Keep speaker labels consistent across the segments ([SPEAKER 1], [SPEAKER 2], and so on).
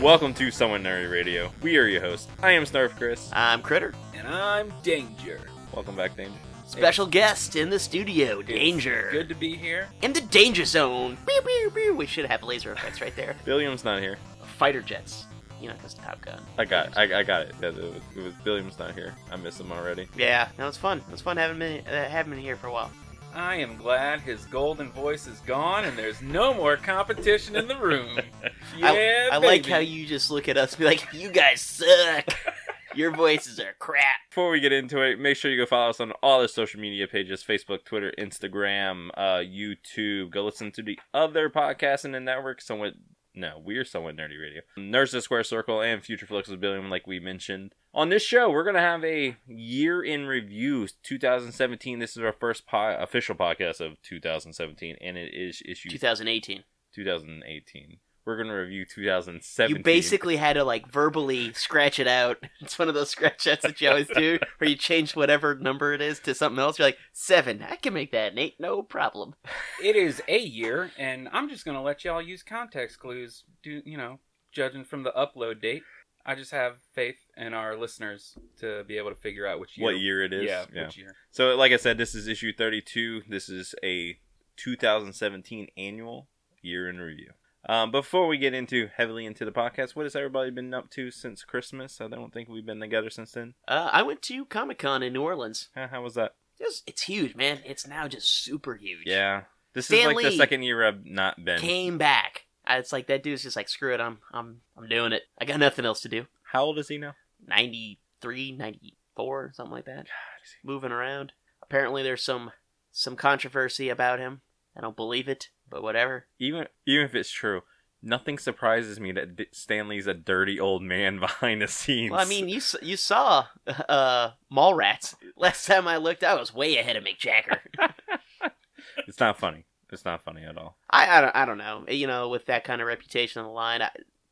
[SPEAKER 1] Welcome to Someone Nerdy Radio. We are your hosts. I am Snarf Chris.
[SPEAKER 2] I'm Critter.
[SPEAKER 3] And I'm Danger.
[SPEAKER 1] Welcome back, Danger.
[SPEAKER 2] Special guest in the studio,
[SPEAKER 3] It's
[SPEAKER 2] Danger.
[SPEAKER 3] Good to be here.
[SPEAKER 2] In the danger zone. Wee, wee, wee. We should have laser effects right there.
[SPEAKER 1] Billiam's not here.
[SPEAKER 2] Fighter jets. You know, because Top Gun.
[SPEAKER 1] I got, I, I got it. Yeah, it was, it was Billiam's not here. I miss him already.
[SPEAKER 2] Yeah, no, it's fun. It's fun having been, uh, having been here for a while.
[SPEAKER 3] I am glad his golden voice is gone and there's no more competition in the room. Yeah,
[SPEAKER 2] I, I like
[SPEAKER 3] baby.
[SPEAKER 2] how you just look at us and be like, you guys suck. Your voices are crap.
[SPEAKER 1] Before we get into it, make sure you go follow us on all our social media pages: Facebook, Twitter, Instagram, uh, YouTube. Go listen to the other podcasts in the network. Somewhat, no, we're somewhat nerdy radio. Nerds the Square Circle and Future Flux with Billiam, like we mentioned on this show. We're gonna have a year in review, 2017. This is our first po- official podcast of 2017, and it is issue
[SPEAKER 2] 2018.
[SPEAKER 1] 2018. We're gonna review 2017.
[SPEAKER 2] You basically had to like verbally scratch it out. It's one of those scratchettes that you always do, where you change whatever number it is to something else. You're like seven. I can make that, Nate. No problem.
[SPEAKER 3] It is a year, and I'm just gonna let y'all use context clues. Do you know? Judging from the upload date, I just have faith in our listeners to be able to figure out which year.
[SPEAKER 1] what year it is?
[SPEAKER 3] Yeah, which year.
[SPEAKER 1] So, like I said, this is issue 32. This is a 2017 annual year in review. Um, before we get into heavily into the podcast, what has everybody been up to since Christmas? I don't think we've been together since then.
[SPEAKER 2] Uh, I went to Comic Con in New Orleans.
[SPEAKER 1] Huh, How was that?
[SPEAKER 2] Just, it's huge, man. It's now just super huge.
[SPEAKER 1] Yeah, this
[SPEAKER 2] Stan
[SPEAKER 1] is like the
[SPEAKER 2] Lee.
[SPEAKER 1] second year I've not been.
[SPEAKER 2] Came back. I, it's like that dude's just like, screw it. I'm, I'm, I'm doing it. I got nothing else to do.
[SPEAKER 1] How old is he now?
[SPEAKER 2] 93, 94, something like that. Moving around. Apparently, there's some some controversy about him. I don't believe it, but whatever.
[SPEAKER 1] Even even if it's true, nothing surprises me that D- Stanley's a dirty old man behind the scenes.
[SPEAKER 2] Well, I mean, you s- you saw uh, Mallrats last time I looked. I was way ahead of Mick Jagger.
[SPEAKER 1] it's not funny. It's not funny at all.
[SPEAKER 2] I I don't, I don't know. You know, with that kind of reputation on the line, I,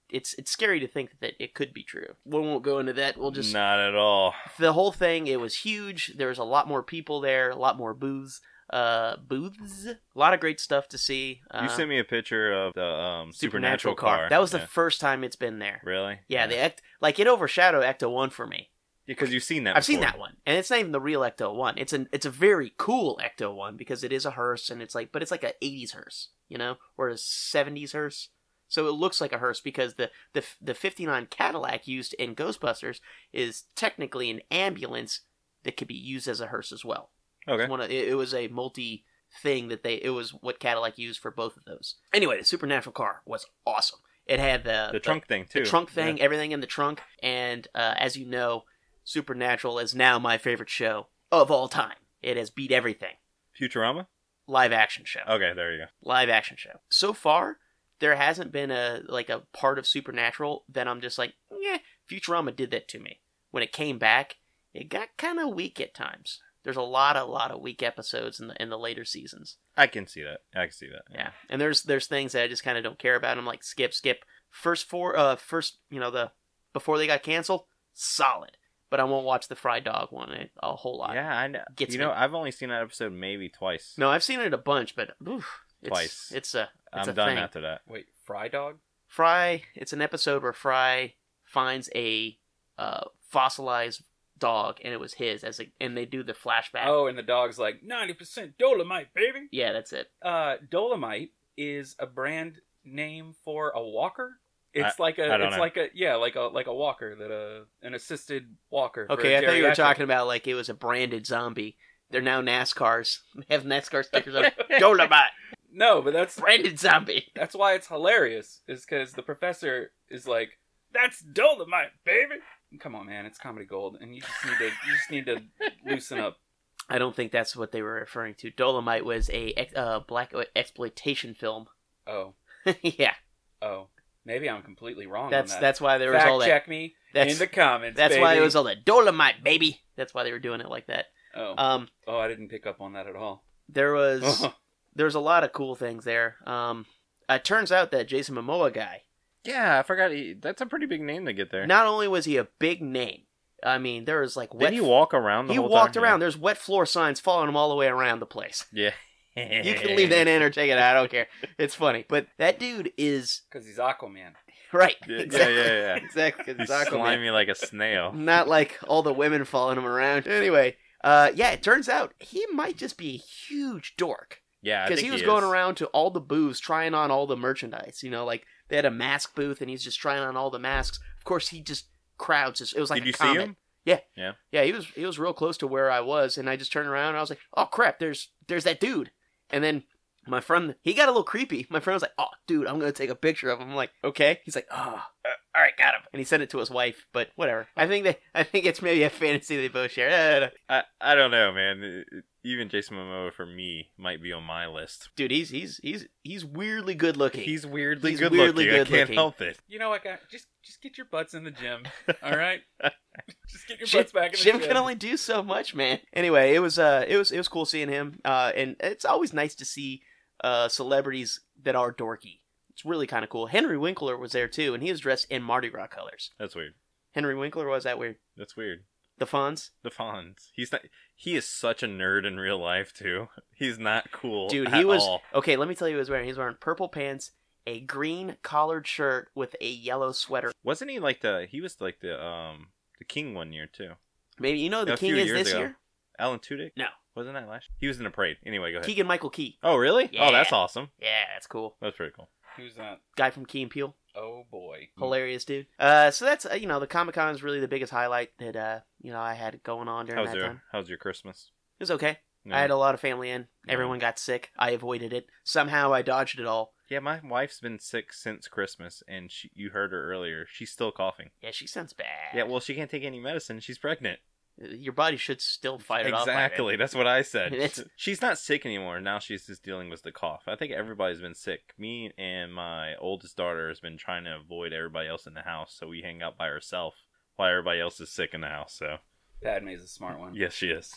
[SPEAKER 2] it's it's scary to think that it could be true. We won't go into that. We'll just
[SPEAKER 1] not at all.
[SPEAKER 2] the whole thing. It was huge. There was a lot more people there. A lot more booths. Uh, booths. A lot of great stuff to see. Uh,
[SPEAKER 1] you sent me a picture of the um, Uh-huh. supernatural, car.
[SPEAKER 2] That was the
[SPEAKER 1] Yeah.
[SPEAKER 2] first time it's been there.
[SPEAKER 1] really
[SPEAKER 2] Yeah, the act like it overshadowed Ecto One for me.
[SPEAKER 1] because you've seen that.
[SPEAKER 2] I've seen
[SPEAKER 1] before.
[SPEAKER 2] that one, and it's not even the real Ecto One. It's an it's a very cool Ecto One because it is a hearse, and it's like, but it's like a '80s hearse, you know, or a '70s hearse. So it looks like a hearse because the the the '59 Cadillac used in Ghostbusters is technically an ambulance that could be used as a hearse as well. It's
[SPEAKER 1] Okay.
[SPEAKER 2] one of- it, it was a multi thing that they it was what Cadillac used for both of those. Anyway, the supernatural car was awesome. It had the
[SPEAKER 1] the trunk thing too.
[SPEAKER 2] the trunk thing, everything in the trunk, and uh, as you know, Supernatural is now my favorite show of all time. It has beat everything.
[SPEAKER 1] Yeah. Futurama.
[SPEAKER 2] Live action show.
[SPEAKER 1] Okay, there you go.
[SPEAKER 2] Live action show. So far, there hasn't been a like a part of Supernatural that I'm just like, yeah. Futurama did that to me. When it came back, it got kind of weak at times. There's a lot, a lot of weak episodes in the in the later seasons.
[SPEAKER 1] I can see that. I can see that.
[SPEAKER 2] Yeah, and there's there's things that I just kind of don't care about. I'm like skip, skip. First four, uh, first you know the before they got canceled, solid. But I won't watch the Fried Dog one a, a whole lot.
[SPEAKER 1] Yeah, I know.
[SPEAKER 2] Gets
[SPEAKER 1] you
[SPEAKER 2] me.
[SPEAKER 1] know, I've only seen that episode maybe twice.
[SPEAKER 2] No, I've seen it a bunch, but oof, it's,
[SPEAKER 1] Twice.
[SPEAKER 2] It's a it's
[SPEAKER 1] I'm
[SPEAKER 2] a
[SPEAKER 1] done
[SPEAKER 2] thing.
[SPEAKER 1] after that.
[SPEAKER 3] Wait, Fry Dog?
[SPEAKER 2] Fry. It's an episode where Fry finds a uh, fossilized dog, and it was his. As a, and they do the flashback.
[SPEAKER 3] Oh, and the dog's like ninety percent Dolomite, baby.
[SPEAKER 2] yeah, that's it.
[SPEAKER 3] Uh, Dolomite is a brand name for a walker. It's like a,
[SPEAKER 1] I don't
[SPEAKER 3] it's
[SPEAKER 1] know.
[SPEAKER 3] like a, yeah, like a, like a walker that a, an assisted walker. for
[SPEAKER 2] Okay,
[SPEAKER 3] a
[SPEAKER 2] I thought you were
[SPEAKER 3] geriatric.
[SPEAKER 2] talking about like it was a branded zombie. They're now NASCARs. They have NASCAR stickers on. Dolomite.
[SPEAKER 3] No, but that's
[SPEAKER 2] branded zombie.
[SPEAKER 3] That's why it's hilarious, is because the professor is like, "That's Dolomite, baby." Come on, man, it's comedy gold, and you just need to you just need to loosen up.
[SPEAKER 2] I don't think that's what they were referring to. Dolomite was a ex- uh, black exploitation film.
[SPEAKER 3] Oh,
[SPEAKER 2] yeah,
[SPEAKER 3] oh, maybe I'm completely wrong.
[SPEAKER 2] that's
[SPEAKER 3] on that.
[SPEAKER 2] that's why there was
[SPEAKER 3] Fact
[SPEAKER 2] all that.
[SPEAKER 3] check me
[SPEAKER 2] That's
[SPEAKER 3] in the comments.
[SPEAKER 2] that's why it
[SPEAKER 3] baby.
[SPEAKER 2] was all that Dolomite baby. That's why they were doing it like that.
[SPEAKER 3] Oh,
[SPEAKER 2] Um,
[SPEAKER 3] oh, I didn't pick up on that at all.
[SPEAKER 2] there
[SPEAKER 3] Uh-huh.
[SPEAKER 2] was there was a lot of cool things there. Um, it turns out that Jason Momoa guy.
[SPEAKER 1] Yeah, I forgot. He, that's a pretty big name to get there.
[SPEAKER 2] Not only was he a big name, I mean, there was like wet.
[SPEAKER 1] Did he walk around the
[SPEAKER 2] he
[SPEAKER 1] whole
[SPEAKER 2] walked
[SPEAKER 1] time?
[SPEAKER 2] around. There's wet floor signs following him all the way around the place.
[SPEAKER 1] Yeah.
[SPEAKER 2] You can leave that in or take it out. I don't care. It's funny, but that dude is
[SPEAKER 3] because he's Aquaman.
[SPEAKER 2] right.
[SPEAKER 1] Yeah,
[SPEAKER 2] exactly.
[SPEAKER 1] yeah, yeah, yeah.
[SPEAKER 2] Exactly. 'cause it's
[SPEAKER 1] He's
[SPEAKER 2] Aquaman.
[SPEAKER 1] slimy like a snail.
[SPEAKER 2] Not like all the women following him around. Anyway, uh, yeah, it turns out he might just be a huge dork.
[SPEAKER 1] Yeah, I
[SPEAKER 2] because
[SPEAKER 1] think
[SPEAKER 2] he was
[SPEAKER 1] is.
[SPEAKER 2] going around to all the booths trying on all the merchandise. You know, like they had a mask booth and he's just trying on all the masks. Of course, he just crowds. Just, it was like
[SPEAKER 1] Did
[SPEAKER 2] a
[SPEAKER 1] you
[SPEAKER 2] comet.
[SPEAKER 1] see him?
[SPEAKER 2] Yeah, he was he was real close to where I was, and I just turned around and I was like, oh crap, there's there's that dude. And then my friend he got a little creepy. My friend was like, oh dude, I'm gonna take a picture of him. I'm like, okay. He's like, oh, uh, all right, got him. And he sent it to his wife, but whatever. I think they I think it's maybe a fantasy they both share. Eh, eh, eh.
[SPEAKER 1] I, I don't know, man. It- it- Even Jason Momoa for me might be on my list.
[SPEAKER 2] Dude, he's he's he's he's weirdly good looking.
[SPEAKER 1] He's weirdly
[SPEAKER 2] He's
[SPEAKER 1] good
[SPEAKER 2] weirdly
[SPEAKER 1] looking. I
[SPEAKER 2] good
[SPEAKER 1] can't
[SPEAKER 2] looking.
[SPEAKER 1] help it.
[SPEAKER 3] You know what, guy? Just just get your butts in the gym. All right. just get your
[SPEAKER 2] Jim-
[SPEAKER 3] butts back in the
[SPEAKER 2] Jim
[SPEAKER 3] gym.
[SPEAKER 2] can only do so much, man. Anyway, it was uh, it was it was cool seeing him, uh, and it's always nice to see uh, celebrities that are dorky. It's really kind of cool. Henry Winkler was there too, and he was dressed in Mardi Gras colors.
[SPEAKER 1] That's weird.
[SPEAKER 2] Henry Winkler was that weird.
[SPEAKER 1] That's weird.
[SPEAKER 2] The Fonz,
[SPEAKER 1] The Fonz. He's not. He is such a nerd in real life too. He's not cool.
[SPEAKER 2] dude,
[SPEAKER 1] at
[SPEAKER 2] he was
[SPEAKER 1] all.
[SPEAKER 2] okay. Let me tell you, what he was wearing. He was wearing purple pants, a green collared shirt with a yellow sweater.
[SPEAKER 1] Wasn't he like the? He was like the um the king one year too.
[SPEAKER 2] Maybe you know who the
[SPEAKER 1] A
[SPEAKER 2] king
[SPEAKER 1] few
[SPEAKER 2] is
[SPEAKER 1] years
[SPEAKER 2] this
[SPEAKER 1] ago.
[SPEAKER 2] year.
[SPEAKER 1] Alan Tudyk.
[SPEAKER 2] No,
[SPEAKER 1] Wasn't that last? He was in a parade. Anyway, go ahead.
[SPEAKER 2] Keegan Michael Key.
[SPEAKER 1] oh really? Oh, that's
[SPEAKER 2] Yeah.
[SPEAKER 1] awesome.
[SPEAKER 2] Yeah, that's cool.
[SPEAKER 1] That's pretty cool.
[SPEAKER 3] Who's that?
[SPEAKER 2] Guy from Key and Peele.
[SPEAKER 3] Oh boy.
[SPEAKER 1] Mm.
[SPEAKER 2] hilarious dude uh so that's uh, you know the comic con is really the biggest highlight that uh you know i had going on during
[SPEAKER 1] How's
[SPEAKER 2] that
[SPEAKER 1] your
[SPEAKER 2] time
[SPEAKER 1] How's your Christmas?
[SPEAKER 2] it was okay
[SPEAKER 1] No.
[SPEAKER 2] i had a lot of family in
[SPEAKER 1] No.
[SPEAKER 2] everyone got sick i avoided it somehow i dodged it all
[SPEAKER 1] Yeah, my wife's been sick since Christmas, and she, you heard her earlier. She's still coughing.
[SPEAKER 2] yeah she sounds bad
[SPEAKER 1] Yeah, well, she can't take any medicine. She's pregnant.
[SPEAKER 2] your body should still fight it off
[SPEAKER 1] Exactly. That's what I said.
[SPEAKER 2] It's-
[SPEAKER 1] she's not sick anymore. Now she's just dealing with the cough. I think everybody's been sick. Me and my oldest daughter has been trying to avoid everybody else in the house, so we hang out by herself while everybody else is sick in the house. So
[SPEAKER 3] Padme's a smart one.
[SPEAKER 1] yes, she is.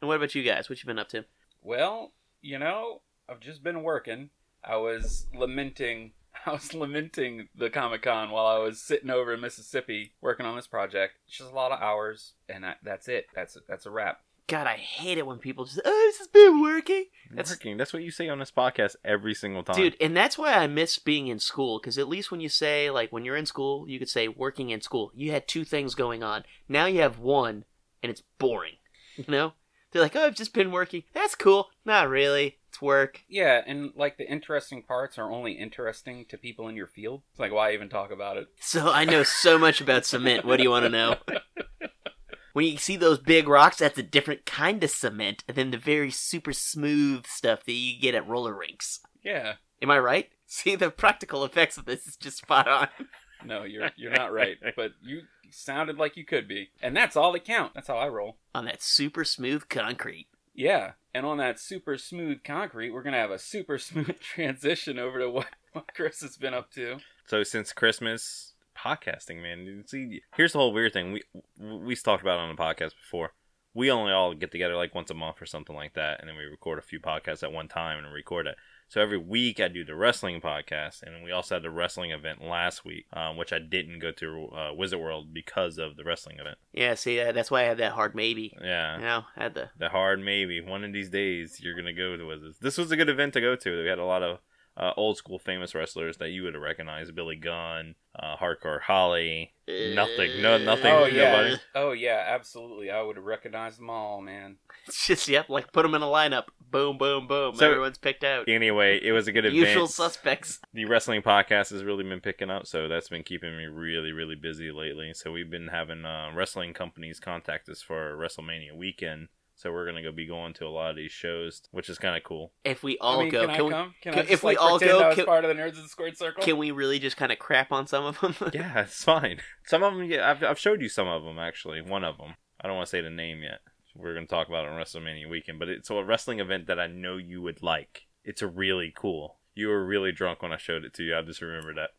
[SPEAKER 2] and what about you guys what you been up to
[SPEAKER 3] Well, you know, I've just been working. I was lamenting. I was lamenting the Comic Con while I was sitting over in Mississippi working on this project. It's just a lot of hours, and I, that's it. That's that's a wrap.
[SPEAKER 2] god i hate it when people just oh this has been working That's-
[SPEAKER 1] That's working. That's what you say on this podcast every single time.
[SPEAKER 2] dude and that's why i miss being in school because at least when you say like when you're in school you could say working in school you had two things going on now you have one and it's boring you know they're like oh i've just been working that's cool not really it's work
[SPEAKER 3] Yeah, and like the interesting parts are only interesting to people in your field. It's like why even talk about it?
[SPEAKER 2] so i know so much about cement what do you want to know when you see those big rocks that's a different kind of cement than the very super smooth stuff that you get at roller rinks
[SPEAKER 3] Yeah.
[SPEAKER 2] am i right see the practical effects of this is just spot on
[SPEAKER 3] No, you're you're not right, but you sounded like you could be. And that's all that count. That's how I roll.
[SPEAKER 2] on that super smooth concrete
[SPEAKER 3] Yeah, and on that super smooth concrete, we're gonna have a super smooth transition over to what, what Chris has been up to.
[SPEAKER 1] So since Christmas podcasting, man. you See, here's the whole weird thing. We we talked about it on the podcast before. We only all get together like once a month or something like that, and then we record a few podcasts at one time and record it. So every week I do the wrestling podcast, and we also had the wrestling event last week, um, which I didn't go to uh, Wizard World because of the wrestling event.
[SPEAKER 2] Yeah, see, uh, that's why I had that hard maybe.
[SPEAKER 1] Yeah.
[SPEAKER 2] You know, I had the
[SPEAKER 1] The hard maybe. One of these days you're gonna go to Wizards. This was a good event to go to. We had a lot of uh, old school famous wrestlers that you would have recognized: Billy Gunn, uh, Hardcore Holly, Nothing. No- nothing.
[SPEAKER 3] Oh
[SPEAKER 1] Thank you,
[SPEAKER 3] yeah,
[SPEAKER 1] nobody.
[SPEAKER 3] oh yeah, absolutely. I would have recognized them all, man.
[SPEAKER 2] It's just yep, like put them in a lineup. Boom, boom, boom.
[SPEAKER 1] So-
[SPEAKER 2] Everyone's picked out.
[SPEAKER 1] Anyway, it was a good event.
[SPEAKER 2] Usual suspects.
[SPEAKER 1] the wrestling podcast has really been picking up, so that's been keeping me really, really busy lately. So we've been having uh, wrestling companies contact us for WrestleMania weekend. So we're gonna go be going to a lot of these shows, which is kind of cool.
[SPEAKER 2] If we all
[SPEAKER 3] I mean,
[SPEAKER 2] go,
[SPEAKER 3] Can,
[SPEAKER 2] can,
[SPEAKER 3] I
[SPEAKER 2] we?
[SPEAKER 3] come? Can I
[SPEAKER 2] can-
[SPEAKER 3] just,
[SPEAKER 2] if we
[SPEAKER 3] like,
[SPEAKER 2] all
[SPEAKER 3] pretend
[SPEAKER 2] go,
[SPEAKER 3] I was
[SPEAKER 2] can-
[SPEAKER 3] part of the Nerds of the Squared Circle.
[SPEAKER 2] Can we really just kind of crap on some of them?
[SPEAKER 1] Yeah, it's fine. Some of them, yeah, I've, I've showed you some of them actually. One of them. I don't want to say the name yet. We're gonna talk about it on WrestleMania weekend, but it's a wrestling event that I know you would like. It's really cool. You were really drunk when I showed it to you. I just remember that.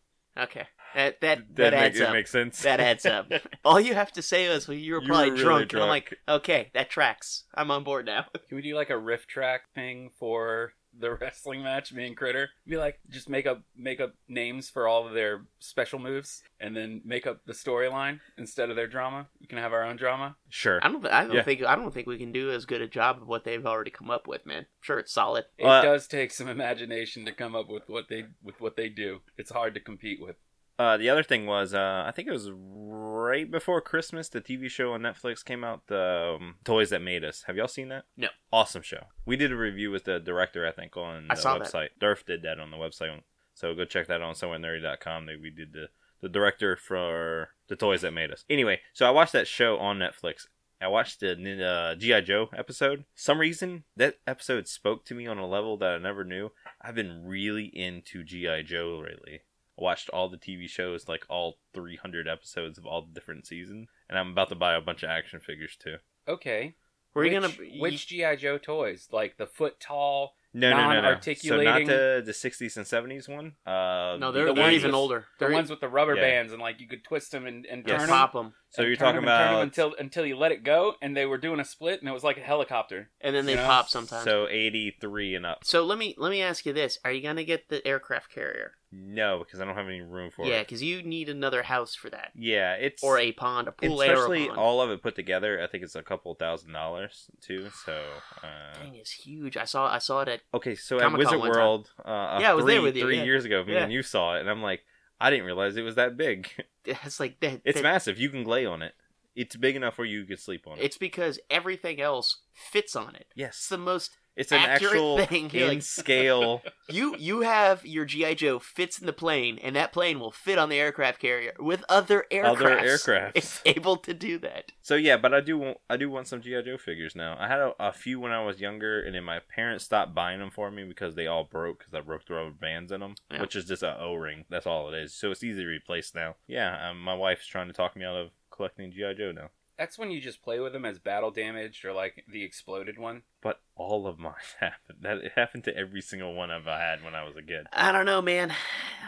[SPEAKER 2] okay, that that that,
[SPEAKER 1] That, make-
[SPEAKER 2] adds
[SPEAKER 1] it
[SPEAKER 2] up.
[SPEAKER 1] makes sense.
[SPEAKER 2] That adds up. all you have to say is well, you were
[SPEAKER 1] You
[SPEAKER 2] probably
[SPEAKER 1] were really
[SPEAKER 2] drunk, and I'm
[SPEAKER 1] drunk.
[SPEAKER 2] like, okay, that tracks. I'm on board now.
[SPEAKER 3] Can we do like a riff track thing for the wrestling match, me and Critter, be like, just make up make up names for all of their special moves, and then make up the storyline instead of their drama. We can have our own drama.
[SPEAKER 1] Sure.
[SPEAKER 2] I don't. I don't
[SPEAKER 1] Yeah.
[SPEAKER 2] think. I don't think we can do as good a job of what they've already come up with, man. Sure, it's solid.
[SPEAKER 3] It
[SPEAKER 1] Well,
[SPEAKER 3] does take some imagination to come up with what they with what they do. It's hard to compete with.
[SPEAKER 1] Uh, the other thing was, uh, I think it was right before Christmas, the TV show on Netflix came out, the um, Toys That Made Us. Have y'all seen that?
[SPEAKER 2] No.
[SPEAKER 1] Awesome show. We did a review with the director, I think, on the
[SPEAKER 2] I saw that.
[SPEAKER 1] website. Durf did that on the website, so go check that on somewherenerdy.com. They- We did the the director for the Toys That Made Us. Anyway, so I watched that show on Netflix. I watched the nin- uh, GI Joe episode. Some reason that episode spoke to me on a level that I never knew. I've been really into GI Joe lately watched all the TV shows, like all 300 episodes of all the different seasons, and I'm about to buy a bunch of action figures too.
[SPEAKER 3] Okay,
[SPEAKER 2] We're
[SPEAKER 3] which,
[SPEAKER 2] gonna.
[SPEAKER 3] which GI Joe toys like the foot tall?
[SPEAKER 1] No, no, no, no. So not
[SPEAKER 3] Non-articulating-
[SPEAKER 1] the, the 60s and 70s one. Uh,
[SPEAKER 2] no, they're,
[SPEAKER 3] the
[SPEAKER 2] they're
[SPEAKER 3] ones
[SPEAKER 2] even
[SPEAKER 3] with-
[SPEAKER 2] older.
[SPEAKER 3] The
[SPEAKER 2] They're
[SPEAKER 3] ones with the rubber
[SPEAKER 1] Yeah.
[SPEAKER 3] bands and like you could twist them and, and turn
[SPEAKER 1] Yes.
[SPEAKER 3] them.
[SPEAKER 2] pop them,
[SPEAKER 1] So
[SPEAKER 3] and
[SPEAKER 1] you're
[SPEAKER 3] turn
[SPEAKER 1] talking
[SPEAKER 3] 'em and turn 'em
[SPEAKER 1] about
[SPEAKER 3] until until you let it go, and they were doing a split, and it was like a helicopter.
[SPEAKER 2] and then they
[SPEAKER 3] You know?
[SPEAKER 2] pop sometimes. So,
[SPEAKER 1] so 83 and up.
[SPEAKER 2] let me let me ask you this: Are you gonna get the aircraft carrier?
[SPEAKER 1] No, because I don't have any room for
[SPEAKER 2] Yeah,
[SPEAKER 1] it.
[SPEAKER 2] because you need another house for that,
[SPEAKER 1] Yeah, it's
[SPEAKER 2] or a pond, a pool area.
[SPEAKER 1] especially
[SPEAKER 2] pond.
[SPEAKER 1] all of it put together. I think it's a couple thousand dollars too. So uh,
[SPEAKER 2] Thing is huge. I saw I saw it at
[SPEAKER 1] okay, so
[SPEAKER 2] Comic-Con
[SPEAKER 1] at Wizard
[SPEAKER 2] one time.
[SPEAKER 1] World, uh, uh,
[SPEAKER 2] Yeah, I was
[SPEAKER 1] three,
[SPEAKER 2] there with you,
[SPEAKER 1] three
[SPEAKER 2] yeah.
[SPEAKER 1] years ago. Me
[SPEAKER 2] Yeah.
[SPEAKER 1] and you saw it, and I'm like, I didn't realize it was that big.
[SPEAKER 2] it's like that.
[SPEAKER 1] It's
[SPEAKER 2] that-
[SPEAKER 1] massive. You can lay on it. It's big enough where you can sleep on it.
[SPEAKER 2] It's because everything else fits on it. It's
[SPEAKER 1] yes,
[SPEAKER 2] the most
[SPEAKER 1] it's an
[SPEAKER 2] accurate
[SPEAKER 1] actual
[SPEAKER 2] thing. You're
[SPEAKER 1] in
[SPEAKER 2] like-
[SPEAKER 1] scale.
[SPEAKER 2] you you have your GI Joe fits in the plane, and that plane will fit on the aircraft carrier with other aircraft.
[SPEAKER 1] Other aircrafts.
[SPEAKER 2] It's able to do that.
[SPEAKER 1] so yeah, but I do want I do want some GI Joe figures now. I had a, a few when I was younger, and then my parents stopped buying them for me because they all broke because I broke the rubber bands in them,
[SPEAKER 2] Yeah.
[SPEAKER 1] which is just an O ring. That's all it is. So it's easy to replace now. Yeah, um, my wife's trying to talk me out of collecting GI Joe now,
[SPEAKER 3] That's when you just play with them as battle damaged or like the exploded one.
[SPEAKER 1] but all of mine happened. That it happened to every single one I've had when I was a kid.
[SPEAKER 2] I don't know, man.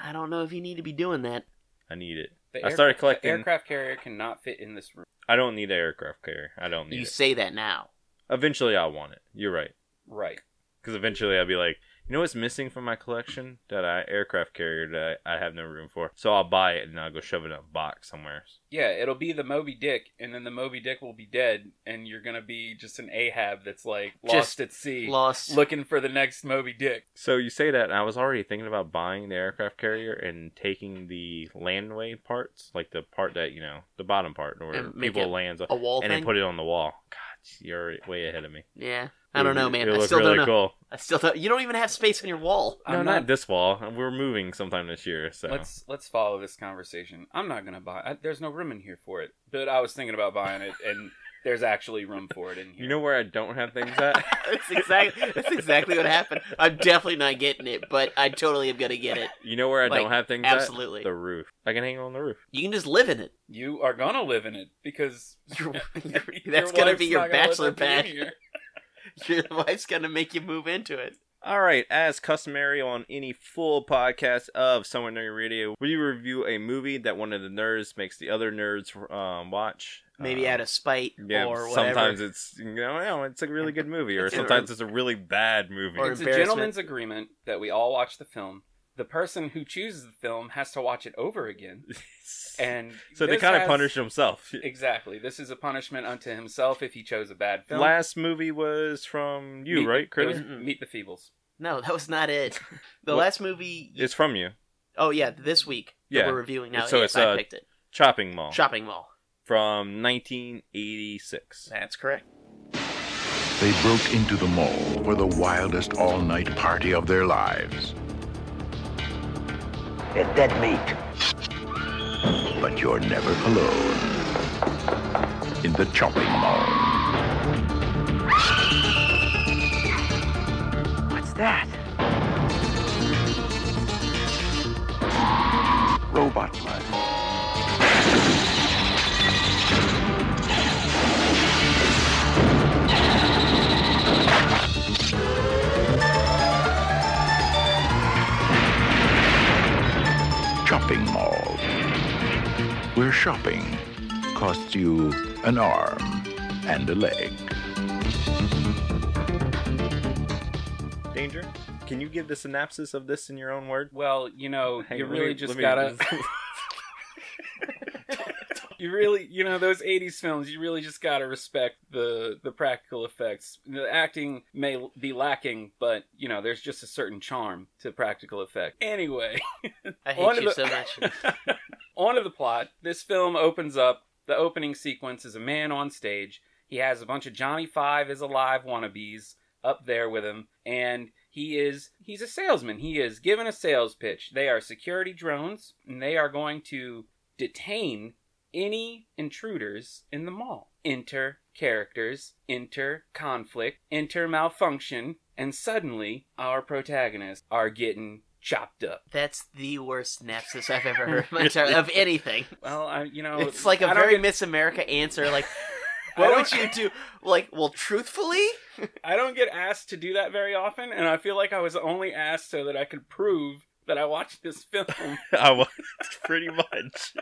[SPEAKER 2] I don't know if you need to be doing that.
[SPEAKER 1] I need it.
[SPEAKER 3] The
[SPEAKER 1] I started collecting.
[SPEAKER 3] aircraft carrier cannot fit in this room.
[SPEAKER 1] I don't need an aircraft carrier. I don't need
[SPEAKER 2] you
[SPEAKER 1] it.
[SPEAKER 2] say that now.
[SPEAKER 1] Eventually, I want it. You're right.
[SPEAKER 3] Right.
[SPEAKER 1] Because eventually, I'll be like, you know what's missing from my collection? That I aircraft carrier that I, I have no room for. So I'll buy it and I'll go shove it in a box somewhere.
[SPEAKER 3] Yeah, it'll be the Moby Dick, and then the Moby Dick will be dead, and you're gonna be just an Ahab that's like lost
[SPEAKER 2] Just
[SPEAKER 3] at sea,
[SPEAKER 2] Lost.
[SPEAKER 3] looking for the next Moby Dick.
[SPEAKER 1] So you say that, and I was already thinking about buying the aircraft carrier and taking the landway parts, like the part that you know, the bottom part where
[SPEAKER 2] And make
[SPEAKER 1] people
[SPEAKER 2] it
[SPEAKER 1] lands, on,
[SPEAKER 2] a wall
[SPEAKER 1] and
[SPEAKER 2] thing.
[SPEAKER 1] then put it on the wall. God, you're way ahead of me.
[SPEAKER 2] yeah. I don't know, man.
[SPEAKER 1] It
[SPEAKER 2] I
[SPEAKER 1] look
[SPEAKER 2] still
[SPEAKER 1] really
[SPEAKER 2] don't know.
[SPEAKER 1] cool.
[SPEAKER 2] I still don't. You don't even have space on your wall.
[SPEAKER 1] No,
[SPEAKER 3] I'm
[SPEAKER 1] not this wall. We're moving sometime this year, so
[SPEAKER 3] Let's let's follow this conversation. I'm not gonna buy. I, there's no room in here for it. But I was thinking about buying it, and there's actually room for it in here.
[SPEAKER 1] you know where I don't have things at.
[SPEAKER 2] that's exactly that's exactly what happened. I'm definitely not getting it, but I totally am gonna get it.
[SPEAKER 1] You know where I
[SPEAKER 2] Like,
[SPEAKER 1] don't have things
[SPEAKER 2] Absolutely.
[SPEAKER 1] at? The roof. I can hang on the roof.
[SPEAKER 2] You can just live in it.
[SPEAKER 3] you are gonna live in it because
[SPEAKER 2] Your-
[SPEAKER 3] your
[SPEAKER 2] that's gonna
[SPEAKER 3] wife's
[SPEAKER 2] be your
[SPEAKER 3] not gonna let
[SPEAKER 2] bachelor
[SPEAKER 3] that be in
[SPEAKER 2] pad.
[SPEAKER 3] here.
[SPEAKER 2] Your wife's gonna make you move into it.
[SPEAKER 1] All right, as customary on any full podcast of Somewhere Nerdy Radio, we review a movie that one of the nerds makes the other nerds um, watch.
[SPEAKER 2] Maybe
[SPEAKER 1] um,
[SPEAKER 2] out of spite
[SPEAKER 1] yeah,
[SPEAKER 2] or whatever.
[SPEAKER 1] sometimes it's you know, no, it's a really good movie, or
[SPEAKER 2] It's a-
[SPEAKER 1] sometimes it's a really bad movie.
[SPEAKER 2] Or
[SPEAKER 3] it's a
[SPEAKER 2] embarrassment.
[SPEAKER 3] gentleman's agreement that we all watch the film. The person who chooses the film has to watch it over again, and
[SPEAKER 1] so they
[SPEAKER 3] this
[SPEAKER 1] kind of
[SPEAKER 3] has-
[SPEAKER 1] punish himself.
[SPEAKER 3] Exactly. This is a punishment unto himself if he chose a bad film.
[SPEAKER 1] Last movie was from you,
[SPEAKER 3] Meet-
[SPEAKER 1] right,
[SPEAKER 3] it
[SPEAKER 1] Chris?
[SPEAKER 3] was Meet the Feebles.
[SPEAKER 2] No, that was not it. The
[SPEAKER 1] What-
[SPEAKER 2] last movie.
[SPEAKER 1] It's from you.
[SPEAKER 2] oh yeah, this week. that
[SPEAKER 1] Yeah.
[SPEAKER 2] we're reviewing now.
[SPEAKER 1] So
[SPEAKER 2] yes,
[SPEAKER 1] it's,
[SPEAKER 2] I
[SPEAKER 1] uh,
[SPEAKER 2] picked it.
[SPEAKER 1] Chopping Mall
[SPEAKER 2] Shopping mall.
[SPEAKER 1] from 1986.
[SPEAKER 2] That's correct.
[SPEAKER 4] They broke into the mall for the wildest all night party of their lives.
[SPEAKER 5] It's dead meat.
[SPEAKER 4] But you're never alone in the chopping mall.
[SPEAKER 5] What's that?
[SPEAKER 4] Robot blood. Chopping mall. Where shopping costs you an arm and a leg.
[SPEAKER 1] Danger? Can you give the synopsis of this in your own words?
[SPEAKER 3] Well, you know,
[SPEAKER 1] Hang
[SPEAKER 3] you
[SPEAKER 1] on, let
[SPEAKER 3] really
[SPEAKER 1] me-
[SPEAKER 3] just
[SPEAKER 1] let me-
[SPEAKER 3] gotta. you really, you know, those '80s films. You really just gotta respect the the practical effects. The acting may l- be lacking, but you know, there's just a certain charm to practical effect. Anyway,
[SPEAKER 2] I
[SPEAKER 3] One
[SPEAKER 2] hate
[SPEAKER 3] of
[SPEAKER 2] you so
[SPEAKER 3] the-
[SPEAKER 2] much.
[SPEAKER 3] on to the plot. This film opens up. The opening sequence is a man on stage. He has a bunch of Johnny Five is Alive wannabes up there with him, and he is he's a salesman. He is given a sales pitch. They are security drones, and they are going to detain any intruders in the mall. Enter characters, enter conflict, enter malfunction, and suddenly our protagonists are getting chopped up.
[SPEAKER 2] That's the worst synopsis I've ever heard in my entire- of anything.
[SPEAKER 3] Well, I, you know,
[SPEAKER 2] It's like a
[SPEAKER 3] I don't
[SPEAKER 2] very
[SPEAKER 3] get-
[SPEAKER 2] Miss America answer. Like,
[SPEAKER 3] I
[SPEAKER 2] what
[SPEAKER 3] don't-
[SPEAKER 2] would you do? Like, well, truthfully,
[SPEAKER 3] I don't get asked to do that very often, and I feel like I was only asked so that I could prove that I watched this film
[SPEAKER 1] I was pretty much.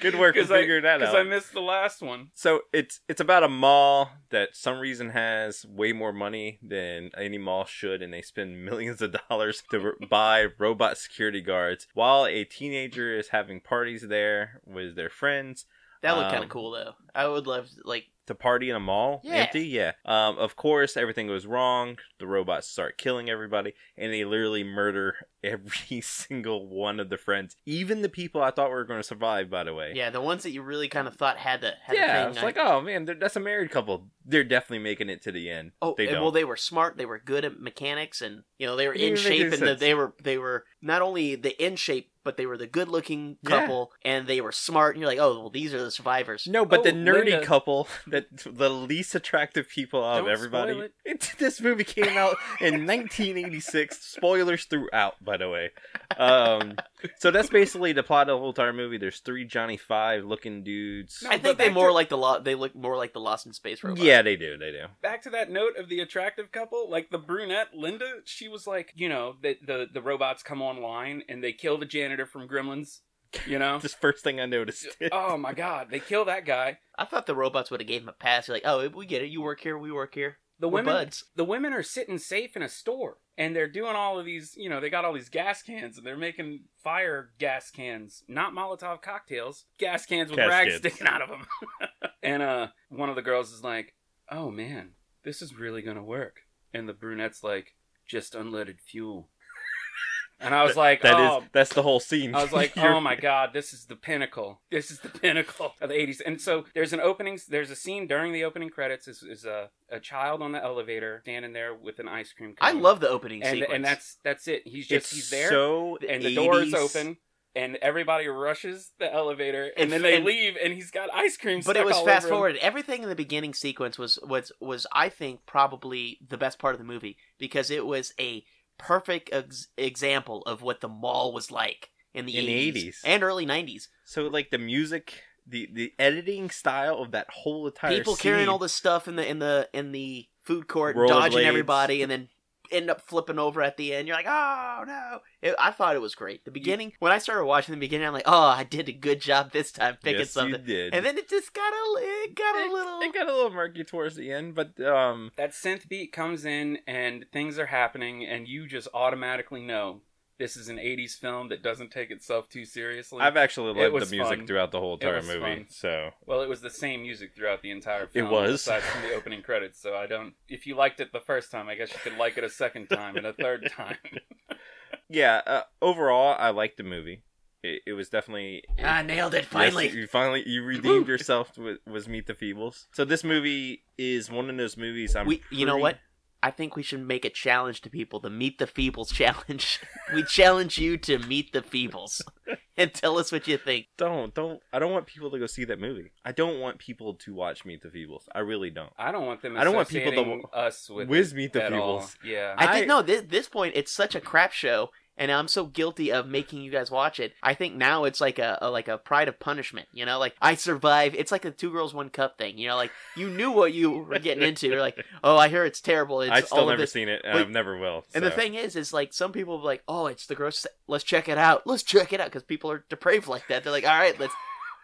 [SPEAKER 1] Good work for
[SPEAKER 3] 'Cause I-
[SPEAKER 1] figuring that
[SPEAKER 3] because
[SPEAKER 1] out.
[SPEAKER 3] I missed the last one.
[SPEAKER 1] So it's it's about a mall that some reason has way more money than any mall should, and they spend millions of dollars to r- buy robot security guards. While a teenager is having parties there with their friends
[SPEAKER 2] that looked
[SPEAKER 1] Um,
[SPEAKER 2] kind of cool though. I would love like
[SPEAKER 1] to party in a mall,
[SPEAKER 2] Yeah.
[SPEAKER 1] empty, yeah. Um, of course, everything goes wrong. The robots start killing everybody, and they literally murder every single one of the friends, even the people I thought were going to survive. By the way,
[SPEAKER 2] yeah the ones that you really kind of thought had the had
[SPEAKER 1] yeah,
[SPEAKER 2] the
[SPEAKER 1] it's
[SPEAKER 2] thing.
[SPEAKER 1] like, oh man, they're- that's a married couple. They're definitely making it to the end.
[SPEAKER 2] Oh,
[SPEAKER 1] they
[SPEAKER 2] and,
[SPEAKER 1] don't.
[SPEAKER 2] well, they were smart. They were good at mechanics, and you know they were
[SPEAKER 1] It
[SPEAKER 2] in
[SPEAKER 1] didn't even make
[SPEAKER 2] shape,
[SPEAKER 1] any
[SPEAKER 2] and the,
[SPEAKER 1] sense.
[SPEAKER 2] they were they were not only the in shape, but they were the good looking
[SPEAKER 1] Yeah.
[SPEAKER 2] couple, and they were smart. And you're like, oh, well, these are the survivors.
[SPEAKER 1] no, but the
[SPEAKER 3] Oh,
[SPEAKER 1] nerdy
[SPEAKER 3] Linda.
[SPEAKER 1] couple, that the least attractive people out of
[SPEAKER 3] Don't
[SPEAKER 1] everybody.
[SPEAKER 3] spoil it.
[SPEAKER 1] this movie came out in 1986. Spoilers throughout, by the way. Um, so that's basically the plot of the whole entire movie. There's three Johnny Five looking dudes.
[SPEAKER 3] No,
[SPEAKER 2] I think
[SPEAKER 3] but
[SPEAKER 2] they
[SPEAKER 3] back
[SPEAKER 2] more
[SPEAKER 3] to-
[SPEAKER 2] like the lo- they look more like the Lost in Space robots.
[SPEAKER 1] yeah, they do. They do.
[SPEAKER 3] Back to that note of the attractive couple, like the brunette Linda, she was like, you know, that the the robots come online and they kill the janitor from Gremlins, you know.
[SPEAKER 1] This first thing I noticed.
[SPEAKER 3] oh my god, they kill that guy.
[SPEAKER 2] I thought the robots would have gave him a pass. You're like, oh, we get it. You work here. We work here.
[SPEAKER 3] The
[SPEAKER 2] We're
[SPEAKER 3] women,
[SPEAKER 2] buds.
[SPEAKER 3] the women are sitting safe in a store, and they're doing all of these. You know, they got all these gas cans, and they're making fire gas cans, not Molotov cocktails, gas cans with
[SPEAKER 1] Gas
[SPEAKER 3] rags
[SPEAKER 1] cans.
[SPEAKER 3] sticking out of them. and uh, one of the girls is like, "Oh man, this is really gonna work." And the brunette's like, "Just unleaded fuel." And I was like,
[SPEAKER 1] That is
[SPEAKER 3] "Oh."
[SPEAKER 1] that's the whole scene.
[SPEAKER 3] I was like,
[SPEAKER 1] You're-
[SPEAKER 3] "Oh my god, this is the pinnacle. This is the pinnacle of the '80s." And so there's an opening. There's a scene during the opening credits. Is, is a a child on the elevator standing there with an ice cream
[SPEAKER 2] I
[SPEAKER 3] cone.
[SPEAKER 2] love the opening
[SPEAKER 3] and
[SPEAKER 2] sequence.
[SPEAKER 3] and that's that's it. He's just
[SPEAKER 1] it's
[SPEAKER 3] he's there,
[SPEAKER 1] So
[SPEAKER 3] and the door is
[SPEAKER 1] 80s.
[SPEAKER 3] open, and everybody rushes the elevator,
[SPEAKER 2] And-
[SPEAKER 3] and then they
[SPEAKER 2] and-
[SPEAKER 3] leave, and he's got ice cream.
[SPEAKER 2] but
[SPEAKER 3] stuck
[SPEAKER 2] it was
[SPEAKER 3] all
[SPEAKER 2] fast
[SPEAKER 3] over him.
[SPEAKER 2] forward. Everything in the beginning sequence was was was I think probably the best part of the movie because it was a perfect ex- example of what the mall was like in the
[SPEAKER 1] In the
[SPEAKER 2] 80s,
[SPEAKER 1] 80s.
[SPEAKER 2] and early 90s.
[SPEAKER 1] So like the music, the the editing style of that whole entire
[SPEAKER 2] People carrying
[SPEAKER 1] scene-
[SPEAKER 2] all this stuff in the in the in the food court,
[SPEAKER 1] Roller
[SPEAKER 2] dodging
[SPEAKER 1] blades.
[SPEAKER 2] everybody, and then end up flipping over at the end. You're like, oh no! It, I thought it was great. The beginning when I started watching the beginning, I'm like, oh, I did a good job this time picking
[SPEAKER 1] yes,
[SPEAKER 2] something.
[SPEAKER 1] You did.
[SPEAKER 2] And then it just got a it got a little.
[SPEAKER 1] It got a little murky towards the end, but um,
[SPEAKER 3] That synth beat comes in, and things are happening, and you just automatically know this is an '80s film that doesn't take itself too seriously.
[SPEAKER 1] I've actually
[SPEAKER 3] It
[SPEAKER 1] loved
[SPEAKER 3] was
[SPEAKER 1] the music
[SPEAKER 3] fun.
[SPEAKER 1] throughout the whole entire
[SPEAKER 3] was
[SPEAKER 1] movie.
[SPEAKER 3] fun.
[SPEAKER 1] So
[SPEAKER 3] Well, it was the same music throughout the entire film.
[SPEAKER 1] was.
[SPEAKER 3] Aside from the opening credits, so I don't. If you liked it the first time, I guess you could like it a second time and a third time.
[SPEAKER 1] yeah, uh, overall, I liked the movie. It, it was definitely
[SPEAKER 2] I nailed it
[SPEAKER 1] Yes,
[SPEAKER 2] Ah, finally.
[SPEAKER 1] you finally you redeemed yourself with was Meet the Feebles. So this movie is one of those movies. I'm
[SPEAKER 2] we, you know
[SPEAKER 1] pretty-
[SPEAKER 2] what? I think we should make a challenge to people the Meet the Feebles challenge. we challenge you to meet the Feebles and tell us what you think.
[SPEAKER 1] Don't don't. I don't want people to go see that movie. I don't want people to watch Meet the Feebles. I really don't.
[SPEAKER 3] I don't want them.
[SPEAKER 1] I don't want people to
[SPEAKER 3] associating us with
[SPEAKER 1] whiz
[SPEAKER 3] it
[SPEAKER 1] meet the
[SPEAKER 3] at all.
[SPEAKER 1] peoples.
[SPEAKER 3] Yeah,
[SPEAKER 2] I think
[SPEAKER 1] I-
[SPEAKER 2] no, this, this point it's such a crap show, and I'm so guilty of making you guys watch it. I think now it's like a, a like a pride of punishment, you know, like I survived. It's like the two girls one cup thing, you know, like you knew what you were getting into. You're like, oh, I hear it's terrible. It's
[SPEAKER 1] I've still
[SPEAKER 2] all of
[SPEAKER 1] never
[SPEAKER 2] this.
[SPEAKER 1] seen it, and
[SPEAKER 2] Wait,
[SPEAKER 1] I've never will.
[SPEAKER 2] And the
[SPEAKER 1] so.
[SPEAKER 2] thing is, is like some people are like, "Oh, it's the gross. Let's check it out. Let's check it out," because people are depraved like that. They're like, "All right, let's."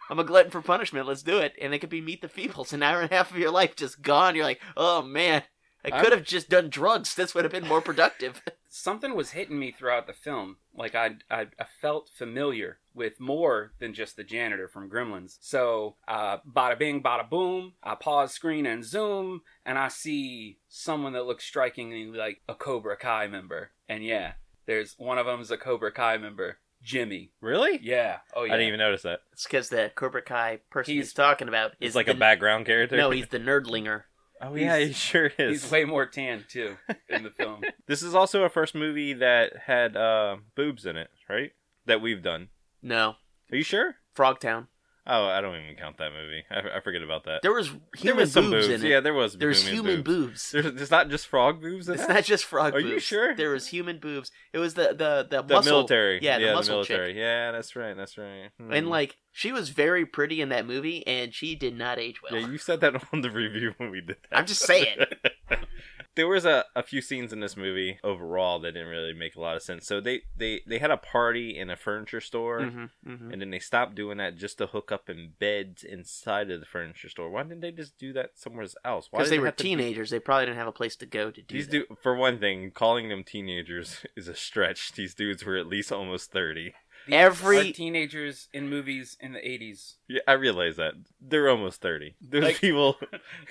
[SPEAKER 2] I'm a glutton for punishment. Let's do it. And it could be meet the feebles. An hour and a half of your life just gone. You're like, "Oh man, I
[SPEAKER 3] I'm-
[SPEAKER 2] could have just done drugs. This would have been more productive."
[SPEAKER 3] something was hitting me throughout the film. Like I, I, I felt familiar with more than just the janitor from Gremlins. So, uh, bada bing, bada boom. I pause screen and zoom, and I see someone that looks strikingly like a Cobra Kai member. And yeah, there's one of them's a Cobra Kai member, Jimmy.
[SPEAKER 1] Really?
[SPEAKER 3] Yeah. Oh yeah.
[SPEAKER 1] I didn't even notice that.
[SPEAKER 2] It's because the Cobra Kai person he's,
[SPEAKER 3] He's-
[SPEAKER 2] talking about
[SPEAKER 1] He's
[SPEAKER 2] is
[SPEAKER 1] like
[SPEAKER 2] the,
[SPEAKER 1] a background character.
[SPEAKER 2] No, he's the nerdlinger.
[SPEAKER 1] oh yeah, he
[SPEAKER 3] he's-
[SPEAKER 1] sure is.
[SPEAKER 3] He's way more tan too in the film.
[SPEAKER 1] This is also a first movie that had uh, boobs in it, right? That we've done.
[SPEAKER 2] No,
[SPEAKER 1] Are you sure?
[SPEAKER 2] Frogtown.
[SPEAKER 1] Oh, I don't even count that movie. I, I forget about that.
[SPEAKER 2] There was human
[SPEAKER 1] There was some
[SPEAKER 2] boobs,
[SPEAKER 1] boobs.
[SPEAKER 2] in it.
[SPEAKER 1] Yeah, there was.
[SPEAKER 2] There's
[SPEAKER 1] booming
[SPEAKER 2] human boobs.
[SPEAKER 1] boobs. There's, there's not just frog boobs in
[SPEAKER 2] It's
[SPEAKER 1] that?
[SPEAKER 2] not just frog
[SPEAKER 1] Are
[SPEAKER 2] boobs.
[SPEAKER 1] you sure?
[SPEAKER 2] There was human boobs. It was the the the,
[SPEAKER 1] the
[SPEAKER 2] muscle,
[SPEAKER 1] military.
[SPEAKER 2] Yeah, the muscle chick.
[SPEAKER 1] military. Yeah, that's right. That's right. Hmm.
[SPEAKER 2] And like she was very pretty in that movie, and she did not age well.
[SPEAKER 1] yeah, you said that on the review when we did that.
[SPEAKER 2] I'm just saying.
[SPEAKER 1] there was a, a few scenes in this movie overall that didn't really make a lot of sense. So they they they had a party in a furniture store.
[SPEAKER 2] Mhm, mhm.
[SPEAKER 1] And then they stopped doing that just to hook up in beds inside of the furniture store. Why didn't they just do that somewhere else? Why
[SPEAKER 2] Because
[SPEAKER 1] did
[SPEAKER 2] they were
[SPEAKER 1] have to do-
[SPEAKER 2] teenagers, they probably didn't have a place to go to do
[SPEAKER 1] These
[SPEAKER 2] that.
[SPEAKER 1] do for one thing, calling them teenagers is a stretch. These dudes were at least almost thirty.
[SPEAKER 3] These
[SPEAKER 2] Every-
[SPEAKER 3] are teenagers in movies in the 80s,
[SPEAKER 1] Yeah, I realize that they're almost thirty. Those
[SPEAKER 3] Like-
[SPEAKER 1] people,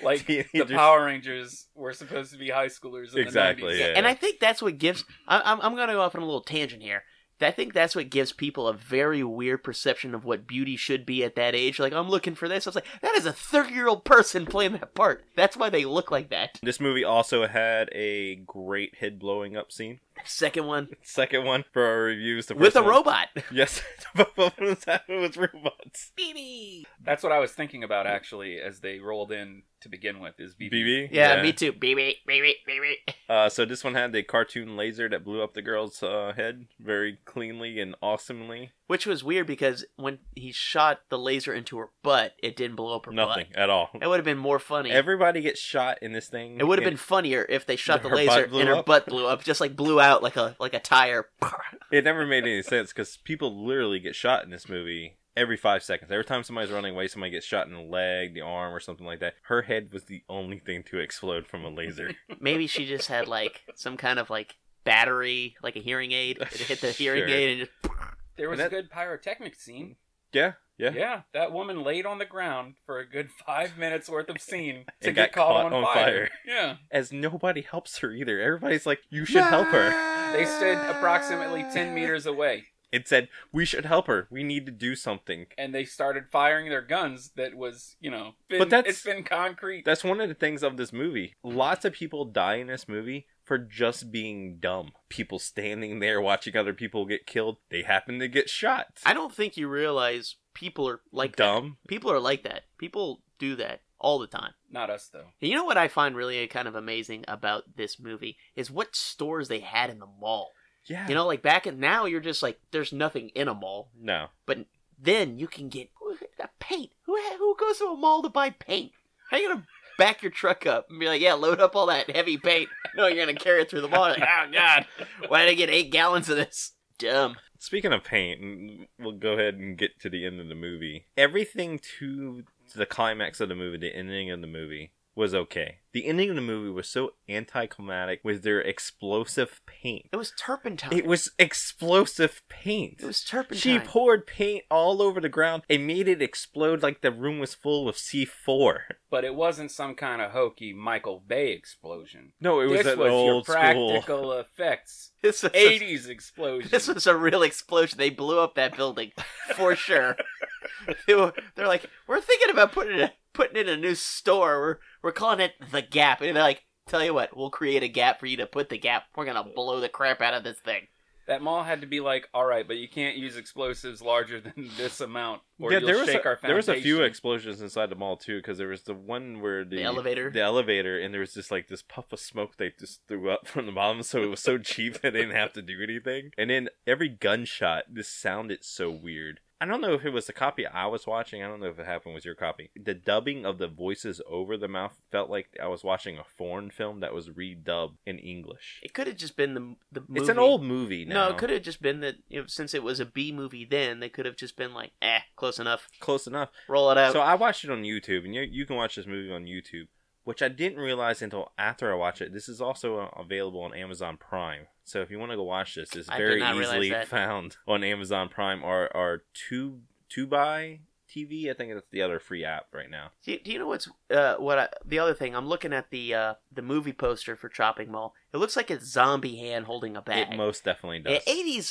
[SPEAKER 3] like
[SPEAKER 1] Teenagers.
[SPEAKER 3] the Power Rangers were supposed to be high schoolers. In
[SPEAKER 1] Exactly,
[SPEAKER 3] The 90s.
[SPEAKER 1] yeah.
[SPEAKER 2] And I think that's what gives. I, I'm I'm going to go off on a little tangent here. I think that's what gives people a very weird perception of what beauty should be at that age. Like I'm looking for this. I was like, that is a 30 year old person playing that part. That's why they look like that.
[SPEAKER 1] this movie also had a great head blowing up scene.
[SPEAKER 2] Second one
[SPEAKER 1] Second one for our reviews. The first
[SPEAKER 2] with a
[SPEAKER 1] one-
[SPEAKER 2] robot.
[SPEAKER 1] Yes, both of them happened with robots.
[SPEAKER 2] BB.
[SPEAKER 3] That's what I was thinking about actually as they rolled in to begin with. Is BB?
[SPEAKER 1] BB.
[SPEAKER 2] Yeah, me too. BB, BB, BB.
[SPEAKER 1] Uh, so this one had the cartoon laser that blew up the girl's uh, head very cleanly and awesomely.
[SPEAKER 2] Which was weird because when he shot the laser into her butt, it didn't blow up her
[SPEAKER 1] Nothing
[SPEAKER 2] butt.
[SPEAKER 1] at all.
[SPEAKER 2] That would have been more funny.
[SPEAKER 1] Everybody gets shot in this thing.
[SPEAKER 2] It would have
[SPEAKER 1] and
[SPEAKER 2] been funnier if they shot the
[SPEAKER 1] Her
[SPEAKER 2] laser
[SPEAKER 1] butt blew
[SPEAKER 2] and her
[SPEAKER 1] up.
[SPEAKER 2] butt blew up, just like blew out like a like a tire.
[SPEAKER 1] It never made any sense because people literally get shot in this movie every five seconds. Every time somebody's running away, somebody gets shot in the leg, the arm, or something like that. Her head was the only thing to explode from a laser.
[SPEAKER 2] Maybe she just had like some kind of like battery, like a hearing aid. It hit the hearing
[SPEAKER 1] Sure.
[SPEAKER 2] aid and just.
[SPEAKER 3] There was
[SPEAKER 1] And
[SPEAKER 3] a good pyrotechnic scene.
[SPEAKER 1] yeah, yeah.
[SPEAKER 3] Yeah. that woman laid on the ground for a good five minutes worth of scene to
[SPEAKER 1] And got
[SPEAKER 3] get caught
[SPEAKER 1] caught
[SPEAKER 3] on,
[SPEAKER 1] on
[SPEAKER 3] fire.
[SPEAKER 1] fire.
[SPEAKER 3] Yeah,
[SPEAKER 1] As nobody helps her either. Everybody's like, "You should help her."
[SPEAKER 3] they stood approximately ten meters away,
[SPEAKER 1] It said, "We should help her. We need to do something."
[SPEAKER 3] and they started firing their guns. That was, you know, been,
[SPEAKER 1] But that's-
[SPEAKER 3] it's been concrete.
[SPEAKER 1] That's one of the things of this movie. Lots of people die in this movie for just being dumb. People standing there watching other people get killed. They happen to get shot.
[SPEAKER 2] I don't think you realize people are like that.
[SPEAKER 1] dumb.
[SPEAKER 2] People are like that. People do that all the time.
[SPEAKER 3] Not us though.
[SPEAKER 2] And you know what I find really kind of amazing about this movie is what stores they had in the mall.
[SPEAKER 1] Yeah.
[SPEAKER 2] You know, like back in now, you're just like there's nothing in a mall.
[SPEAKER 1] No.
[SPEAKER 2] Then you can get a paint. Who ha- who goes to a mall to buy paint? How you gonna back your truck up and be like, yeah, load up all that heavy paint? No, you're gonna carry it through the mall. Like, oh god, why did I get eight gallons of this? Dumb.
[SPEAKER 1] Speaking of paint, and we'll go ahead and get to the end of the movie. Everything to the climax of the movie, the ending of the movie, was okay. The ending of the movie was so anticlimactic with their explosive paint.
[SPEAKER 2] It was turpentine.
[SPEAKER 1] It was explosive paint.
[SPEAKER 2] It was turpentine.
[SPEAKER 1] She poured paint all over the ground and made it explode like the room was full of C4.
[SPEAKER 3] But it wasn't some kind of hokey Michael Bay explosion.
[SPEAKER 1] No, it was
[SPEAKER 3] this
[SPEAKER 1] an
[SPEAKER 3] was your
[SPEAKER 1] old
[SPEAKER 3] practical
[SPEAKER 1] school.
[SPEAKER 3] effects
[SPEAKER 2] This was, a,
[SPEAKER 3] 80s explosion.
[SPEAKER 2] this was a real explosion. They blew up that building for sure. they were, they're like, we're thinking about putting it putting it in a new store. We're we're calling it the Gap, and they're like, tell you what, we'll create a gap for you to put the Gap. We're gonna blow the crap out of this thing.
[SPEAKER 3] that mall had to be like, all right, but you can't use explosives larger than this amount, or
[SPEAKER 1] yeah,
[SPEAKER 3] you'll
[SPEAKER 1] there was
[SPEAKER 3] shake
[SPEAKER 1] a,
[SPEAKER 3] our
[SPEAKER 1] there was a few
[SPEAKER 3] foundation."
[SPEAKER 1] explosions inside the mall too, because there was the one where the,
[SPEAKER 2] The elevator.
[SPEAKER 1] the elevator, and there was just like this puff of smoke they just threw up from the bottom, so it was so cheap they didn't have to do anything. And then every gunshot just sounded so weird. I don't know if it was the copy I was watching. I don't know if it happened with your copy. The dubbing of the voices over the mouth felt like I was watching a foreign film that was redubbed in English.
[SPEAKER 2] It could have just been the the. Movie.
[SPEAKER 1] It's an old movie now.
[SPEAKER 2] No, it could have just been that you know, since it was a B movie then, they could have just been like, eh, close enough.
[SPEAKER 1] close enough.
[SPEAKER 2] Roll it out.
[SPEAKER 1] So I watched it on YouTube, and you you can watch this movie on YouTube. which I didn't realize until after I watched it. This is also uh, available on Amazon Prime. So if you want to go watch this, it's
[SPEAKER 2] I did
[SPEAKER 1] very
[SPEAKER 2] not realize
[SPEAKER 1] easily
[SPEAKER 2] that.
[SPEAKER 1] found on Amazon Prime or or two two buy TV. I think that's the other free app right now.
[SPEAKER 2] Do you, do you know what's uh, what I, the other thing? I'm looking at the uh, the movie poster for Chopping Mall. It looks like a zombie hand holding a bag.
[SPEAKER 1] It most definitely
[SPEAKER 2] The
[SPEAKER 1] does.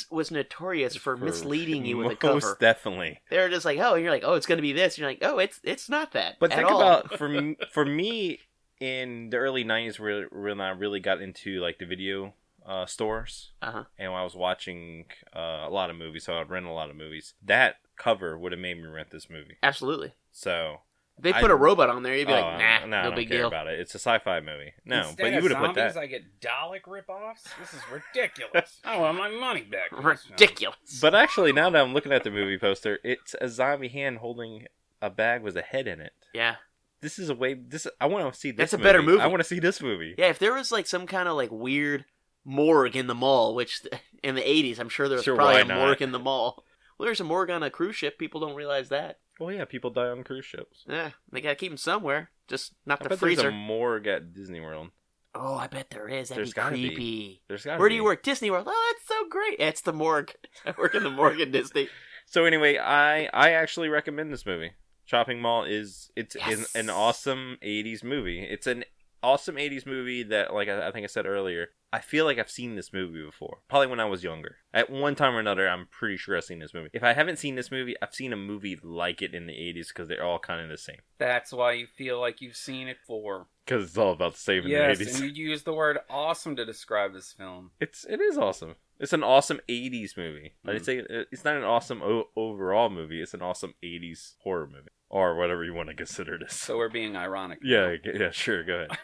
[SPEAKER 2] 80s was notorious for, misleading you with a
[SPEAKER 1] most
[SPEAKER 2] cover.
[SPEAKER 1] definitely.
[SPEAKER 2] They're just like, oh, and you're like, oh, it's going to be this. And you're like, oh, it's it's not that.
[SPEAKER 1] But
[SPEAKER 2] at
[SPEAKER 1] think
[SPEAKER 2] all.
[SPEAKER 1] about for m- for me in the early '90s, where when I really got into like the video uh, stores,
[SPEAKER 2] Uh-huh.
[SPEAKER 1] and when I was watching uh, a lot of movies, so I'd rent a lot of movies. That cover would have made me rent this movie.
[SPEAKER 2] absolutely.
[SPEAKER 1] So
[SPEAKER 2] They
[SPEAKER 1] I-
[SPEAKER 2] put a robot on there. You'd be
[SPEAKER 1] oh,
[SPEAKER 2] like,
[SPEAKER 1] I-
[SPEAKER 2] nah, no
[SPEAKER 1] I don't
[SPEAKER 2] big
[SPEAKER 1] care
[SPEAKER 2] deal.
[SPEAKER 1] about it. It's a sci-fi movie. No,
[SPEAKER 3] Instead
[SPEAKER 1] but you
[SPEAKER 3] of
[SPEAKER 1] would have put
[SPEAKER 3] zombies,
[SPEAKER 1] that.
[SPEAKER 3] I get Dalek ripoffs. This is ridiculous. I want Oh, my money back. for this film.
[SPEAKER 2] Ridiculous.
[SPEAKER 1] But actually, now that I'm looking at the movie poster, it's a zombie hand holding a bag with a head in it.
[SPEAKER 2] yeah,
[SPEAKER 1] This is a way. This I want to see. This
[SPEAKER 2] That's a better movie.
[SPEAKER 1] I want to see this movie.
[SPEAKER 2] yeah. If there was like some kind of like weird morgue in the mall, which th- in the 80s, I'm sure there was
[SPEAKER 1] Sure,
[SPEAKER 2] probably
[SPEAKER 1] why
[SPEAKER 2] a
[SPEAKER 1] not?
[SPEAKER 2] morgue in the mall. Well, there's a morgue on a cruise ship. People don't realize that.
[SPEAKER 1] Well, Oh, yeah, people die on cruise ships.
[SPEAKER 2] Yeah, Eh, they gotta keep them somewhere. Just not
[SPEAKER 1] I
[SPEAKER 2] the
[SPEAKER 1] bet
[SPEAKER 2] freezer.
[SPEAKER 1] there's a morgue at Disney World.
[SPEAKER 2] Oh, I bet there is. That'd
[SPEAKER 1] There's
[SPEAKER 2] be
[SPEAKER 1] gotta be.
[SPEAKER 2] creepy.
[SPEAKER 1] There's got.
[SPEAKER 2] Where do you work? Disney World. Oh, that's so great. It's the morgue. I work in the morgue at Disney.
[SPEAKER 1] So anyway, I I actually recommend this movie. Chopping Mall is it's
[SPEAKER 2] Yes.
[SPEAKER 1] an, an awesome '80s movie. It's an awesome '80s movie that, like I, I think I said earlier, I feel like I've seen this movie before. Probably when I was younger. At one time or another, I'm pretty sure I've seen this movie. If I haven't seen this movie, I've seen a movie like it in the '80s because they're all kind of the same.
[SPEAKER 3] That's why you feel like you've seen it for.
[SPEAKER 1] Because it's all about the same in
[SPEAKER 3] yes,
[SPEAKER 1] the '80s.
[SPEAKER 3] and you use the word awesome to describe this film.
[SPEAKER 1] It's it is awesome. It's an awesome '80s movie. Like I
[SPEAKER 2] Mm.
[SPEAKER 1] say, it- it's not an awesome o- overall movie. It's an awesome '80s horror movie, or whatever you want to consider this.
[SPEAKER 3] So we're being ironic.
[SPEAKER 1] yeah, g- yeah, sure, go ahead.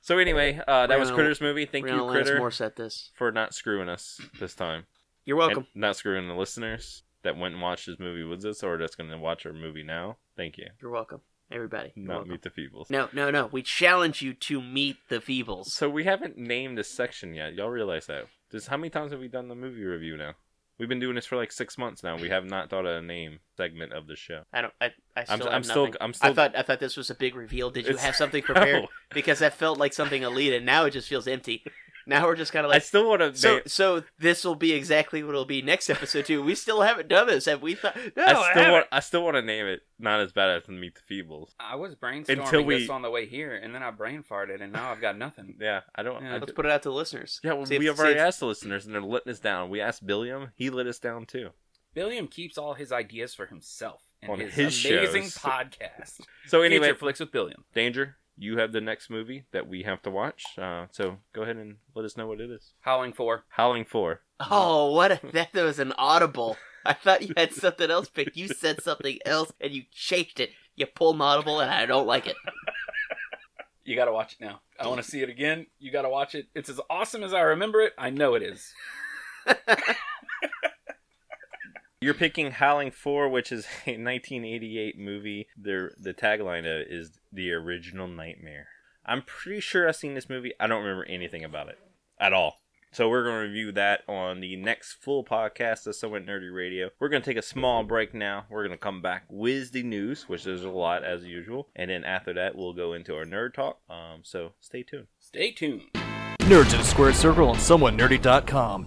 [SPEAKER 1] So anyway, uh, that was
[SPEAKER 2] We're gonna-
[SPEAKER 1] Critter's movie. Thank
[SPEAKER 2] We're
[SPEAKER 1] you,
[SPEAKER 2] gonna Lance
[SPEAKER 1] Critter,
[SPEAKER 2] Morissette this.
[SPEAKER 1] for not screwing us this time.
[SPEAKER 2] You're welcome.
[SPEAKER 1] And not screwing the listeners that went and watched his movie with us, or that's going to watch our movie now. Thank you.
[SPEAKER 2] You're welcome, everybody. You're
[SPEAKER 1] Not
[SPEAKER 2] welcome.
[SPEAKER 1] meet the feebles.
[SPEAKER 2] No, no, no. We challenge you to meet the Feebles.
[SPEAKER 1] So we haven't named this section yet. Y'all realize that? This how many times have we done the movie review now? We've been doing this for like six months now. We have not thought of a name segment of the show.
[SPEAKER 2] I don't. I. I still.
[SPEAKER 1] I'm,
[SPEAKER 2] have
[SPEAKER 1] I'm still.
[SPEAKER 2] nothing.
[SPEAKER 1] I'm still.
[SPEAKER 2] I thought. I thought this was a big reveal. Did you
[SPEAKER 1] It's-
[SPEAKER 2] have something prepared?
[SPEAKER 1] No.
[SPEAKER 2] Because that felt like something elite, and now it just feels empty. Now we're just kind of
[SPEAKER 1] I
[SPEAKER 2] like.
[SPEAKER 1] still want to.
[SPEAKER 2] So, so this will be exactly what it'll be next episode too. We still haven't done this, have we? Thought no,
[SPEAKER 1] I still
[SPEAKER 2] haven't.
[SPEAKER 1] want. I still want to name it. Not as bad as Meet the Feebles.
[SPEAKER 3] I was brainstorming
[SPEAKER 1] Until we-
[SPEAKER 3] this on the way here, and then I brain farted, and now I've got nothing.
[SPEAKER 1] Yeah, I don't.
[SPEAKER 3] Yeah.
[SPEAKER 1] I
[SPEAKER 2] Let's
[SPEAKER 1] d-
[SPEAKER 2] put it out to the listeners.
[SPEAKER 1] yeah, well,
[SPEAKER 2] See if-
[SPEAKER 1] we have
[SPEAKER 2] see
[SPEAKER 1] already
[SPEAKER 2] if-
[SPEAKER 1] asked the listeners, and they're letting us down. We asked Billiam; he let us down too.
[SPEAKER 3] William keeps all his ideas for himself and
[SPEAKER 1] On
[SPEAKER 3] his,
[SPEAKER 1] his
[SPEAKER 3] amazing
[SPEAKER 1] shows.
[SPEAKER 3] podcast.
[SPEAKER 1] So anyway,
[SPEAKER 3] Future flicks with William.
[SPEAKER 1] Danger, you have the next movie that we have to watch. Uh, so go ahead and let us know what it is.
[SPEAKER 3] Howling for
[SPEAKER 1] Howling Four.
[SPEAKER 2] Oh, what a, that was an audible. I thought you had something else picked. You said something else, and you changed it. You pulled an audible, and I don't like it.
[SPEAKER 3] You got to watch it now. I want to see it again. You got to watch it. It's as awesome as I remember it. I know it is.
[SPEAKER 1] You're picking Howling Four, which is a 1988 movie. The the tagline of it is the original nightmare. I'm pretty sure I've seen this movie. I don't remember anything about it at all. So we're going to review that on the next full podcast of Somewhat Nerdy Radio. We're going to take a small break now. We're going to come back with the news, which is a lot as usual, and then after that we'll go into our nerd talk. Um, so stay tuned.
[SPEAKER 3] Stay tuned.
[SPEAKER 5] Nerds in a Squared Circle on SomewhatNerdy.com.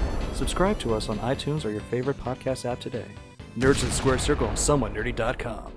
[SPEAKER 5] Subscribe to us on iTunes or your favorite podcast app today. Nerds in the Squared Circle on SomewhatNerdy.com.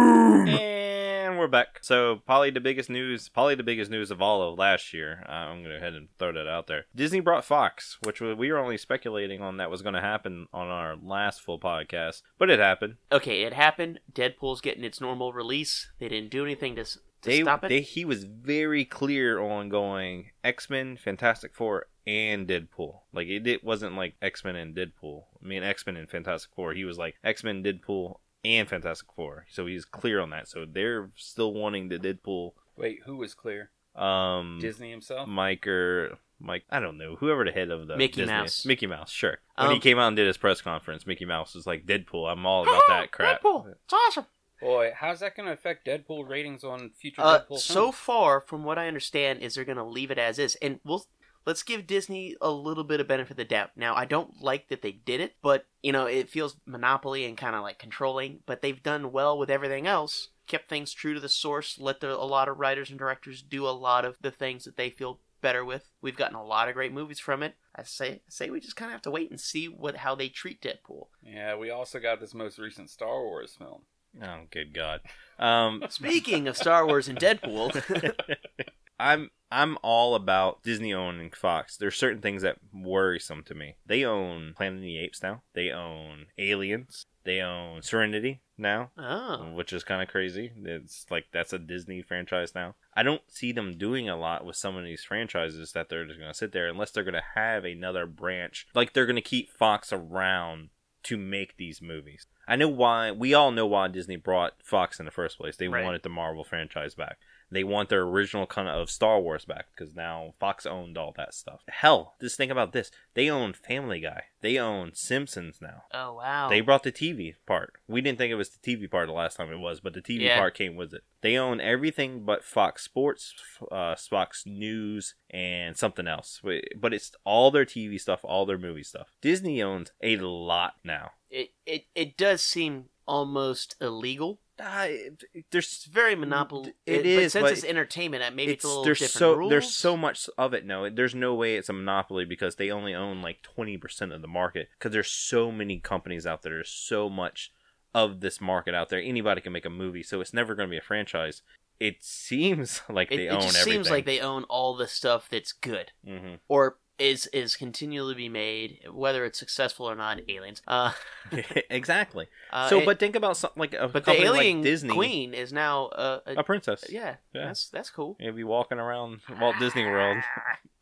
[SPEAKER 1] And we're back. So, probably the biggest news, probably the biggest news of all of last year. Uh, I'm going to go ahead and throw that out there. Disney brought Fox, which we we were only speculating on that was going to happen on our last full podcast, but it happened.
[SPEAKER 2] Okay, it happened. Deadpool's getting its normal release. They didn't do anything to, s- to
[SPEAKER 1] They,
[SPEAKER 2] stop it.
[SPEAKER 1] they he was very clear on going X Men, Fantastic Four, and Deadpool. Like it, it wasn't like X Men and Deadpool. I mean X Men and Fantastic Four. He was like X Men, Deadpool, and Fantastic Four. So he's clear on that. So they're still wanting the Deadpool.
[SPEAKER 3] Wait, who was clear?
[SPEAKER 1] Um,
[SPEAKER 3] Disney himself?
[SPEAKER 1] Mike or Mike, I don't know, whoever the head of the
[SPEAKER 2] Mickey
[SPEAKER 1] Disney-
[SPEAKER 2] Mouse.
[SPEAKER 1] Mickey Mouse, sure. When he
[SPEAKER 2] Um,
[SPEAKER 1] came out and did his press conference, Mickey Mouse was like, "Deadpool, I'm all about that crap."
[SPEAKER 2] Oh, Deadpool. It's awesome.
[SPEAKER 3] Boy, how's that going to affect Deadpool ratings on future
[SPEAKER 2] Uh,
[SPEAKER 3] Deadpool
[SPEAKER 2] so
[SPEAKER 3] films?
[SPEAKER 2] far, from what I understand, is they're going to leave it as is, and we'll let's give Disney a little bit of benefit of the doubt. Now, I don't like that they did it, but you know, it feels monopoly and kind of like controlling. But they've done well with everything else, kept things true to the source, let the, a lot of writers and directors do a lot of the things that they feel better with. We've gotten a lot of great movies from it. I say, I say we just kind of have to wait and see what how they treat Deadpool.
[SPEAKER 3] Yeah, we also got this most recent Star Wars film.
[SPEAKER 1] Oh, good God. Um,
[SPEAKER 2] Speaking of Star Wars and Deadpool,
[SPEAKER 1] I'm I'm all about Disney owning Fox. There's certain things that worrisome to me. They own Planet of the Apes now. They own Aliens. They own Serenity now,
[SPEAKER 2] oh,
[SPEAKER 1] which is kind of crazy. It's like that's a Disney franchise now. I don't see them doing a lot with some of these franchises that they're just going to sit there unless they're going to have another branch. Like they're going to keep Fox around to make these movies. I know why we all know why Disney brought Fox in the first place. They
[SPEAKER 2] Right.
[SPEAKER 1] wanted the Marvel franchise back they want their original kind of Star Wars back because now Fox owned all that stuff. Hell, just think about this. They own Family Guy. They own Simpsons now.
[SPEAKER 2] oh wow,
[SPEAKER 1] They brought the TV part. We didn't think it was the TV part the last time it was, but the TV
[SPEAKER 2] Yeah.
[SPEAKER 1] part came with it. They own everything but Fox Sports, f- uh, Fox News, and something else. But- But it's all their TV stuff, all their movie stuff. Disney owns a lot now.
[SPEAKER 2] it, it it does seem almost illegal.
[SPEAKER 1] Ah, it- it-
[SPEAKER 2] It's
[SPEAKER 1] there's
[SPEAKER 2] Uh, very monopoly.
[SPEAKER 1] Mm, It
[SPEAKER 2] but
[SPEAKER 1] is,
[SPEAKER 2] since
[SPEAKER 1] but
[SPEAKER 2] it's entertainment, uh, maybe it's, a little
[SPEAKER 1] there's
[SPEAKER 2] different
[SPEAKER 1] so
[SPEAKER 2] rules.
[SPEAKER 1] there's so much of it no there's no way it's a monopoly because they only own like 20% of the market because there's so many companies out there there's so much of this market out there anybody can make a movie so it's never going to be a franchise it seems like
[SPEAKER 2] It,
[SPEAKER 1] they
[SPEAKER 2] it
[SPEAKER 1] own
[SPEAKER 2] just
[SPEAKER 1] everything
[SPEAKER 2] seems like they own all the stuff that's good
[SPEAKER 1] hmm
[SPEAKER 2] or is is continually be made, whether it's successful or not. Aliens. Uh,
[SPEAKER 1] Mm-hmm. exactly
[SPEAKER 2] uh,
[SPEAKER 1] so
[SPEAKER 2] it-
[SPEAKER 1] but think about something like a
[SPEAKER 2] but the
[SPEAKER 1] company like
[SPEAKER 2] alien
[SPEAKER 1] disney
[SPEAKER 2] queen is now uh, a,
[SPEAKER 1] a princess yeah.
[SPEAKER 2] yeah, That's that's cool.
[SPEAKER 1] You'll be walking around Walt Disney World.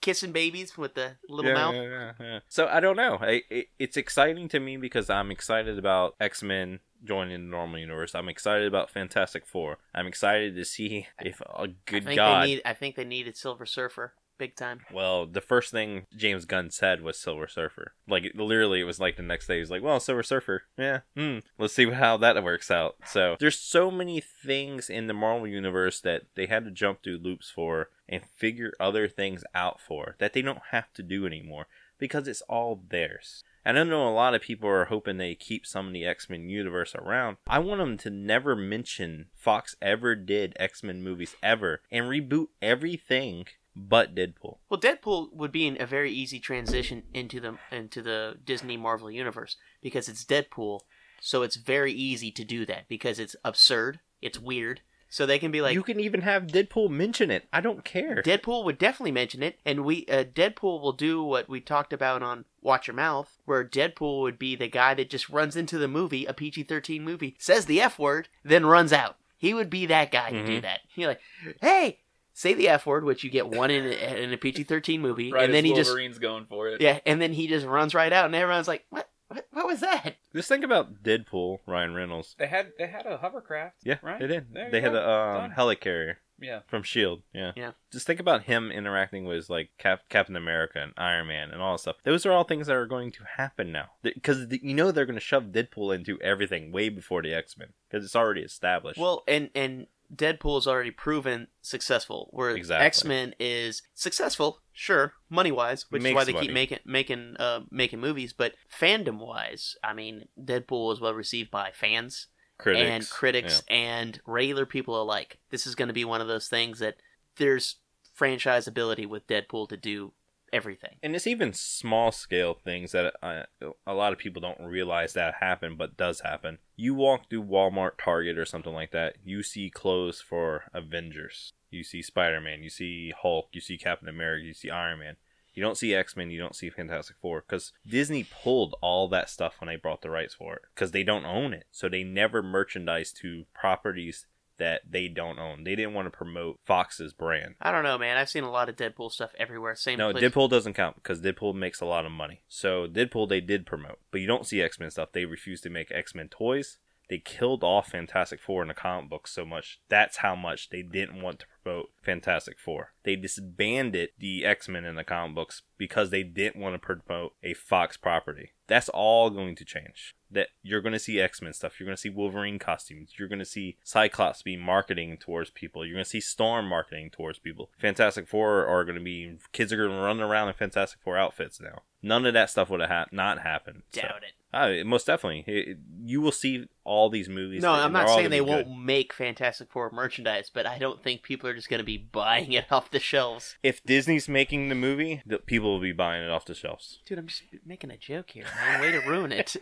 [SPEAKER 2] Kissing babies with the little
[SPEAKER 1] Yeah,
[SPEAKER 2] mouth.
[SPEAKER 1] yeah, yeah, yeah. So I don't know. I, it, it's exciting to me because I'm excited about X Men joining the normal universe. I'm excited about Fantastic Four. I'm excited to see if a
[SPEAKER 2] I
[SPEAKER 1] good
[SPEAKER 2] think
[SPEAKER 1] God.
[SPEAKER 2] they need. I think they needed Silver Surfer big time.
[SPEAKER 1] well, the first thing James Gunn said was Silver Surfer. Like it- literally, it was like the next day he's like, "Well, Silver Surfer, yeah, hmm, let's see how that works out." So there's so many things in the Marvel universe that they had to jump through loops for and figure other things out for that they don't have to do anymore because it's all theirs. And I know a lot of people are hoping they keep some of the X Men universe around. I want them to never mention Fox ever did X Men movies ever and reboot everything but Deadpool.
[SPEAKER 2] Well, Deadpool would be in a very easy transition into the into the Disney Marvel universe because it's Deadpool, so it's very easy to do that because it's absurd, it's weird, so they can be like
[SPEAKER 1] you can even have Deadpool mention it. I don't care.
[SPEAKER 2] Deadpool would definitely mention it, and we uh, Deadpool will do what we talked about on Watch Your Mouth, where Deadpool would be the guy that just runs into the movie, a PG thirteen movie, says the F word, then runs out. He would be that guy to
[SPEAKER 1] Mm-hmm.
[SPEAKER 2] do that. You're like, hey, say the F word, which you get one in a, in a PG thirteen movie,
[SPEAKER 3] Right
[SPEAKER 2] and then
[SPEAKER 3] as
[SPEAKER 2] he just
[SPEAKER 3] Wolverine's going for it.
[SPEAKER 2] yeah, and then he just runs right out, and everyone's like, "What? What, what was that?"
[SPEAKER 1] Just think about Deadpool, Ryan Reynolds.
[SPEAKER 3] They had they had a hovercraft.
[SPEAKER 1] Yeah,
[SPEAKER 3] right.
[SPEAKER 1] they did.
[SPEAKER 3] There you
[SPEAKER 1] They had
[SPEAKER 3] go.
[SPEAKER 1] a um,
[SPEAKER 3] Done.
[SPEAKER 1] helicarrier
[SPEAKER 3] yeah.
[SPEAKER 1] from Shield. E Yeah,
[SPEAKER 2] Yeah.
[SPEAKER 1] Just think about him interacting with like Cap- Captain America and Iron Man and all that stuff. Those are all things that are going to happen now because you know they're going to shove Deadpool into everything way before the X Men because it's already established.
[SPEAKER 2] Well, and and Deadpool's already proven successful, where
[SPEAKER 1] Exactly.
[SPEAKER 2] X Men is successful, sure, money wise, which is
[SPEAKER 1] Makes
[SPEAKER 2] why they
[SPEAKER 1] money.
[SPEAKER 2] keep making making uh making movies, but fandom wise, I mean, Deadpool is well received by fans
[SPEAKER 1] critics
[SPEAKER 2] and critics and regular people alike. This is going to be one of those things that there's franchise ability with Deadpool to do everything.
[SPEAKER 1] and it's even small scale things that uh, a lot of people don't realize that happen but does happen you walk through walmart target or something like that you see clothes for avengers you see spider-man you see hulk you see captain america you see iron man you don't see x-men you don't see fantastic four because disney pulled all that stuff when they brought the rights for it because they don't own it so they never merchandise to properties that they don't own they didn't want to promote fox's brand
[SPEAKER 2] I don't know, man. I've seen a lot of Deadpool stuff everywhere. Same
[SPEAKER 1] no,
[SPEAKER 2] place.
[SPEAKER 1] Deadpool doesn't count because Deadpool makes a lot of money. So Deadpool they did promote, but you don't see X Men stuff. They refuse to make X Men toys. they killed off Fantastic Four in the comic book so much. That's how much they didn't want to promote Fantastic Four. They disbanded the X Men in the comic books because they didn't want to promote a Fox property. That's all going to change. That you're going to see X Men stuff. You're going to see Wolverine costumes. You're going to see Cyclops be marketing towards people. You're going to see Storm marketing towards people. Fantastic Four are going to be kids are going to run around in Fantastic Four outfits now. None of that stuff would have ha- not happened. so.
[SPEAKER 2] Doubt it.
[SPEAKER 1] Uh, most definitely. It- it- you will see all these movies.
[SPEAKER 2] No,
[SPEAKER 1] and
[SPEAKER 2] I'm
[SPEAKER 1] they're
[SPEAKER 2] not
[SPEAKER 1] all
[SPEAKER 2] saying
[SPEAKER 1] gonna
[SPEAKER 2] they
[SPEAKER 1] be good.
[SPEAKER 2] won't make Fantastic Four merchandise, but I don't think people are just going to be buying it off the shelves.
[SPEAKER 1] If Disney's making the movie, the people will be buying it off the shelves.
[SPEAKER 2] Dude, I'm just making a joke here, man. Way to ruin it.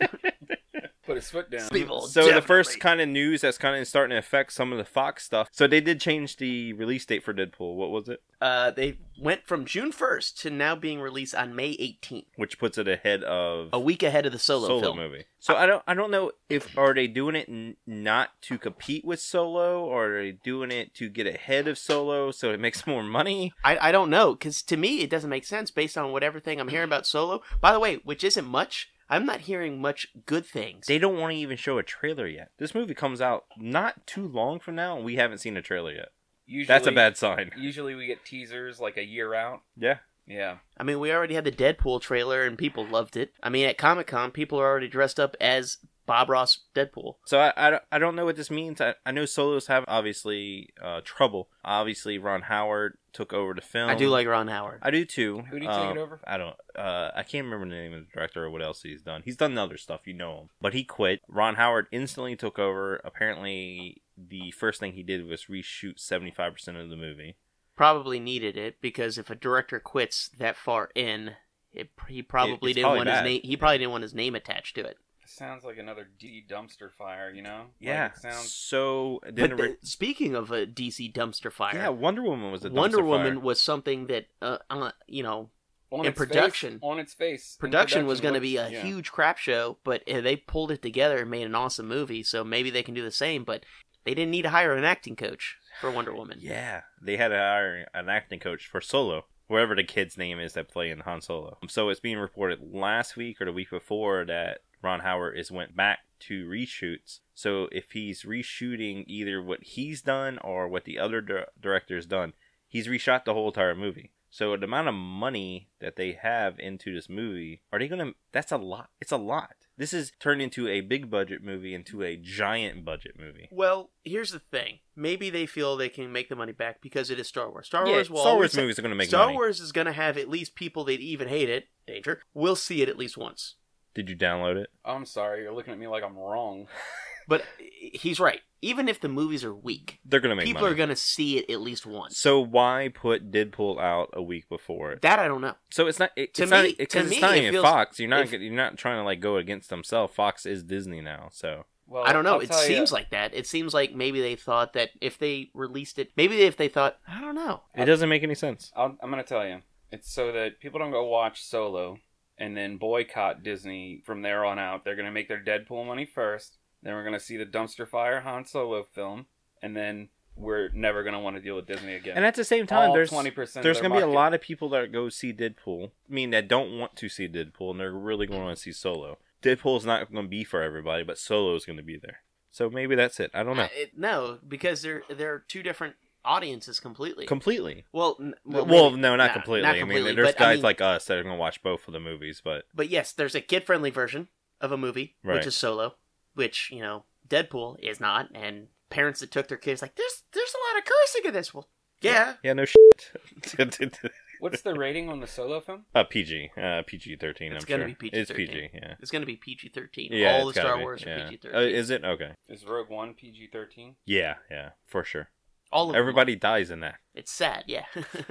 [SPEAKER 3] Put his foot down.
[SPEAKER 2] people.
[SPEAKER 1] so the first
[SPEAKER 2] definitely-
[SPEAKER 1] kind of news that's kind of starting to affect some of the Fox stuff. So they did change the release date for Deadpool. What was it?
[SPEAKER 2] uh, they went from June 1st to now being released on May 18th,
[SPEAKER 1] Which puts it ahead of
[SPEAKER 2] a week ahead of the solo,
[SPEAKER 1] Solo
[SPEAKER 2] film.
[SPEAKER 1] movie. So I don't I don't know if are they doing it n- not to compete with Solo or are they doing it to get ahead of Solo so it makes more money?
[SPEAKER 2] I, I don't know because to me it doesn't make sense based on what everything I'm hearing about Solo. By the way, which isn't much. I'm not hearing much good things.
[SPEAKER 1] They don't want to even show a trailer yet. This movie comes out not too long from now and we haven't seen a trailer yet.
[SPEAKER 3] Usually,
[SPEAKER 1] That's a bad sign.
[SPEAKER 3] Usually we get teasers like a year out.
[SPEAKER 1] Yeah.
[SPEAKER 3] Yeah.
[SPEAKER 2] I mean, we already had the Deadpool trailer and people loved it. I mean, at Comic Con, people are already dressed up as Bob Ross Deadpool.
[SPEAKER 1] So I, I, don't- I don't know what this means. I, I know Solo's have obviously uh, trouble. Obviously, Ron Howard took over the film.
[SPEAKER 2] I do like Ron Howard.
[SPEAKER 1] Um, I do too.
[SPEAKER 3] Who do you take
[SPEAKER 1] Um,
[SPEAKER 3] it over?
[SPEAKER 1] I don't. Uh, I can't remember the name of the director or what else he's done. He's done other stuff, you know him. But he quit. Ron Howard instantly took over. Apparently, the first thing he did was reshoot seventy five percent of the movie.
[SPEAKER 2] Probably needed it because if a director quits that far in, it, he probably
[SPEAKER 1] it's
[SPEAKER 2] didn't
[SPEAKER 1] probably
[SPEAKER 2] want
[SPEAKER 1] bad.
[SPEAKER 2] his name. He probably didn't want his name attached to it.
[SPEAKER 3] Sounds like another D dumpster fire, you know? Like,
[SPEAKER 1] Yeah.
[SPEAKER 3] it sounds
[SPEAKER 1] So then,
[SPEAKER 2] But
[SPEAKER 1] the-
[SPEAKER 2] the- speaking of a DC dumpster fire,
[SPEAKER 1] yeah, Wonder Woman was a
[SPEAKER 2] Wonder
[SPEAKER 1] dumpster
[SPEAKER 2] Woman
[SPEAKER 1] fire.
[SPEAKER 2] was something that uh, uh you know
[SPEAKER 3] on
[SPEAKER 2] in
[SPEAKER 3] its face-
[SPEAKER 2] production-
[SPEAKER 3] on its face. in
[SPEAKER 2] production was going to
[SPEAKER 3] looked-
[SPEAKER 2] be a
[SPEAKER 3] yeah.
[SPEAKER 2] huge crap show, but uh, they pulled it together and made an awesome movie. So maybe they can do the same, but they didn't need to hire an acting coach for Wonder Woman.
[SPEAKER 1] Yeah, they had to hire an acting coach for Solo, whoever the kid's name is that play in Han Solo. Um, So it's being reported last week or the week before that Ron Howard is went back to reshoots. So if he's reshooting either what he's done or what the other dir- director's done, he's reshot the whole entire movie. So the amount of money that they have into this movie, are they gonna? That's a lot. It's a lot. This is turned into a big budget movie into a giant budget movie.
[SPEAKER 2] Well, here's the thing. Maybe they feel they can make the money back because it is Star Wars. Star
[SPEAKER 1] Yeah,
[SPEAKER 2] Wars will
[SPEAKER 1] Star
[SPEAKER 2] always
[SPEAKER 1] Wars movies are gonna make
[SPEAKER 2] Star
[SPEAKER 1] money.
[SPEAKER 2] Wars is going to have at least people that even hate it. Danger. Will see it at least once.
[SPEAKER 1] Did you download it?
[SPEAKER 3] I'm sorry, you're looking at me like I'm wrong.
[SPEAKER 2] But eh, he's right. Even if the movies are weak,
[SPEAKER 1] They're gonna make
[SPEAKER 2] people
[SPEAKER 1] money.
[SPEAKER 2] are going to see it at least once.
[SPEAKER 1] So why put Deadpool out a week before it?
[SPEAKER 2] That I don't know.
[SPEAKER 1] So it's not it,
[SPEAKER 2] To
[SPEAKER 1] it's not
[SPEAKER 2] me-
[SPEAKER 1] because
[SPEAKER 2] to
[SPEAKER 1] it's
[SPEAKER 2] me,
[SPEAKER 1] not
[SPEAKER 2] it
[SPEAKER 1] even
[SPEAKER 2] feels-
[SPEAKER 1] Fox. You're not
[SPEAKER 2] if-
[SPEAKER 1] you're not trying to like go against themselves. Fox is Disney now, so
[SPEAKER 3] Well,
[SPEAKER 2] I don't know.
[SPEAKER 3] I'll
[SPEAKER 2] it
[SPEAKER 3] tell ya,
[SPEAKER 2] seems like that. It seems like maybe they thought that if they released it, maybe if they thought, I don't know.
[SPEAKER 1] it doesn't make any sense.
[SPEAKER 3] I'll, I'm going to tell you. It's so that people don't go watch Solo and then boycott Disney from there on out. They're going to make their Deadpool money first. Then we're going to see the dumpster fire Han Solo film, and then we're never going to want to deal with Disney again.
[SPEAKER 1] And at the same time,
[SPEAKER 3] All
[SPEAKER 1] there's
[SPEAKER 3] 20%
[SPEAKER 1] there's
[SPEAKER 3] of their
[SPEAKER 1] gonna be a
[SPEAKER 3] market.
[SPEAKER 1] lot of people that go see Deadpool. I mean, that don't want to see Deadpool, and they're really going to want to see Solo. Deadpool's not going to be for everybody, but Solo's going to be there. So maybe that's it. I don't know.
[SPEAKER 2] Uh, it- no, because they're they're two different audiences completely.
[SPEAKER 1] completely.
[SPEAKER 2] well, n-
[SPEAKER 1] Well,
[SPEAKER 2] well, maybe-
[SPEAKER 1] no, not
[SPEAKER 2] nah,
[SPEAKER 1] completely.
[SPEAKER 2] not
[SPEAKER 1] I mean,
[SPEAKER 2] completely,
[SPEAKER 1] there's
[SPEAKER 2] but I
[SPEAKER 1] guys
[SPEAKER 2] mean-
[SPEAKER 1] like us that are going to watch both of the movies, but
[SPEAKER 2] But yes, there's a kid friendly version of a movie,
[SPEAKER 1] Right.
[SPEAKER 2] which is Solo, which you know Deadpool is not, and parents that took their kids like there's there's a lot of cursing in this. Well, yeah,
[SPEAKER 1] yeah, no shit.
[SPEAKER 3] What's the rating on the Solo film?
[SPEAKER 1] Uh, PG, uh, PG thirteen.
[SPEAKER 2] It's
[SPEAKER 1] I'm
[SPEAKER 2] gonna
[SPEAKER 1] sure.
[SPEAKER 2] be PG-13.
[SPEAKER 1] It's PG. Yeah.
[SPEAKER 2] it's gonna be PG-13.
[SPEAKER 1] Yeah.
[SPEAKER 2] All the
[SPEAKER 1] it's gotta
[SPEAKER 2] Star
[SPEAKER 1] be,
[SPEAKER 2] Wars
[SPEAKER 1] yeah.
[SPEAKER 2] are PG-13.
[SPEAKER 1] Uh, is it okay?
[SPEAKER 3] Is Rogue One PG 13?
[SPEAKER 1] Yeah. Yeah. For sure.
[SPEAKER 2] All of them.
[SPEAKER 1] Everybody dies in that.
[SPEAKER 2] It's sad, yeah.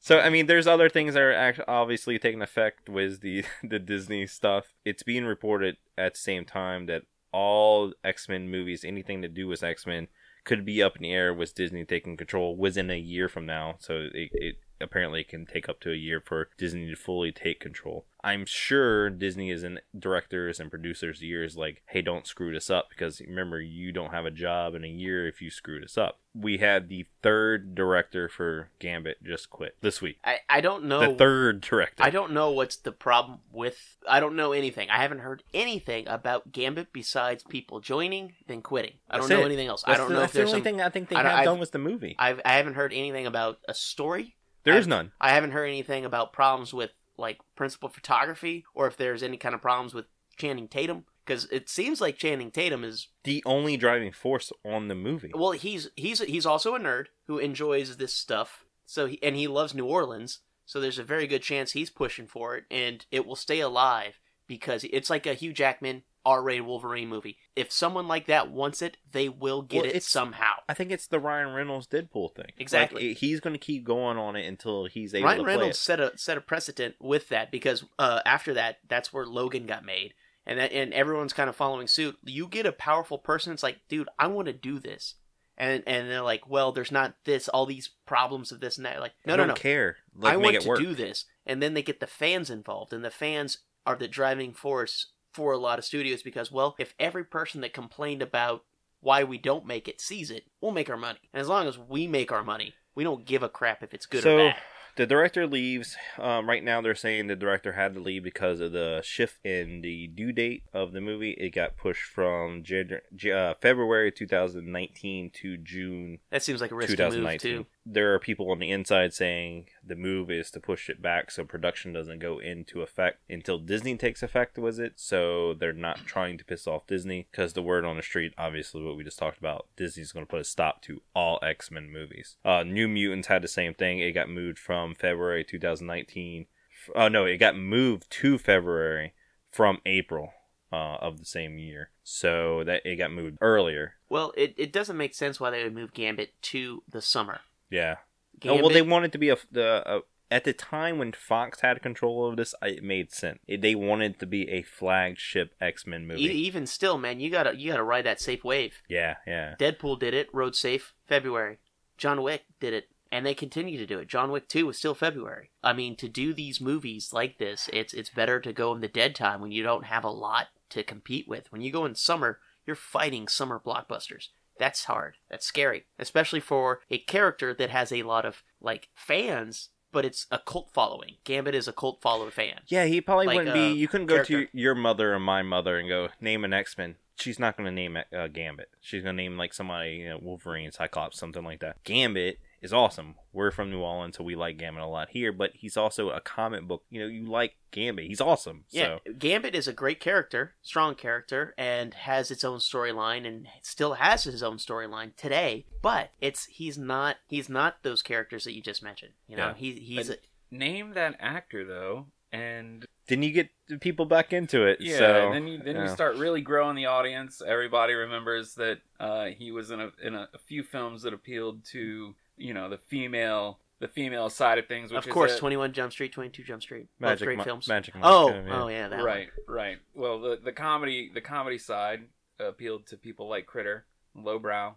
[SPEAKER 1] So I mean, there's other things that are act- obviously taking effect with the the Disney stuff. It's being reported at the same time that all X Men movies, anything to do with X Men, could be up in the air with Disney taking control within a year from now. So it, it apparently it can take up to a year for Disney to fully take control. I'm sure Disney is in directors and producers' ears like, hey, don't screw this up because remember, you don't have a job in a year if you screw this up. We had the third director for Gambit just quit this week.
[SPEAKER 2] I, I don't know.
[SPEAKER 1] The third director.
[SPEAKER 2] I don't know what's the problem with. I don't know anything. I haven't heard anything about Gambit besides people joining then quitting. I
[SPEAKER 1] That's
[SPEAKER 2] don't know
[SPEAKER 1] it.
[SPEAKER 2] anything else. I
[SPEAKER 1] That's
[SPEAKER 2] don't
[SPEAKER 1] the-
[SPEAKER 2] know
[SPEAKER 1] that's
[SPEAKER 2] if there's
[SPEAKER 1] the only
[SPEAKER 2] some.
[SPEAKER 1] thing I think they
[SPEAKER 2] I don't-
[SPEAKER 1] have
[SPEAKER 2] I've-
[SPEAKER 1] done was the movie.
[SPEAKER 2] I've, I haven't heard anything about a story.
[SPEAKER 1] there is
[SPEAKER 2] I've-
[SPEAKER 1] none.
[SPEAKER 2] I haven't heard anything about problems with like principal photography or if there's any kind of problems with Channing Tatum because it seems like Channing Tatum is
[SPEAKER 1] The only driving force on the movie.
[SPEAKER 2] well he's he's he's also a nerd who enjoys this stuff so he, and he loves New Orleans so there's a very good chance he's pushing for it and it will stay alive because it's like a Hugh Jackman R-rated Wolverine movie. If someone like that wants it, they will get
[SPEAKER 1] Well,
[SPEAKER 2] it
[SPEAKER 1] it's-
[SPEAKER 2] somehow.
[SPEAKER 1] I think it's the Ryan Reynolds Deadpool thing.
[SPEAKER 2] Exactly.
[SPEAKER 1] Like, he's going to keep going on it until he's able
[SPEAKER 2] Ryan
[SPEAKER 1] to play
[SPEAKER 2] Reynolds
[SPEAKER 1] it.
[SPEAKER 2] set a set a precedent with that because uh, after that, that's where Logan got made, and that and everyone's kind of following suit. You get a powerful person, it's like, dude, I want to do this, and and they're like, well, there's not this, all these problems of this and that. Like, no,
[SPEAKER 1] I
[SPEAKER 2] no,
[SPEAKER 1] don't
[SPEAKER 2] no,
[SPEAKER 1] care. Like,
[SPEAKER 2] I
[SPEAKER 1] make
[SPEAKER 2] want
[SPEAKER 1] it
[SPEAKER 2] to
[SPEAKER 1] work.
[SPEAKER 2] do this, and then they get the fans involved, and the fans are the driving force for a lot of studios because, well, if every person that complained about why we don't make it sees it, we'll make our money, and as long as we make our money, we don't give a crap if it's good
[SPEAKER 1] so,
[SPEAKER 2] or bad.
[SPEAKER 1] The director leaves. Um, right now, they're saying the director had to leave because of the shift in the due date of the movie. It got pushed from Jan- J- uh, February 2019 to June
[SPEAKER 2] That seems like a risky move
[SPEAKER 1] 2019.
[SPEAKER 2] too.
[SPEAKER 1] There are people on the inside saying the move is to push it back so production doesn't go into effect until Disney takes effect with it. So they're not trying to piss off Disney because the word on the street, obviously, what we just talked about, Disney's going to put a stop to all X Men movies. Uh, New Mutants had the same thing. It got moved from February 2019. f- Uh, no, it got moved to February from April. Uh, of the same year, so that it got moved earlier.
[SPEAKER 2] Well, it, it doesn't make sense why they would move Gambit to the summer.
[SPEAKER 1] Yeah,
[SPEAKER 2] Gambit,
[SPEAKER 1] Oh, well, they wanted to be a, the a, at the time when Fox had control of this, I- it made sense. It, they wanted to be a flagship X Men movie.
[SPEAKER 2] e- even still, man, you gotta you gotta ride that safe wave.
[SPEAKER 1] yeah, yeah.
[SPEAKER 2] Deadpool did it, rode safe February. John Wick did it, and they continue to do it. John Wick Two was still February. I mean, to do these movies like this, it's it's better to go in the dead time when you don't have a lot to compete with. When you go in summer, you're fighting summer blockbusters. That's hard. That's scary, especially for a character that has a lot of like fans, but it's a cult following. Gambit is a cult following fan.
[SPEAKER 1] Yeah, he probably
[SPEAKER 2] Like,
[SPEAKER 1] wouldn't
[SPEAKER 2] uh,
[SPEAKER 1] be. You couldn't go to
[SPEAKER 2] character.
[SPEAKER 1] your mother and my mother and go name an X Men. She's not going to name uh, Gambit. She's going to name like somebody, you know, Wolverine, Cyclops, something like that. Gambit is awesome. We're from New Orleans, so we like Gambit a lot here. But he's also a comic book. You know, you like Gambit. He's awesome.
[SPEAKER 2] Yeah,
[SPEAKER 1] So.
[SPEAKER 2] Gambit is a great character, strong character, and has its own storyline, and still has his own storyline today. But it's he's not he's not those characters that you just mentioned. You know,
[SPEAKER 1] Yeah.
[SPEAKER 2] he he's a,
[SPEAKER 3] Name that actor though, and
[SPEAKER 1] Then you get the people back into it.
[SPEAKER 3] yeah,
[SPEAKER 1] so,
[SPEAKER 3] and then you then you
[SPEAKER 1] yeah.
[SPEAKER 3] start really growing the audience. Everybody remembers that uh, he was in a in a, a few films that appealed to you know the female the female side of things. Which
[SPEAKER 2] of course
[SPEAKER 3] is a-
[SPEAKER 2] Twenty One Jump Street, Twenty Two Jump Street, both
[SPEAKER 1] Magic
[SPEAKER 2] great
[SPEAKER 1] Mi-
[SPEAKER 2] films.
[SPEAKER 1] Magic Mike,
[SPEAKER 2] oh,
[SPEAKER 1] yeah.
[SPEAKER 2] oh yeah, that one.
[SPEAKER 3] right, right. Well, the the comedy the comedy side appealed to people like Critter, lowbrow,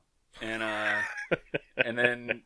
[SPEAKER 3] and uh, and then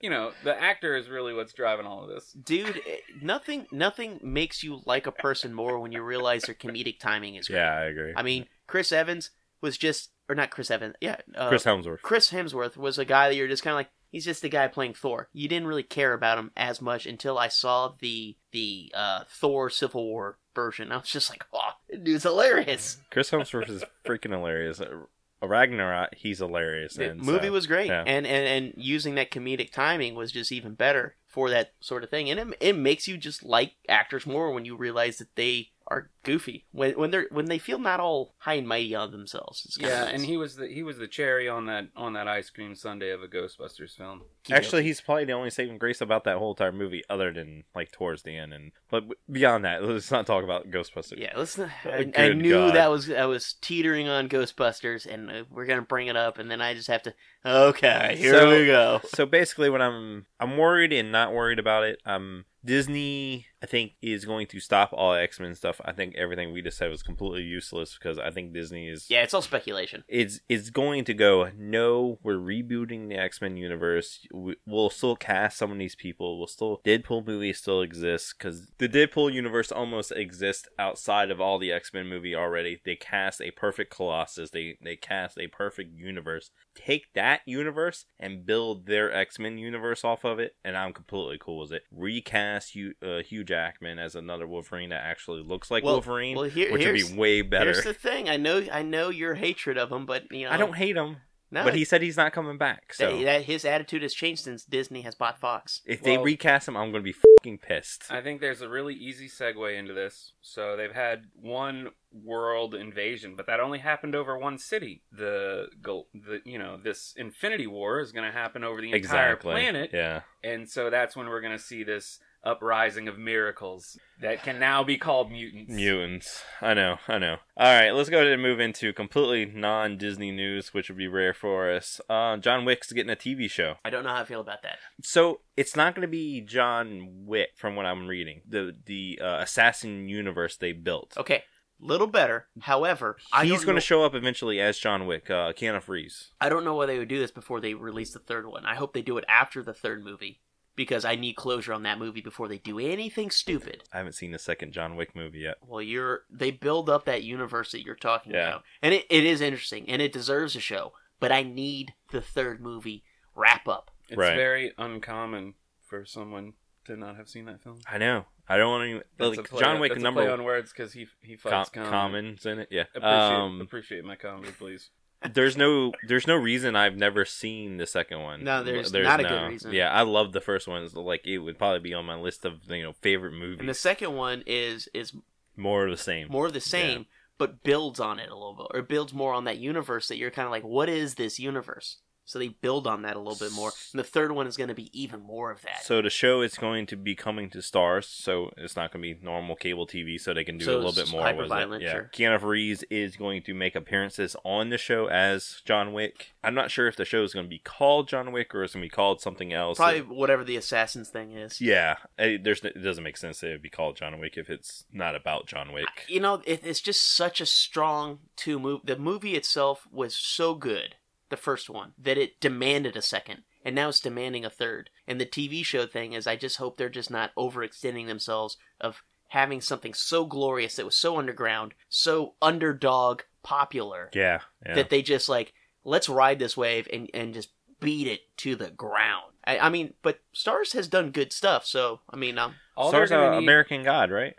[SPEAKER 3] you know the actor is really what's driving all of this.
[SPEAKER 2] Dude, it- nothing nothing makes you like a person more when you realize their comedic timing is great.
[SPEAKER 1] Yeah, I agree.
[SPEAKER 2] I mean, Chris Evans was just or not Chris Evans, yeah, uh,
[SPEAKER 1] Chris Helmsworth.
[SPEAKER 2] Chris Hemsworth was a guy that you're just kind of like, he's just the guy playing Thor. You didn't really care about him as much until I saw the the uh, Thor Civil War version. I was just like, oh, that dude's hilarious.
[SPEAKER 1] Chris Hemsworth is freaking hilarious. Uh, Ragnarok, he's hilarious. uh,
[SPEAKER 2] The
[SPEAKER 1] in,
[SPEAKER 2] movie
[SPEAKER 1] so-
[SPEAKER 2] was great,
[SPEAKER 1] yeah.
[SPEAKER 2] and, and and using that comedic timing was just even better for that sort of thing. And it, it makes you just like actors more when you realize that they are goofy when when they're when they feel not all high and mighty on themselves. It's kinda
[SPEAKER 3] Yeah,
[SPEAKER 2] nice.
[SPEAKER 3] and he was the he was the cherry on that on that ice cream sundae of a Ghostbusters film.
[SPEAKER 1] actually he's probably the only saving grace about that whole entire movie, other than like towards the end. And but beyond that, let's not talk about Ghostbusters.
[SPEAKER 2] Yeah, listen. I,
[SPEAKER 1] Good
[SPEAKER 2] I knew
[SPEAKER 1] God.
[SPEAKER 2] that was I was teetering on Ghostbusters, and uh, we're gonna bring it up, and then I just have to. Okay, here
[SPEAKER 1] So-
[SPEAKER 2] we go.
[SPEAKER 1] So basically, what I'm I'm worried and not worried about it. I'm Disney, I think, is going to stop all X Men stuff. I think everything we just said was completely useless because I think Disney is
[SPEAKER 2] Yeah, it's all speculation.
[SPEAKER 1] it's it's going to go no we're rebooting the x-men universe We- we'll still cast some of these people we'll still deadpool movie still exists because the deadpool universe almost exists outside of all the x-men movie already they cast a perfect colossus they they cast a perfect universe take that universe and build their x-men universe off of it and i'm completely cool with it recast hugh, uh, hugh jackman as another wolverine that actually looks like
[SPEAKER 2] Well-
[SPEAKER 1] wolverine
[SPEAKER 2] well, here-
[SPEAKER 1] which would
[SPEAKER 2] here's-
[SPEAKER 1] be way better
[SPEAKER 2] Here's the thing. I know I know your hatred of him, but you know
[SPEAKER 1] i don't hate him
[SPEAKER 2] no,
[SPEAKER 1] but he said he's not coming back. So
[SPEAKER 2] that, that his attitude has changed since Disney has bought Fox.
[SPEAKER 1] if they
[SPEAKER 3] Well-
[SPEAKER 1] recast him, I'm going to be fucking pissed.
[SPEAKER 3] I think there's a really easy segue into this. So they've had one world invasion, but that only happened over one city. The go- the you know this Infinity War is going to happen over the entire
[SPEAKER 1] exactly.
[SPEAKER 3] planet,
[SPEAKER 1] Yeah.
[SPEAKER 3] and so that's when we're going to see this uprising of miracles that can now be called mutants.
[SPEAKER 1] Mutants. I know. I know. All right. Let's go ahead and move into completely non-Disney news, which would be rare for us. Uh, John Wick's getting a TV show.
[SPEAKER 2] I don't know how I feel about that.
[SPEAKER 1] So it's not going to be John Wick, from what I'm reading. The the uh, assassin universe they built.
[SPEAKER 2] Okay, little better. However, I
[SPEAKER 1] He's
[SPEAKER 2] don't
[SPEAKER 1] going
[SPEAKER 2] know-
[SPEAKER 1] to show up eventually as John Wick, uh, Keanu Reeves.
[SPEAKER 2] I don't know why they would do this before they release the third one. I hope they do it after the third movie because I need closure on that movie before they do anything stupid.
[SPEAKER 1] I haven't seen the second John Wick movie yet.
[SPEAKER 2] Well, you're they build up that universe that you're talking
[SPEAKER 1] Yeah.
[SPEAKER 2] about, and it, it is interesting and it deserves a show. But I need the third movie wrap up.
[SPEAKER 3] It's
[SPEAKER 1] Right.
[SPEAKER 3] very uncommon for someone to not have seen that film.
[SPEAKER 1] I know. I don't want to.
[SPEAKER 3] That's a
[SPEAKER 1] Like,
[SPEAKER 3] play-
[SPEAKER 1] John Wick
[SPEAKER 3] that's a
[SPEAKER 1] number
[SPEAKER 3] play on words because he he
[SPEAKER 1] com-
[SPEAKER 3] fights common.
[SPEAKER 1] commons in it. Yeah.
[SPEAKER 3] Appreciate,
[SPEAKER 1] Um,
[SPEAKER 3] appreciate my comedy, please.
[SPEAKER 1] there's no there's no reason I've never seen the second one.
[SPEAKER 2] No, there's not a good reason.
[SPEAKER 1] Yeah, I love the first one. It's Like it would probably be on my list of you know favorite movies.
[SPEAKER 2] And the second one is is
[SPEAKER 1] More of the same.
[SPEAKER 2] more of the same, but builds on it a little bit, or builds more on that universe that you're kind of like, what is this universe? So they build on that a little bit more. And the third one is going to be even more of that.
[SPEAKER 1] So the show is going to be coming to stars, so it's not going to be normal cable TV, so they can do
[SPEAKER 2] So
[SPEAKER 1] a little
[SPEAKER 2] it's
[SPEAKER 1] bit more. with it.
[SPEAKER 2] hyper-violent,
[SPEAKER 1] Yeah,
[SPEAKER 2] sure.
[SPEAKER 1] Keanu Reeves is going to make appearances on the show as John Wick. I'm not sure if the show is going to be called John Wick or it's going to be called something else.
[SPEAKER 2] Probably whatever the assassins thing is.
[SPEAKER 1] Yeah, it, there's it doesn't make sense that it would be called John Wick if it's not about John Wick.
[SPEAKER 2] You know, it, it's just such a strong two move. The movie itself was so good, the first one, that it demanded a second, and now it's demanding a third. And the TV show thing is, I just hope they're just not overextending themselves of having something so glorious that was so underground, so underdog popular
[SPEAKER 1] yeah, yeah.
[SPEAKER 2] that they just like let's ride this wave and and just beat it to the ground. I, I mean, but Stars has done good stuff, so I mean, um,
[SPEAKER 3] All
[SPEAKER 1] Stars
[SPEAKER 3] they're gonna
[SPEAKER 1] uh,
[SPEAKER 3] need-
[SPEAKER 1] American God, right?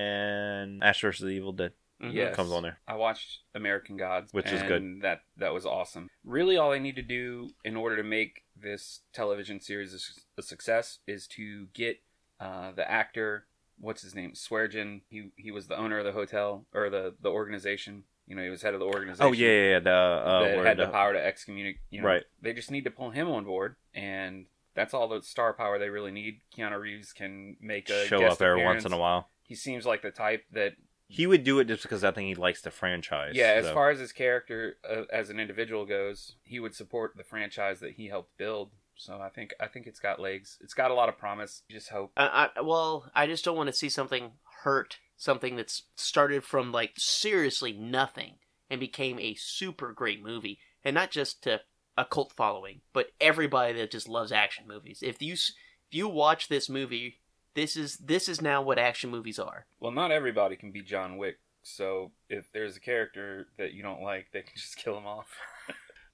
[SPEAKER 1] And Ash vs. the Evil Dead
[SPEAKER 2] mhm.
[SPEAKER 3] Yes.
[SPEAKER 1] comes on there.
[SPEAKER 3] I watched American Gods,
[SPEAKER 1] Which is
[SPEAKER 3] and
[SPEAKER 1] good.
[SPEAKER 3] That that was awesome. Really, all I need to do in order to make this television series a, su- a success is to get uh, the actor. What's his name? Sweargen. He he was the owner of the hotel or the the organization. You know, he was head of the organization.
[SPEAKER 1] Oh yeah, yeah, yeah, the uh,
[SPEAKER 3] that
[SPEAKER 1] where
[SPEAKER 3] had
[SPEAKER 1] the-
[SPEAKER 3] the power to excommunicate. You know,
[SPEAKER 1] Right.
[SPEAKER 3] They just need to pull him on board, and that's all the star power they really need. Keanu Reeves can make a
[SPEAKER 1] show
[SPEAKER 3] guest
[SPEAKER 1] up every once in
[SPEAKER 3] appearance.
[SPEAKER 1] a while.
[SPEAKER 3] He seems like the type that
[SPEAKER 1] He would do it just because I think he likes the franchise.
[SPEAKER 3] yeah, as
[SPEAKER 1] so-
[SPEAKER 3] far as his character uh, as an individual goes, he would support the franchise that he helped build. So I think I think it's got legs. It's got a lot of promise. Just hope.
[SPEAKER 2] I, I, well, I just don't want to see something hurt, something that's started from like seriously nothing and became a super great movie, and not just to a cult following, but everybody that just loves action movies. If you s- if you watch this movie, this is this is now what action movies are.
[SPEAKER 3] Well, not everybody can be John Wick. So if there's a character that you don't like, they can just kill him off.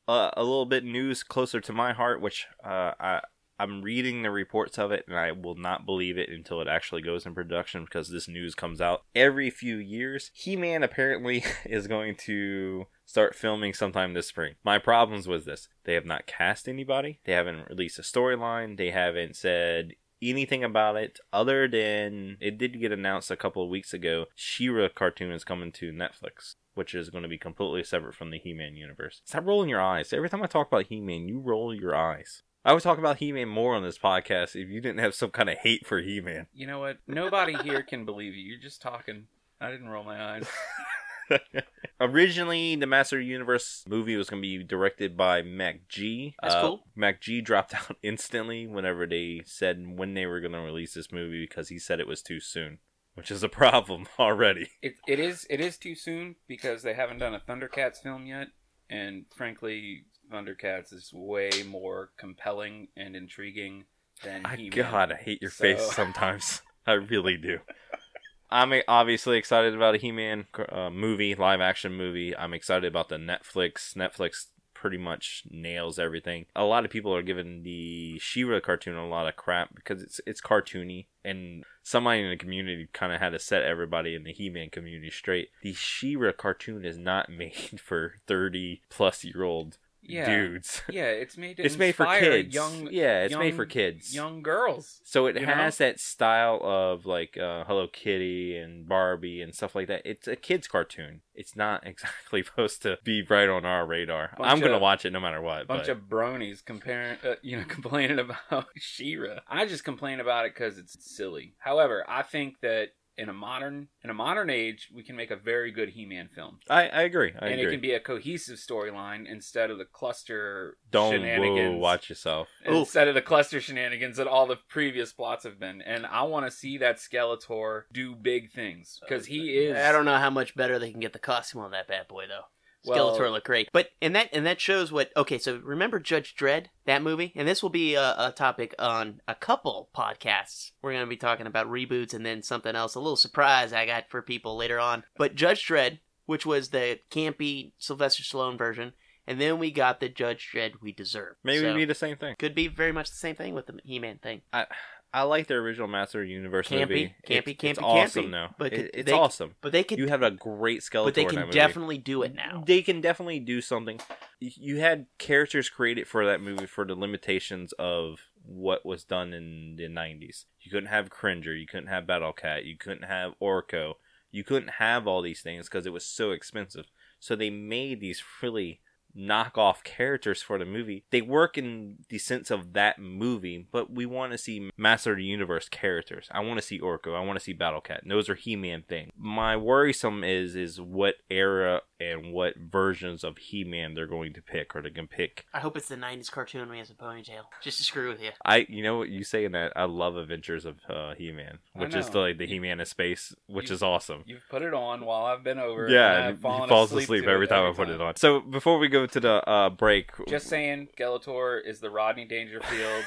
[SPEAKER 1] uh, a little bit news closer to my heart, which uh, I I'm reading the reports of it, and I will not believe it until it actually goes in production because this news comes out every few years. He-Man apparently is going to start filming sometime this spring. My problems with this: they have not cast anybody, they haven't released a storyline, they haven't said anything about it other than it did get announced a couple of weeks ago She-Ra cartoon is coming to Netflix, which is going to be completely separate from the He-Man universe. Stop rolling your eyes. Every time I talk about He-Man, you roll your eyes. I would talk about He-Man more on this podcast if you didn't have some kind of hate for He-Man.
[SPEAKER 3] You know what? Nobody here can believe you. You're just talking. I didn't roll my eyes.
[SPEAKER 1] Originally, the Master of the Universe movie was going to be directed by Mac G. Uh,
[SPEAKER 2] That's cool.
[SPEAKER 1] Mac G dropped out instantly whenever they said when they were going to release this movie because he said it was too soon, which is a problem already.
[SPEAKER 3] It, it is it is too soon because they haven't done a Thundercats film yet, and frankly, Thundercats is way more compelling and intriguing than
[SPEAKER 1] I,
[SPEAKER 3] He-Man.
[SPEAKER 1] God, I hate your
[SPEAKER 3] So-
[SPEAKER 1] face sometimes. I really do. I'm e, obviously excited about a He-Man uh, movie, live action movie. I'm excited about the Netflix. Netflix pretty much nails everything. A lot of people are giving the She-Ra cartoon a lot of crap because it's it's cartoony and somebody in the community kind of had to set everybody in the He-Man community straight. The She-Ra cartoon is not made for 30 plus year old
[SPEAKER 3] yeah,
[SPEAKER 1] dudes.
[SPEAKER 3] Yeah, it's made to
[SPEAKER 1] It's made for
[SPEAKER 3] inspire
[SPEAKER 1] kids.
[SPEAKER 3] Young,
[SPEAKER 1] yeah, it's made
[SPEAKER 3] young-
[SPEAKER 1] for kids.
[SPEAKER 3] Young girls.
[SPEAKER 1] So it
[SPEAKER 3] You know?
[SPEAKER 1] has that style of like uh, Hello Kitty and Barbie and stuff like that. It's a kids' cartoon. It's not exactly supposed to be right on our radar.
[SPEAKER 3] Bunch
[SPEAKER 1] I'm gonna
[SPEAKER 3] of-
[SPEAKER 1] watch it no matter what.
[SPEAKER 3] bunch
[SPEAKER 1] but
[SPEAKER 3] of bronies comparing, uh, you know, complaining about Shira. I just complain about it because it's silly. However, I think that in a modern in a modern age, we can make a very good He-Man film,
[SPEAKER 1] I, I agree. I
[SPEAKER 3] and
[SPEAKER 1] agree.
[SPEAKER 3] it can be a cohesive storyline instead of the cluster
[SPEAKER 1] Don't
[SPEAKER 3] shenanigans.
[SPEAKER 1] whoa, watch yourself.
[SPEAKER 3] Instead of the cluster shenanigans that all the previous plots have been, and I want to see that Skeletor do big things because he is.
[SPEAKER 2] I don't know how much better they can get the costume on that bad boy though.
[SPEAKER 3] Well-
[SPEAKER 2] Skeletor looked great, but and that and that shows what. Okay, so remember Judge Dredd that movie, and this will be a, a topic on a couple podcasts. We're going to be talking about reboots and then something else. A little surprise I got for people later on, but Judge Dredd, which was the campy Sylvester Stallone version, and then we got the Judge Dredd we deserve.
[SPEAKER 1] Maybe
[SPEAKER 2] So,
[SPEAKER 1] it'd be the same thing.
[SPEAKER 2] could be very much the same thing with the He-Man thing.
[SPEAKER 1] I I like the original Master of the Universe
[SPEAKER 2] Campy,
[SPEAKER 1] movie.
[SPEAKER 2] campy,
[SPEAKER 1] it's, it's
[SPEAKER 2] campy,
[SPEAKER 1] awesome
[SPEAKER 2] campy.
[SPEAKER 1] now.
[SPEAKER 2] But
[SPEAKER 1] It-
[SPEAKER 2] they-
[SPEAKER 1] it's awesome.
[SPEAKER 2] But they could,
[SPEAKER 1] You have a great Skeletor.
[SPEAKER 2] but they
[SPEAKER 1] in that
[SPEAKER 2] can
[SPEAKER 1] movie.
[SPEAKER 2] definitely do it now.
[SPEAKER 1] They can definitely do something. You had characters created for that movie for the limitations of what was done in the 90s. You couldn't have Cringer, you couldn't have Battle Cat, you couldn't have Orko, you couldn't have all these things because it was so expensive. So they made these really knockoff characters for the movie. They work in the sense of that movie, but we want to see Master of the Universe characters. I want to see Orko. I want to see Battle Cat. And Those are He-Man things. My worrisome is is what era and what versions of He-Man they're going to pick or they can pick.
[SPEAKER 2] I hope it's the '90s cartoon where he has a ponytail, just to screw with you.
[SPEAKER 1] I you know what you saying that I love Adventures of uh, He-Man,
[SPEAKER 3] I
[SPEAKER 1] which is
[SPEAKER 3] know.
[SPEAKER 1] the, like the He-Man in space, which
[SPEAKER 3] you-
[SPEAKER 1] is awesome.
[SPEAKER 3] You've put it on while I've been over. and
[SPEAKER 1] Yeah,
[SPEAKER 3] I've
[SPEAKER 1] and he
[SPEAKER 3] fallen
[SPEAKER 1] falls uh, asleep,
[SPEAKER 3] to
[SPEAKER 1] every time I put it on. So before we go to the uh, break,
[SPEAKER 3] Just saying, Skeletor is the Rodney Dangerfield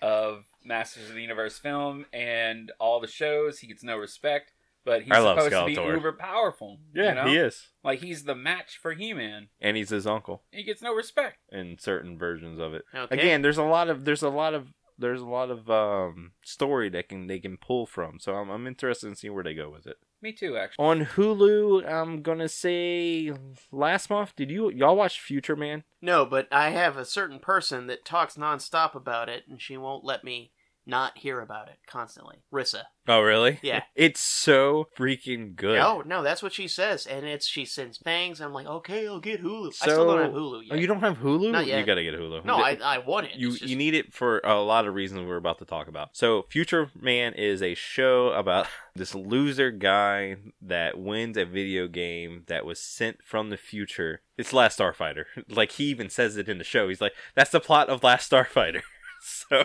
[SPEAKER 3] of Masters of the Universe film and all the shows. He gets no respect, but he's
[SPEAKER 1] I love
[SPEAKER 3] supposed to be
[SPEAKER 1] Skeletor.
[SPEAKER 3] uber powerful.
[SPEAKER 1] yeah,
[SPEAKER 3] you know?
[SPEAKER 1] he is,
[SPEAKER 3] Like he's the match for He-Man.
[SPEAKER 1] and he's his uncle.
[SPEAKER 3] He gets no respect.
[SPEAKER 1] in certain versions of it.
[SPEAKER 2] Okay.
[SPEAKER 1] Again, there's a lot of there's a lot of there's a lot of um, story that can they can pull from. So I'm, I'm interested in seeing where they go with it.
[SPEAKER 3] Me too, actually.
[SPEAKER 1] On Hulu, I'm gonna say last month. Did you y'all watch Future Man?
[SPEAKER 2] No, but I have a certain person that talks nonstop about it, and she won't let me not hear about it constantly. Rissa.
[SPEAKER 1] Oh really?
[SPEAKER 2] Yeah.
[SPEAKER 1] it's so freaking good.
[SPEAKER 2] No, Oh, no, that's what she says, and it's she sends things. I'm like, okay, I'll get Hulu. I
[SPEAKER 1] So-
[SPEAKER 2] still don't have Hulu yet.
[SPEAKER 1] Oh, you don't have Hulu?
[SPEAKER 2] Not yet.
[SPEAKER 1] You gotta get Hulu.
[SPEAKER 2] No, I, I want it.
[SPEAKER 1] you
[SPEAKER 2] It's just-
[SPEAKER 1] you need it for a lot of reasons we're about to talk about. So, Future Man is a show about this loser guy that wins a video game that was sent from the future. It's Last Starfighter. Like he even says it in the show. He's like, "That's the plot of Last Starfighter." so,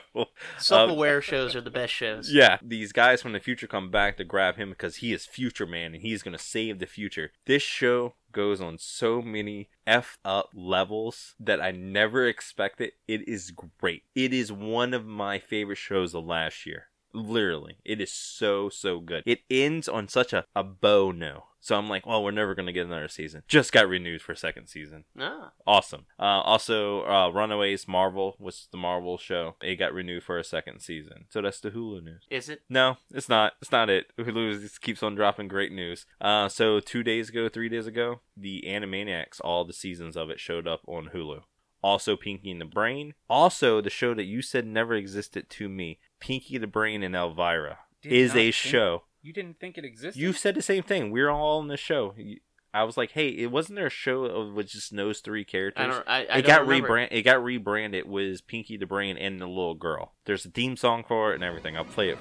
[SPEAKER 2] self-aware shows are the best shows.
[SPEAKER 1] uh, yeah, these guys from the future come back to grab him because he is Future Man and he's gonna save the future. This show goes on so many f up levels that I never expected. It is great. It is one of my favorite shows of last year. Literally, it is so so good. It ends on such a a bow no. So I'm like, well, we're never gonna get another season. Just got renewed for a second season
[SPEAKER 2] Ah,
[SPEAKER 1] awesome. Uh, also, uh, Runaways Marvel was the Marvel show. It got renewed for a second season. So that's the Hulu news.
[SPEAKER 2] is it?
[SPEAKER 1] No, it's not. It's not it. Hulu is- just keeps on dropping great news. Uh, so two days ago, three days ago, the Animaniacs, all the seasons of it showed up on Hulu. Also, Pinky and the Brain. Also, the show that you said never existed to me, Pinky the Brain and Elvira,
[SPEAKER 3] Did
[SPEAKER 1] is
[SPEAKER 3] not
[SPEAKER 1] a
[SPEAKER 3] think-
[SPEAKER 1] show.
[SPEAKER 3] You didn't think it existed.
[SPEAKER 1] You said the same thing. We are all on the show. You- I was like, hey, it wasn't there a show of with just those three characters?
[SPEAKER 2] I don't. I, I
[SPEAKER 1] it
[SPEAKER 2] don't
[SPEAKER 1] got
[SPEAKER 2] remember.
[SPEAKER 1] rebrand. It got rebranded with Pinky the Brain and the Little Girl. There's a theme song for it and everything. I'll play it.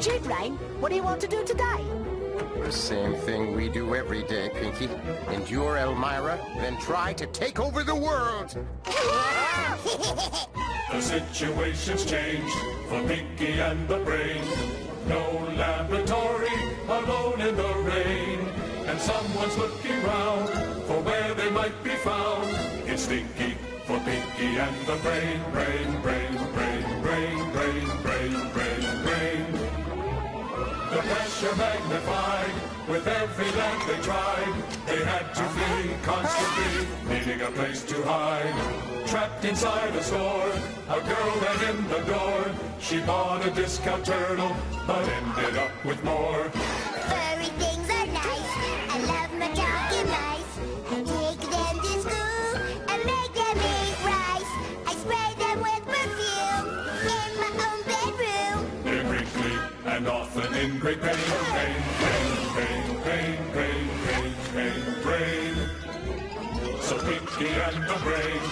[SPEAKER 6] Jade Rain, what do you want to do today? The same thing we do every day, Pinky. Endure Elmira, then try to take over the world!
[SPEAKER 7] The situation's changed for Pinky and the Brain. No laboratory, alone in the rain. And someone's looking round for where they might be found. It's Stinky for Pinky and the Brain. Brain, brain, brain, brain, brain, brain, brain, brain. The pressure magnified with every land they tried. They had to flee constantly, needing a place to hide. Trapped inside a store, a girl ran in the door. She bought a discount turtle, but ended up with more.
[SPEAKER 8] Furry things are nice. I love my doggy mice. I take them to school and make them eat rice. I spray them with perfume in my own bedroom.
[SPEAKER 7] They're crinkly and often in great pain. Pain, pain, pain, pain, pain, pain, pain, pain. So Pinky and the Brain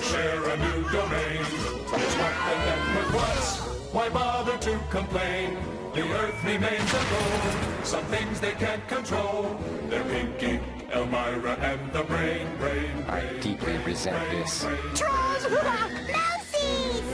[SPEAKER 7] share a new domain. It's what the network wants. Why bother to complain? The earth remains a goal. Some things they can't control. They're Pinky, Elmira, and the Brain. Brain.
[SPEAKER 6] I deeply resent this.
[SPEAKER 8] Trolls rock mousies.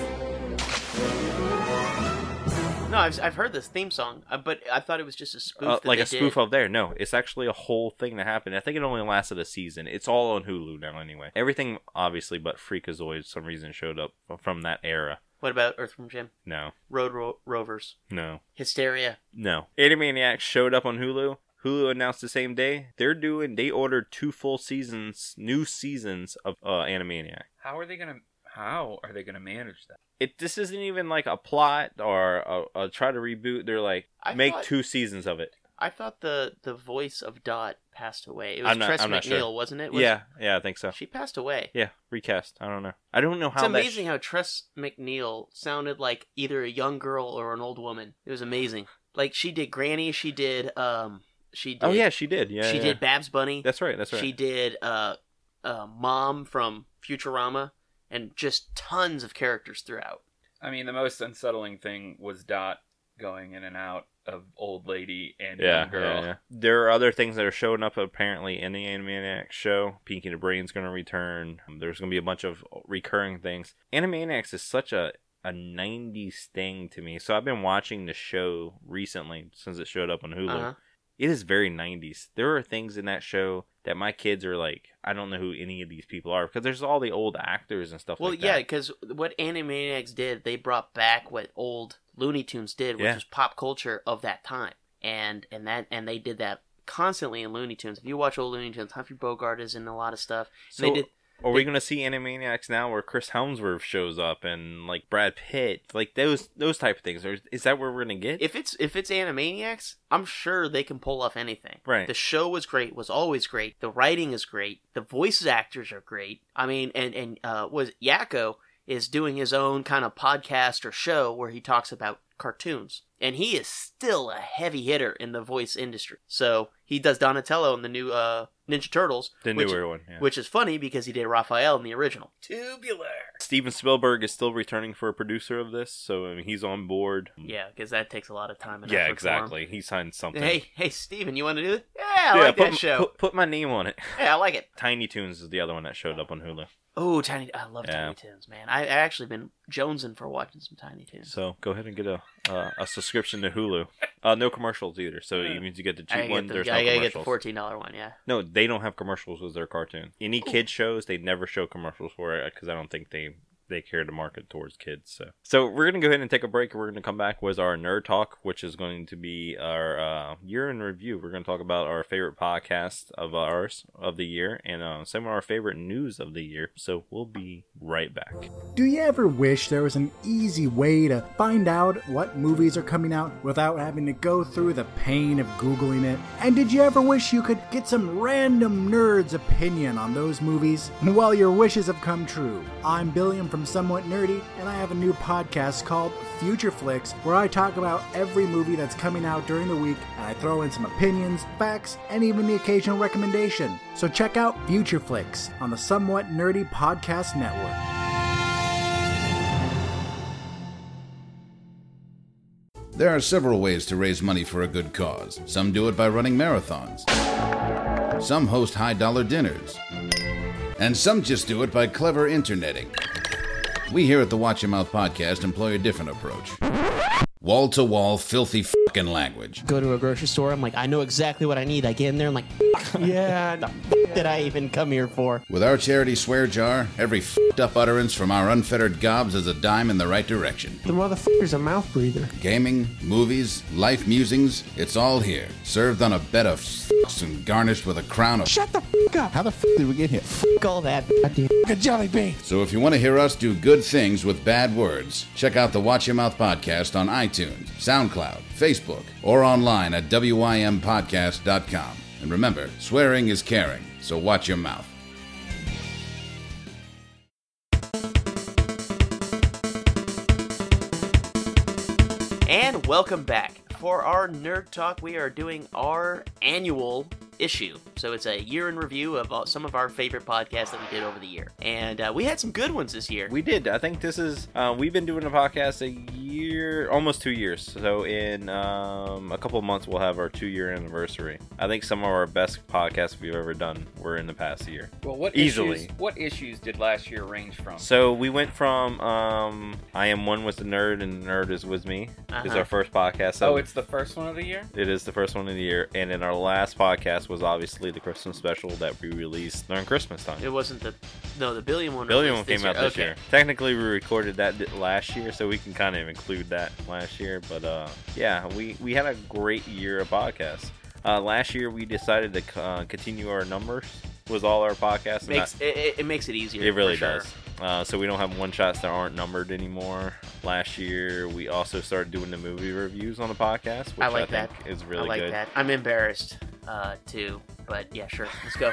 [SPEAKER 2] No, I've, I've heard this theme song, uh, but I thought it was just a spoof.
[SPEAKER 1] Uh,
[SPEAKER 2] that
[SPEAKER 1] like
[SPEAKER 2] they
[SPEAKER 1] a spoof
[SPEAKER 2] did.
[SPEAKER 1] of there. No, it's actually a whole thing that happened. I think it only lasted a season. It's all on Hulu now, anyway. Everything, obviously, but Freakazoid, for some reason, showed up from that era.
[SPEAKER 2] What about Earthworm Jim?
[SPEAKER 1] No,
[SPEAKER 2] Road Ro- Rovers.
[SPEAKER 1] no,
[SPEAKER 2] Hysteria.
[SPEAKER 1] no. Animaniacs showed up on Hulu. Hulu announced the same day they're doing. They ordered two full seasons, new seasons of uh, Animaniac.
[SPEAKER 3] How are they gonna? How are they gonna manage that?
[SPEAKER 1] It this isn't even like a plot or a, a try to reboot. They're like
[SPEAKER 2] I
[SPEAKER 1] make
[SPEAKER 2] thought-
[SPEAKER 1] two seasons of it.
[SPEAKER 2] I thought the, the voice of Dot passed away. It was
[SPEAKER 1] I'm not-
[SPEAKER 2] Tress McNeil,
[SPEAKER 1] I'm not sure.
[SPEAKER 2] wasn't it? Was-
[SPEAKER 1] yeah, yeah, I think so.
[SPEAKER 2] She passed away.
[SPEAKER 1] Yeah, recast. I don't know. I don't know how.
[SPEAKER 2] It's
[SPEAKER 1] that
[SPEAKER 2] amazing how Tress McNeil sounded like either a young girl or an old woman. It was amazing. Like she did Granny, she did um she did
[SPEAKER 1] Oh yeah, she did. Yeah,
[SPEAKER 2] she
[SPEAKER 1] yeah.
[SPEAKER 2] did Babs Bunny.
[SPEAKER 1] That's right. That's right.
[SPEAKER 2] She did uh uh Mom from Futurama and just tons of characters throughout.
[SPEAKER 3] I mean, the most unsettling thing was Dot going in and out of old lady and
[SPEAKER 1] yeah,
[SPEAKER 3] young girl.
[SPEAKER 1] yeah, yeah. There are other things that are showing up apparently in the Animaniacs show. Pinky the Brain's going to return. Um, There's going to be a bunch of recurring things. Animaniacs is such a a 90s thing to me. So I've been watching the show recently since it showed up on Hulu.
[SPEAKER 2] Uh-huh.
[SPEAKER 1] It is very 90s. There are things in that show that my kids are like, I don't know who any of these people are because there's all the old actors and stuff
[SPEAKER 2] Well,
[SPEAKER 1] like
[SPEAKER 2] yeah,
[SPEAKER 1] that.
[SPEAKER 2] because what Animaniacs did, they brought back what old Looney Tunes did, which
[SPEAKER 1] Yeah.
[SPEAKER 2] was pop culture of that time, and and that and they did that constantly in Looney Tunes. If you watch old Looney Tunes, Humphrey Bogart is in a lot of stuff.
[SPEAKER 1] So
[SPEAKER 2] they did-
[SPEAKER 1] are we
[SPEAKER 2] they-
[SPEAKER 1] going to see Animaniacs now where Chris Helmsworth shows up and like Brad Pitt, like those those type of things? Or is that where we're going to get?
[SPEAKER 2] If it's if it's Animaniacs, I'm sure they can pull off anything.
[SPEAKER 1] Right.
[SPEAKER 2] The show was great, was always great. The writing is great. The voices actors are great. I mean, and and uh, was Yakko is doing his own kind of podcast or show where he talks about cartoons, and he is still a heavy hitter in the voice industry. So he does Donatello in the new uh, Ninja Turtles,
[SPEAKER 1] the
[SPEAKER 2] which,
[SPEAKER 1] newer one. Yeah.
[SPEAKER 2] which is funny because he did Raphael in the original.
[SPEAKER 1] Steven Spielberg is still returning for a producer of this, so I mean, he's on board.
[SPEAKER 2] Yeah, because that takes a lot of time. And
[SPEAKER 1] Yeah,
[SPEAKER 2] effort for him.
[SPEAKER 1] exactly. He signed something.
[SPEAKER 2] Hey, hey, Steven, you want to do this? Yeah, I
[SPEAKER 1] yeah,
[SPEAKER 2] like
[SPEAKER 1] put,
[SPEAKER 2] that
[SPEAKER 1] m-
[SPEAKER 2] show.
[SPEAKER 1] Put, put my name on it.
[SPEAKER 2] Yeah, I like it.
[SPEAKER 1] Tiny Toons is the other one that showed up on Hulu.
[SPEAKER 2] Oh, Tiny! I love
[SPEAKER 1] Yeah.
[SPEAKER 2] Tiny Toons, man. I, I actually been jonesing for watching some Tiny Toons.
[SPEAKER 1] So go ahead and get a uh, a subscription to Hulu. Uh, no commercials either, so it means you get the
[SPEAKER 2] I gotta
[SPEAKER 1] cheap one.
[SPEAKER 2] get the,
[SPEAKER 1] There's
[SPEAKER 2] I
[SPEAKER 1] no
[SPEAKER 2] gotta get
[SPEAKER 1] commercials.
[SPEAKER 2] the fourteen dollar one. Yeah,
[SPEAKER 1] No, they don't have commercials with their cartoon. Any kid shows, they never show commercials for it because I don't think they they care to market towards kids. So, so we're gonna go ahead and take a break. and We're gonna come back with our nerd talk, which is going to be our uh, year in review. We're gonna talk about our favorite podcast of ours of the year and uh, some of our favorite news of the year. So we'll be right back.
[SPEAKER 9] Do you ever wish there was an easy way to find out what movies are coming out without having to go through the pain of Googling it? And did you ever wish you could get some random nerd's opinion on those movies? Well, your wishes have come true. I'm Billiam from Somewhat Nerdy, and I have a new podcast called Future Flicks where I talk about every movie that's coming out during the week and I throw in some opinions, facts, and even the occasional recommendation. So check out Future Flicks on the Somewhat Nerdy Podcast Network.
[SPEAKER 10] There are several ways to raise money for a good cause. Some do it by running marathons, some host high dollar dinners, and some just do it by clever interneting. We here at the Watch Your Mouth podcast employ a different approach wall to wall, filthy fucking language.
[SPEAKER 11] Go to a grocery store. I'm like, I know exactly what I need. I get in there. I'm like, yeah, the f- did I even come here for?
[SPEAKER 10] With our charity swear jar, every fed up utterance from our unfettered gobs is a dime in the right direction.
[SPEAKER 11] The motherfucker's a mouth breather.
[SPEAKER 10] Gaming, movies, life musings, it's all here, served on a bed of fucks and garnished with a crown of
[SPEAKER 11] Shut the f- up. How the f- did we get here? F- all that. Goddamn. F- a jelly bean.
[SPEAKER 10] So if you want to hear us do good things with bad words, check out the Watch Your Mouth podcast on iTunes, SoundCloud, Facebook, or online at WIMPodcast.com. And remember, swearing is caring, so watch your mouth.
[SPEAKER 2] And welcome back. For our Nerd Talk, we are doing our annual issue. So it's a year in review of all, some of our favorite podcasts that we did over the year. And uh, we had some good ones this year.
[SPEAKER 1] We did. I think this is uh, we've been doing a podcast a year, almost two years. So in um, a couple of months, we'll have our two-year anniversary. I think some of our best podcasts we've ever done were in the past year.
[SPEAKER 3] Well, what
[SPEAKER 1] easily?
[SPEAKER 3] Issues, what issues did last year range from?
[SPEAKER 1] So we went from um, I am one with the nerd and the nerd is with me is
[SPEAKER 3] Uh-huh.
[SPEAKER 1] our first podcast. So
[SPEAKER 3] oh, it's the first one of the year.
[SPEAKER 1] it is the first one of the year, and then our last podcast was obviously the Christmas special that we released during Christmas time.
[SPEAKER 2] It wasn't the no the billion one.
[SPEAKER 1] Billion one
[SPEAKER 2] released
[SPEAKER 1] came
[SPEAKER 2] this year.
[SPEAKER 1] out this
[SPEAKER 2] Okay.
[SPEAKER 1] year. Technically, we recorded that di- last year, so we can kind of include that last year. But uh, yeah, we we had a great year of podcasts. Uh, last year, we decided to c- uh, continue our numbers was all our podcasts. and
[SPEAKER 2] Makes
[SPEAKER 1] that-
[SPEAKER 2] it, it, it makes it easier.
[SPEAKER 1] it really
[SPEAKER 2] for sure.
[SPEAKER 1] does. Uh, so we don't have one shots that aren't numbered anymore. Last year, we also started doing the movie reviews on the podcast, which
[SPEAKER 2] I like that.
[SPEAKER 1] think is really
[SPEAKER 2] I like
[SPEAKER 1] good.
[SPEAKER 2] that. I'm embarrassed uh, too, but yeah, sure. Let's go.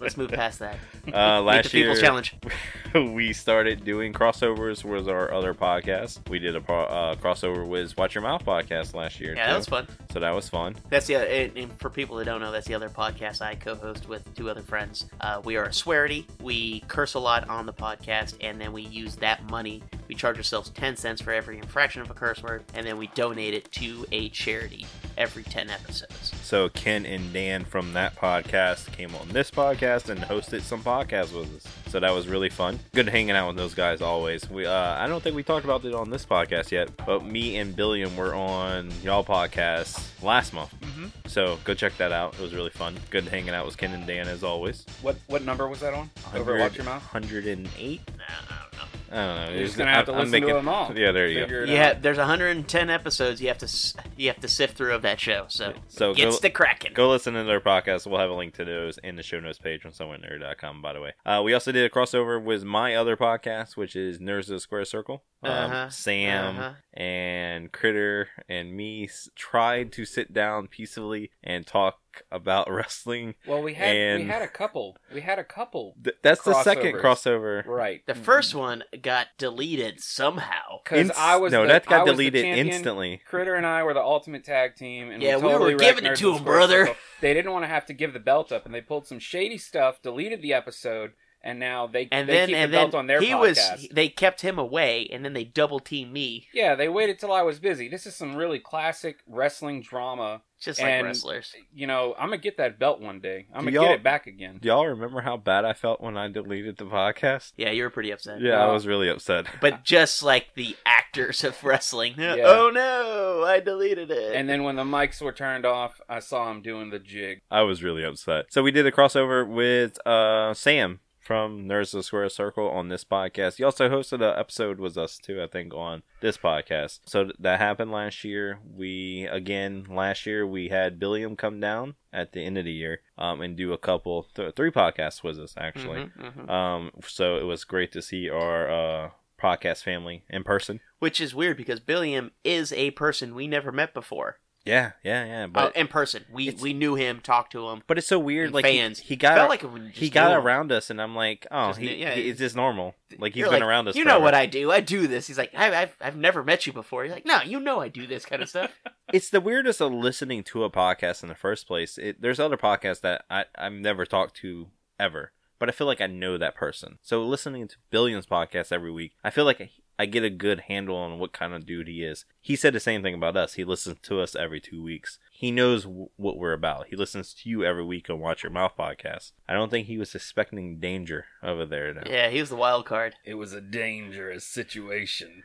[SPEAKER 2] Let's move past that.
[SPEAKER 1] Uh,
[SPEAKER 2] Meet
[SPEAKER 1] last
[SPEAKER 2] the people
[SPEAKER 1] year,
[SPEAKER 2] challenge.
[SPEAKER 1] we started doing crossovers. Was our other podcast? We did a pro- uh, crossover with Watch Your Mouth podcast last year.
[SPEAKER 2] Yeah, that
[SPEAKER 1] too.
[SPEAKER 2] was fun.
[SPEAKER 1] So that was fun.
[SPEAKER 2] That's the other, and, and for people that don't know, that's the other podcast I co-host with two other friends. Uh, we are a swearity. We curse a lot on the podcast, and then we use that money. We charge ourselves ten cents for every infraction of a curse word, and then we donate it to a charity every ten episodes.
[SPEAKER 1] So Ken and Dan from that podcast came on this podcast and hosted some podcasts with us. So that was really fun. Good hanging out with those guys always. We uh, I don't think we talked about it on this podcast yet, but me and Billiam were on y'all podcast last month.
[SPEAKER 3] Mhm.
[SPEAKER 1] So go check that out. It was really fun. Good hanging out with Ken and Dan as always.
[SPEAKER 3] What what number was that on? Over
[SPEAKER 1] 100
[SPEAKER 3] at Watch Your Mouth.
[SPEAKER 1] 108. I don't know.
[SPEAKER 3] You're
[SPEAKER 1] It's-
[SPEAKER 3] just gonna have to
[SPEAKER 1] I'm
[SPEAKER 3] listen
[SPEAKER 1] making-
[SPEAKER 3] to them all.
[SPEAKER 1] Yeah, there you go.
[SPEAKER 3] Figure it
[SPEAKER 2] Yeah,
[SPEAKER 3] out.
[SPEAKER 2] there's 110 episodes. You have to s- you have to sift through of that show. So
[SPEAKER 1] So
[SPEAKER 2] gets the cracking.
[SPEAKER 1] Go listen to their podcast. We'll have a link to those in the show notes page on somewherenerd.com, by the way. Uh, we also did a crossover with my other podcast, which is Nerds of the Square Circle. Um,
[SPEAKER 2] Uh-huh,
[SPEAKER 1] Sam
[SPEAKER 2] uh-huh.
[SPEAKER 1] and Critter and me s- tried to sit down peacefully and talk about wrestling.
[SPEAKER 3] Well, we had
[SPEAKER 1] and
[SPEAKER 3] we had a couple. We had a couple.
[SPEAKER 1] Th- that's the second
[SPEAKER 3] crossovers.
[SPEAKER 1] crossover.
[SPEAKER 3] Right.
[SPEAKER 2] The first one got deleted somehow.
[SPEAKER 3] Because I was
[SPEAKER 1] no,
[SPEAKER 3] the,
[SPEAKER 1] that got
[SPEAKER 3] I was the
[SPEAKER 1] deleted
[SPEAKER 3] champion.
[SPEAKER 1] instantly.
[SPEAKER 3] Critter and I were the ultimate tag team, and
[SPEAKER 2] Yeah,
[SPEAKER 3] we,
[SPEAKER 2] we were
[SPEAKER 3] totally
[SPEAKER 2] giving it
[SPEAKER 3] wrecked
[SPEAKER 2] to him,
[SPEAKER 3] Nerds of the Square
[SPEAKER 2] brother.
[SPEAKER 3] Circle. They didn't want to have to give the belt up, and they pulled some shady stuff, deleted the episode, and now they
[SPEAKER 2] and
[SPEAKER 3] they
[SPEAKER 2] then
[SPEAKER 3] keep
[SPEAKER 2] and
[SPEAKER 3] the
[SPEAKER 2] then
[SPEAKER 3] belt on their
[SPEAKER 2] he
[SPEAKER 3] podcast.
[SPEAKER 2] was they kept him away, and then they double teamed me.
[SPEAKER 3] Yeah, they waited till I was busy. This is some really classic wrestling drama.
[SPEAKER 2] Just like
[SPEAKER 3] and,
[SPEAKER 2] wrestlers.
[SPEAKER 3] You know, I'm gonna get that belt one day. I'm
[SPEAKER 1] Do
[SPEAKER 3] gonna get
[SPEAKER 1] y'all-
[SPEAKER 3] it back again.
[SPEAKER 1] Do y'all remember how bad I felt when I deleted the podcast?
[SPEAKER 2] Yeah, you were pretty upset.
[SPEAKER 1] Yeah, I was really upset.
[SPEAKER 2] But just like the actors of wrestling,
[SPEAKER 3] Yeah.
[SPEAKER 2] oh no, I deleted it.
[SPEAKER 3] And then when the mics were turned off, I saw him doing the jig.
[SPEAKER 1] I was really upset. So we did a crossover with uh, Sam from Nerds of the Square Circle on this podcast. He also hosted an episode with us too, I think, on this podcast. So th- that happened last year. We again last year we had Billiam come down at the end of the year um, and do a couple th- three podcasts with us actually.
[SPEAKER 2] Mhm, mhm.
[SPEAKER 1] Um, so it was great to see our uh, podcast family in person.
[SPEAKER 2] Which is weird because Billiam is a person we never met before.
[SPEAKER 1] Yeah, yeah, yeah. But
[SPEAKER 2] oh, in person, we we knew him, talked to him.
[SPEAKER 1] But it's so weird.
[SPEAKER 2] And
[SPEAKER 1] Like
[SPEAKER 2] fans,
[SPEAKER 1] he, he got
[SPEAKER 2] felt like we just
[SPEAKER 1] he got
[SPEAKER 2] knew him.
[SPEAKER 1] around us, and I'm like, oh,
[SPEAKER 2] Just
[SPEAKER 1] he,
[SPEAKER 2] knew- yeah.
[SPEAKER 1] he- is this normal? Like he's
[SPEAKER 2] You're
[SPEAKER 1] been
[SPEAKER 2] like,
[SPEAKER 1] around us.
[SPEAKER 2] You know what
[SPEAKER 1] forever."
[SPEAKER 2] I do? I do this. He's like, I've I've, I've never met you before. You're like, no, you know I do this kind of stuff.
[SPEAKER 1] It's the weirdest of listening to a podcast in the first place. It, there's other podcasts that I I've never talked to ever, but I feel like I know that person. So listening to Billions podcast every week, I feel like I, I get a good handle on what kind of dude he is. He said the same thing about us. He listens to us every two weeks. He knows w- what we're about. He listens to you every week on Watch Your Mouth podcast. I don't think he was expecting danger over there. Now.
[SPEAKER 2] Yeah, he was the wild card.
[SPEAKER 3] It was a dangerous situation.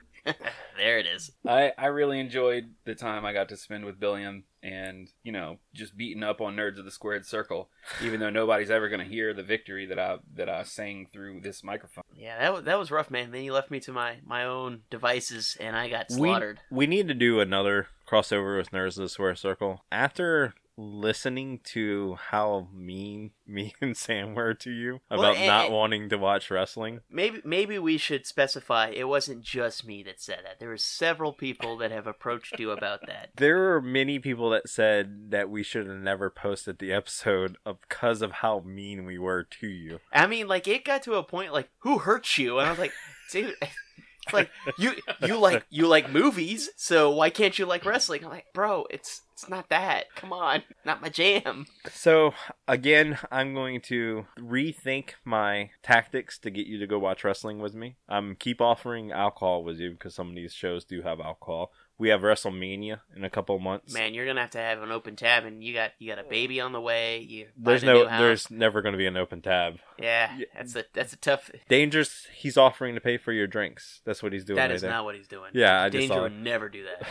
[SPEAKER 2] there it is.
[SPEAKER 3] I, I really enjoyed the time I got to spend with Billiam and, you know, just beating up on Nerds of the Squared Circle, even though nobody's ever going to hear the victory that I that I sang through this microphone.
[SPEAKER 2] Yeah, that was, that was rough, man. Then you left me to my my own devices, and I got slaughtered.
[SPEAKER 1] We, we need to do another crossover with Nerds of the Square Circle. After listening to how mean me and Sam were to you
[SPEAKER 2] Well,
[SPEAKER 1] about
[SPEAKER 2] and-
[SPEAKER 1] not wanting to watch wrestling,
[SPEAKER 2] Maybe maybe we should specify it wasn't just me that said that. There were several people that have approached you about that.
[SPEAKER 1] there were many people that said that we should have never posted the episode because of how mean we were to you.
[SPEAKER 2] I mean, like it got to a point like who hurt you, and I was like, dude, it's like you you like you like movies, so why can't you like wrestling? I'm like, bro, it's it's not that. Come on, not my jam.
[SPEAKER 1] So, again, I'm going to rethink my tactics to get you to go watch wrestling with me. I'm keep offering alcohol with you because some of these shows do have alcohol. We have WrestleMania in a couple months.
[SPEAKER 2] Man, you're gonna have to have an open tab, and you got you got a baby on the way. You
[SPEAKER 1] there's
[SPEAKER 2] buying a
[SPEAKER 1] no
[SPEAKER 2] new house.
[SPEAKER 1] there's never going to be an open tab.
[SPEAKER 2] yeah, that's a that's a tough.
[SPEAKER 1] Danger's he's offering to pay for your drinks. That's what he's doing.
[SPEAKER 2] That
[SPEAKER 1] right
[SPEAKER 2] is
[SPEAKER 1] there.
[SPEAKER 2] not what he's doing.
[SPEAKER 1] Yeah, I just
[SPEAKER 2] Danger
[SPEAKER 1] saw
[SPEAKER 2] would
[SPEAKER 1] it.
[SPEAKER 2] never do that.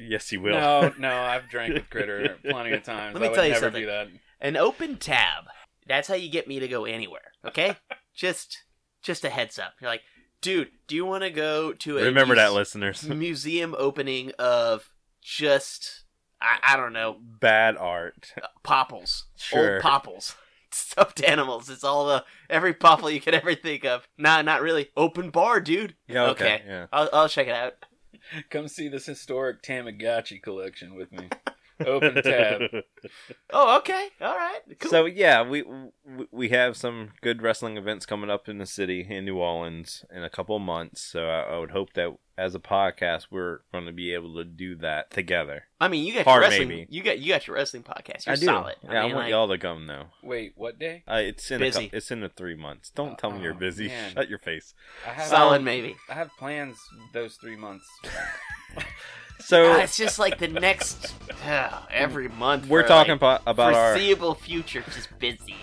[SPEAKER 1] Yes, he will.
[SPEAKER 3] No, no, I've drank with Critter plenty of times.
[SPEAKER 2] Let
[SPEAKER 3] I
[SPEAKER 2] me
[SPEAKER 3] would
[SPEAKER 2] tell you
[SPEAKER 3] never
[SPEAKER 2] something.
[SPEAKER 3] do that.
[SPEAKER 2] An open tab. That's how you get me to go anywhere. Okay, just just a heads up. You're like, dude, do you want to go to a
[SPEAKER 1] Remember that,
[SPEAKER 2] muse-
[SPEAKER 1] listeners.
[SPEAKER 2] museum opening of just I, I don't know
[SPEAKER 1] Bad art.
[SPEAKER 2] popples,
[SPEAKER 1] Sure.
[SPEAKER 2] old popples, stuffed animals. It's all the every popple you could ever think of. Nah, not really. Open bar, dude.
[SPEAKER 3] Yeah, okay, yeah.
[SPEAKER 2] I'll, I'll check it out.
[SPEAKER 3] Come see this historic Tamagotchi collection with me. Open tab.
[SPEAKER 2] Oh, okay, all right. Cool.
[SPEAKER 1] So yeah, we we- we have some good wrestling events coming up in the city in New Orleans in a couple months. So I, I would hope that as a podcast, we're going to be able to do that together.
[SPEAKER 2] I mean, you got
[SPEAKER 1] Hard
[SPEAKER 2] your wrestling.
[SPEAKER 1] maybe.
[SPEAKER 2] You got you got your wrestling podcast. You're
[SPEAKER 1] I do.
[SPEAKER 2] solid.
[SPEAKER 1] Yeah,
[SPEAKER 2] I
[SPEAKER 1] I,
[SPEAKER 2] mean,
[SPEAKER 1] want
[SPEAKER 2] like-
[SPEAKER 1] y'all to come though.
[SPEAKER 3] Wait, what day?
[SPEAKER 1] Uh, it's in A,
[SPEAKER 2] Busy. Oh,
[SPEAKER 1] cou- it's in the three months. Don't tell me you're busy.
[SPEAKER 3] man.
[SPEAKER 1] Shut your face.
[SPEAKER 3] I have,
[SPEAKER 2] Solid maybe.
[SPEAKER 3] I have plans those three months.
[SPEAKER 1] So
[SPEAKER 2] Ah, it's just like the next ah, every month.
[SPEAKER 1] We're
[SPEAKER 2] for,
[SPEAKER 1] talking
[SPEAKER 2] like,
[SPEAKER 1] po- about our-
[SPEAKER 2] foreseeable future. Just busy.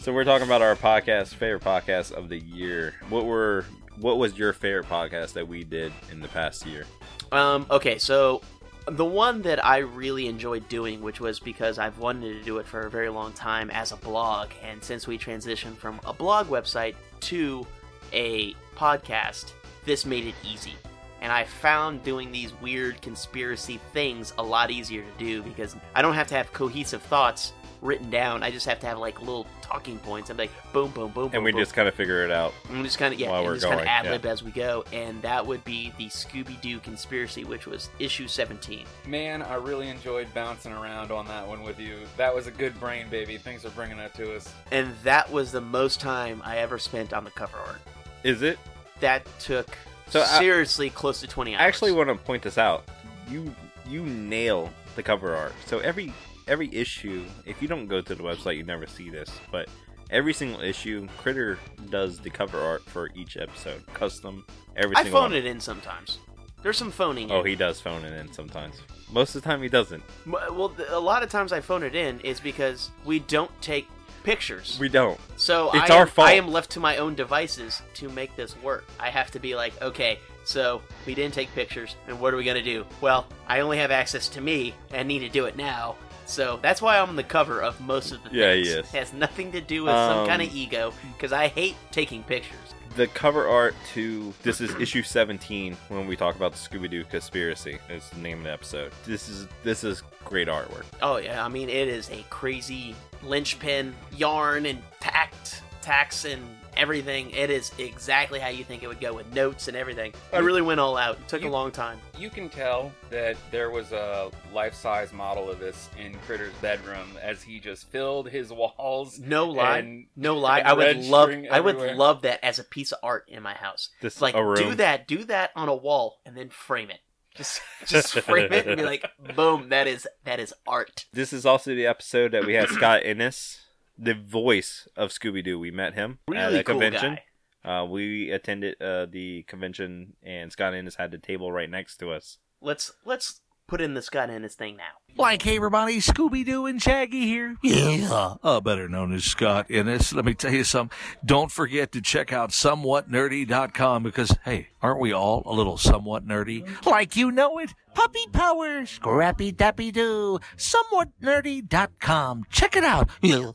[SPEAKER 1] So we're talking about our podcast, favorite podcast of the year. What were what was your favorite podcast that we did in the past year?
[SPEAKER 2] Um, okay, so the one that I really enjoyed doing, which was because I've wanted to do it for a very long time as a blog, and since we transitioned from a blog website to a podcast, this made it easy. And I found doing these weird conspiracy things a lot easier to do because I don't have to have cohesive thoughts written down. I just have to have like little talking points. I'm like boom, boom, boom, boom,
[SPEAKER 1] And we
[SPEAKER 2] boom.
[SPEAKER 1] just kind of figure it out.
[SPEAKER 2] And we just kind of yeah,
[SPEAKER 1] while
[SPEAKER 2] and
[SPEAKER 1] we're
[SPEAKER 2] just
[SPEAKER 1] going.
[SPEAKER 2] kind of ad lib
[SPEAKER 1] yeah.
[SPEAKER 2] as we go, and that would be the Scooby Doo conspiracy, which was issue seventeen.
[SPEAKER 3] Man, I really enjoyed bouncing around on that one with you. That was a good brain, baby. Thanks for bringing that to us.
[SPEAKER 2] and that was the most time I ever spent on the cover art.
[SPEAKER 1] Is it?
[SPEAKER 2] That took
[SPEAKER 1] So I-
[SPEAKER 2] seriously close to twenty hours.
[SPEAKER 1] I actually want to point this out. You you nail the cover art. So every every issue, if you don't go to the website, you never see this. But every single issue, Critter does the cover art for each episode, custom. Every
[SPEAKER 2] I
[SPEAKER 1] single
[SPEAKER 2] phone
[SPEAKER 1] one.
[SPEAKER 2] it in sometimes. There's some phoning.
[SPEAKER 1] Oh,
[SPEAKER 2] in.
[SPEAKER 1] he does phone it in sometimes. Most of the time, he doesn't.
[SPEAKER 2] M- Well, th- a lot of times I phone it in is because we don't take pictures.
[SPEAKER 1] We don't.
[SPEAKER 2] So
[SPEAKER 1] It's
[SPEAKER 2] I am,
[SPEAKER 1] our fault.
[SPEAKER 2] I am left to my own devices to make this work. I have to be like, okay, so we didn't take pictures, and what are we gonna do? Well, I only have access to me, and need to do it now. So that's why I'm on the cover of most of the
[SPEAKER 1] Yeah,
[SPEAKER 2] things.
[SPEAKER 1] he is.
[SPEAKER 2] It has nothing to do with some
[SPEAKER 1] Um,
[SPEAKER 2] kind of ego, because I hate taking pictures.
[SPEAKER 1] the cover art to this is issue 17 when we talk about the scooby-doo conspiracy is the name of the episode this is this is great artwork
[SPEAKER 2] Oh yeah, I mean it is a crazy linchpin yarn and tact, tax and everything. It is exactly how you think it would go with notes and everything. I really went all out. It took a long time.
[SPEAKER 3] You can tell that there was a life size model of this in Critter's bedroom as he just filled his walls.
[SPEAKER 2] No lie,
[SPEAKER 3] and-
[SPEAKER 2] no lie.
[SPEAKER 3] and
[SPEAKER 2] I would
[SPEAKER 3] red
[SPEAKER 2] love,
[SPEAKER 3] string
[SPEAKER 2] I would
[SPEAKER 3] everywhere.
[SPEAKER 2] love that as a piece of art in my house.
[SPEAKER 1] This-
[SPEAKER 2] like
[SPEAKER 1] a room.
[SPEAKER 2] do that, do that on a wall, and then frame it. Just, just frame it and be like, boom, that is that is art.
[SPEAKER 1] this is also the episode that we had scott innes the voice of scooby-doo we met him at
[SPEAKER 2] Really
[SPEAKER 1] a
[SPEAKER 2] cool
[SPEAKER 1] convention
[SPEAKER 2] guy.
[SPEAKER 1] Uh, we attended uh, the convention, and Scott Ennis had the table right next to us.
[SPEAKER 2] Let's let's put in the Scott Ennis thing now.
[SPEAKER 12] Like, hey, everybody, Scooby Doo and Shaggy here. Yeah. Uh, better known as Scott Ennis. Let me tell you something. Don't forget to check out somewhatnerdy.com because, hey, aren't we all a little somewhat nerdy? Like you know it. Puppy Power, Scrappy Dappy Doo, somewhatnerdy.com. Check it out. Yeah.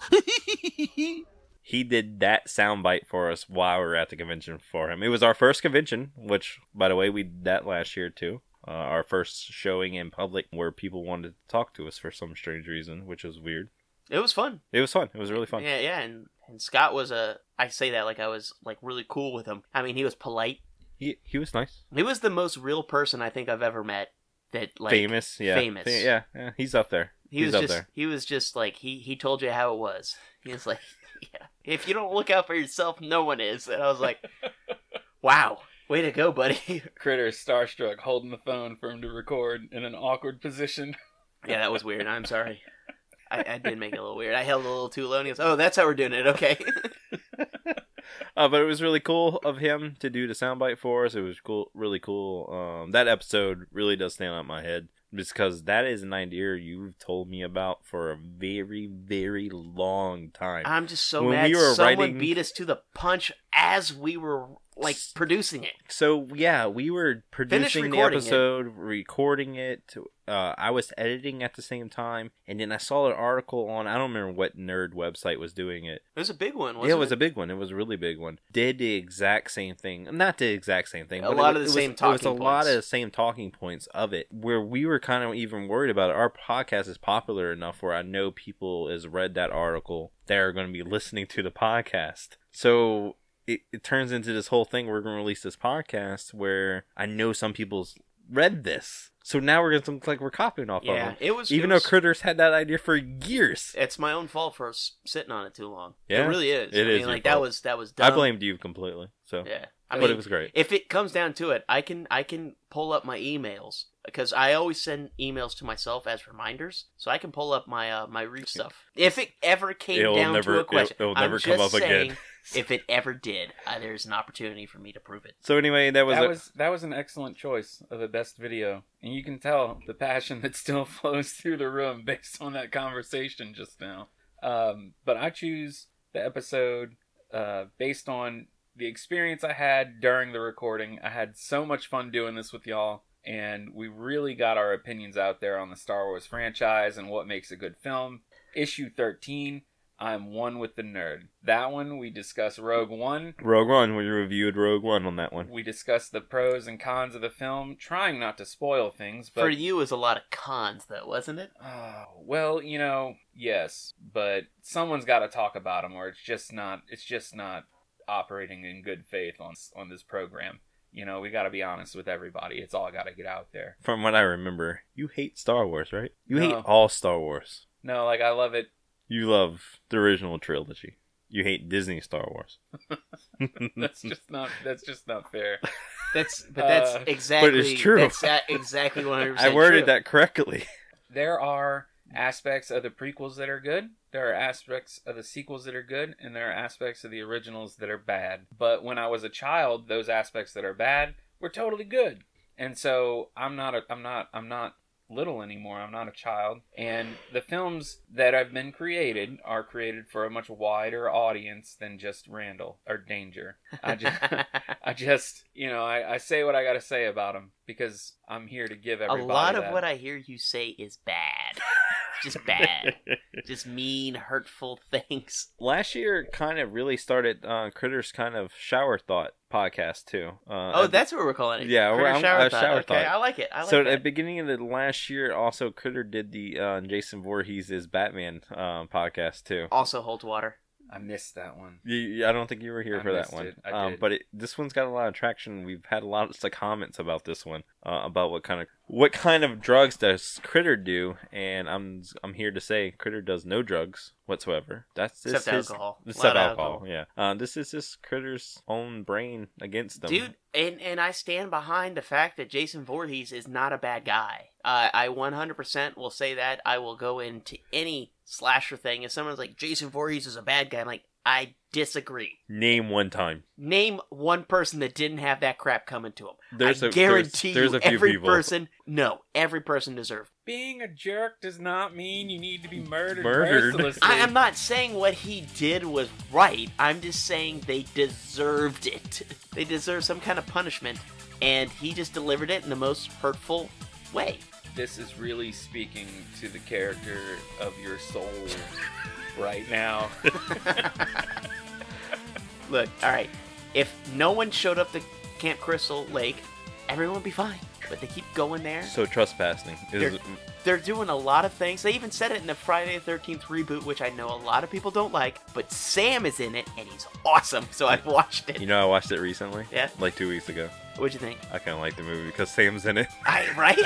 [SPEAKER 1] He did that soundbite for us while we were at the convention for him. It was our first convention, which, by the way, we did that last year too. Uh, our first showing in public where people wanted to talk to us for some strange reason, which was weird.
[SPEAKER 2] It was fun.
[SPEAKER 1] It was fun. It was really fun.
[SPEAKER 2] Yeah, yeah, and, and Scott was a. I say that like I was like really cool with him. I mean, he was polite.
[SPEAKER 1] He he was nice.
[SPEAKER 2] He was the most real person I think I've ever met. That like
[SPEAKER 1] famous, yeah,
[SPEAKER 2] famous,
[SPEAKER 1] Fa- yeah, yeah. He's up there.
[SPEAKER 2] He
[SPEAKER 1] He's
[SPEAKER 2] was
[SPEAKER 1] up
[SPEAKER 2] just
[SPEAKER 1] there.
[SPEAKER 2] he was just like he he told you how it was. He was like, yeah, if you don't look out for yourself, no one is. And I was like, wow, way to go, buddy.
[SPEAKER 3] Critter is starstruck, holding the phone for him to record in an awkward position.
[SPEAKER 2] Yeah, that was weird. I'm sorry. I, I did make it a little weird. I held a little too low, and he goes, "Oh, that's how we're doing it." Okay.
[SPEAKER 1] Uh, but it was really cool of him to do the soundbite for us. It was cool, really cool. Um, that episode really does stand out in my head just because that is an idea you've told me about for a very, very long time.
[SPEAKER 2] I'm just so
[SPEAKER 1] When
[SPEAKER 2] mad.
[SPEAKER 1] we were
[SPEAKER 2] Someone
[SPEAKER 1] writing-
[SPEAKER 2] beat us to the punch as we were like producing it.
[SPEAKER 1] So yeah, we were producing the
[SPEAKER 2] recording it.
[SPEAKER 1] episode, recording it. Uh, I was editing at the same time, and then I saw an article on I don't remember what nerd website was doing it.
[SPEAKER 2] It was a big one.
[SPEAKER 1] Yeah,
[SPEAKER 2] Wasn't
[SPEAKER 1] it was a big one. It was a really big one. Did the exact same thing, not the exact same thing.
[SPEAKER 2] A
[SPEAKER 1] but it
[SPEAKER 2] lot
[SPEAKER 1] wa-
[SPEAKER 2] of the
[SPEAKER 1] it
[SPEAKER 2] same
[SPEAKER 1] was, It
[SPEAKER 2] talking
[SPEAKER 1] was a lot of
[SPEAKER 2] points.
[SPEAKER 1] the same talking points of it, where we were kind of even worried about it. Our podcast is popular enough where I know people has read that article. They're going to be listening to the podcast, so it, it turns into this whole thing. We're going to release this podcast where I know some people's read this. So now we're gonna look like we're copying off of
[SPEAKER 2] Yeah,
[SPEAKER 1] them.
[SPEAKER 2] it was-
[SPEAKER 1] even
[SPEAKER 2] it was-
[SPEAKER 1] though Critters had that idea for years.
[SPEAKER 2] It's my own fault for s- sitting on it too long.
[SPEAKER 1] Yeah,
[SPEAKER 2] it really is. I
[SPEAKER 1] It is
[SPEAKER 2] mean,
[SPEAKER 1] your
[SPEAKER 2] like that
[SPEAKER 1] fault.
[SPEAKER 2] was that was.
[SPEAKER 1] I
[SPEAKER 2] Dumb.
[SPEAKER 1] blamed you completely. So
[SPEAKER 2] Yeah,
[SPEAKER 1] but it was great.
[SPEAKER 2] If it comes down to it, I can I can pull up my emails because I always send emails to myself as reminders, so I can pull up my uh, my read stuff. If it ever came
[SPEAKER 1] It'll
[SPEAKER 2] down
[SPEAKER 1] never-
[SPEAKER 2] to a question,
[SPEAKER 1] it'll- it'll
[SPEAKER 2] I'm
[SPEAKER 1] never come
[SPEAKER 2] just
[SPEAKER 1] up again.
[SPEAKER 2] saying, if it ever did, uh, there's an opportunity for me to prove it.
[SPEAKER 1] So anyway, that was
[SPEAKER 3] that
[SPEAKER 1] a-
[SPEAKER 3] was that was an excellent choice of the best video, and you can tell the passion that still flows through the room based on that conversation just now. Um, but I choose the episode uh, based on the experience I had during the recording. I had so much fun doing this with y'all, and we really got our opinions out there on the Star Wars franchise and what makes a good film. Issue thirteen. I'm one with the nerd. That one we discuss Rogue One.
[SPEAKER 1] Rogue One. We reviewed Rogue One on that one.
[SPEAKER 3] We discussed the pros and cons of the film, trying not to spoil things, but uh,
[SPEAKER 2] For you, it was a lot of cons, though, wasn't it?
[SPEAKER 3] well, you know, yes, but someone's got to talk about them, or it's just not. It's just not operating in good faith on on this program. You know, we got to be honest with everybody. It's all got to get out there.
[SPEAKER 1] From what I remember, you hate Star Wars, right? You
[SPEAKER 3] No.
[SPEAKER 1] hate all Star Wars.
[SPEAKER 3] No, like I love it.
[SPEAKER 1] You love the original trilogy. You hate Disney Star Wars.
[SPEAKER 3] That's just not. That's just not fair.
[SPEAKER 2] That's but that's
[SPEAKER 3] Uh,
[SPEAKER 2] exactly
[SPEAKER 1] but it's true.
[SPEAKER 2] That's that exactly 100.
[SPEAKER 1] I worded that correctly.
[SPEAKER 3] there are aspects of the prequels that are good there are aspects of the sequels that are good and there are aspects of the originals that are bad but when i was a child those aspects that are bad were totally good and so i'm not a, i'm not i'm not little anymore i'm not a child and the films that have been created are created for a much wider audience than just randall or danger i just i just you know I, I say what i gotta say about them because i'm here to give
[SPEAKER 2] A
[SPEAKER 3] everybody
[SPEAKER 2] lot of
[SPEAKER 3] that.
[SPEAKER 2] what I hear you say is bad, just bad, just mean, hurtful things.
[SPEAKER 1] Last year, kind of really started uh, Critters' kind of shower thought podcast too. Uh,
[SPEAKER 2] Oh,
[SPEAKER 1] at-
[SPEAKER 2] that's what we're calling it.
[SPEAKER 1] Yeah,
[SPEAKER 2] Critter
[SPEAKER 1] we're I'm-
[SPEAKER 2] shower
[SPEAKER 1] uh,
[SPEAKER 2] thought.
[SPEAKER 1] shower
[SPEAKER 2] Okay,
[SPEAKER 1] thought.
[SPEAKER 2] I like it. I like
[SPEAKER 1] so
[SPEAKER 2] that.
[SPEAKER 1] at the beginning of the last year, also Critter did the uh, Jason Voorhees is Batman um, podcast too.
[SPEAKER 2] Also holds water.
[SPEAKER 3] I missed that one.
[SPEAKER 1] You- You, I don't think you were here
[SPEAKER 3] I
[SPEAKER 1] for that
[SPEAKER 3] missed
[SPEAKER 1] one.
[SPEAKER 3] it. I
[SPEAKER 1] Um,
[SPEAKER 3] did.
[SPEAKER 1] but it, this one's got a lot of traction. We've had a lot of comments about this one, uh, about what kind of what kind of drugs does Critter do? And I'm I'm here to say Critter does no drugs whatsoever. That's this
[SPEAKER 2] Except
[SPEAKER 1] his-
[SPEAKER 2] alcohol. A
[SPEAKER 1] Except
[SPEAKER 2] lot of
[SPEAKER 1] alcohol, Yeah. Uh, this is just Critter's own brain against them.
[SPEAKER 2] Dude, and, and I stand behind the fact that Jason Voorhees is not a bad guy. Uh, I 100% will say that. I will go into any slasher thing. If someone's like, Jason Voorhees is a bad guy, I'm like, I disagree.
[SPEAKER 1] Name one time.
[SPEAKER 2] Name one person that didn't have that crap coming to them.
[SPEAKER 1] There's
[SPEAKER 2] I
[SPEAKER 1] a- there's-
[SPEAKER 2] guarantee
[SPEAKER 1] there's
[SPEAKER 2] you
[SPEAKER 1] a few
[SPEAKER 2] every
[SPEAKER 1] people.
[SPEAKER 2] person. No, every person deserved.
[SPEAKER 3] Being a jerk does not mean you need to be murdered,
[SPEAKER 1] Murdered.
[SPEAKER 3] mercilessly.
[SPEAKER 2] I am not saying what he did was right. I'm just saying they deserved it. They deserve some kind of punishment, and he just delivered it in the most hurtful way.
[SPEAKER 3] This is really speaking to the character of your soul right now.
[SPEAKER 2] Look, all right. If no one showed up to Camp Crystal Lake, everyone would be fine. But they keep going there.
[SPEAKER 1] So trespassing is
[SPEAKER 2] They're, they're doing a lot of things. They even said it in the Friday the 13th reboot, which I know a lot of people don't like, but Sam is in it and he's awesome. So I watched it.
[SPEAKER 1] You know, I watched it recently.
[SPEAKER 2] Yeah.
[SPEAKER 1] Like two weeks ago.
[SPEAKER 2] What'd you think?
[SPEAKER 1] I kind of like the movie because Sam's in it.
[SPEAKER 2] I, right?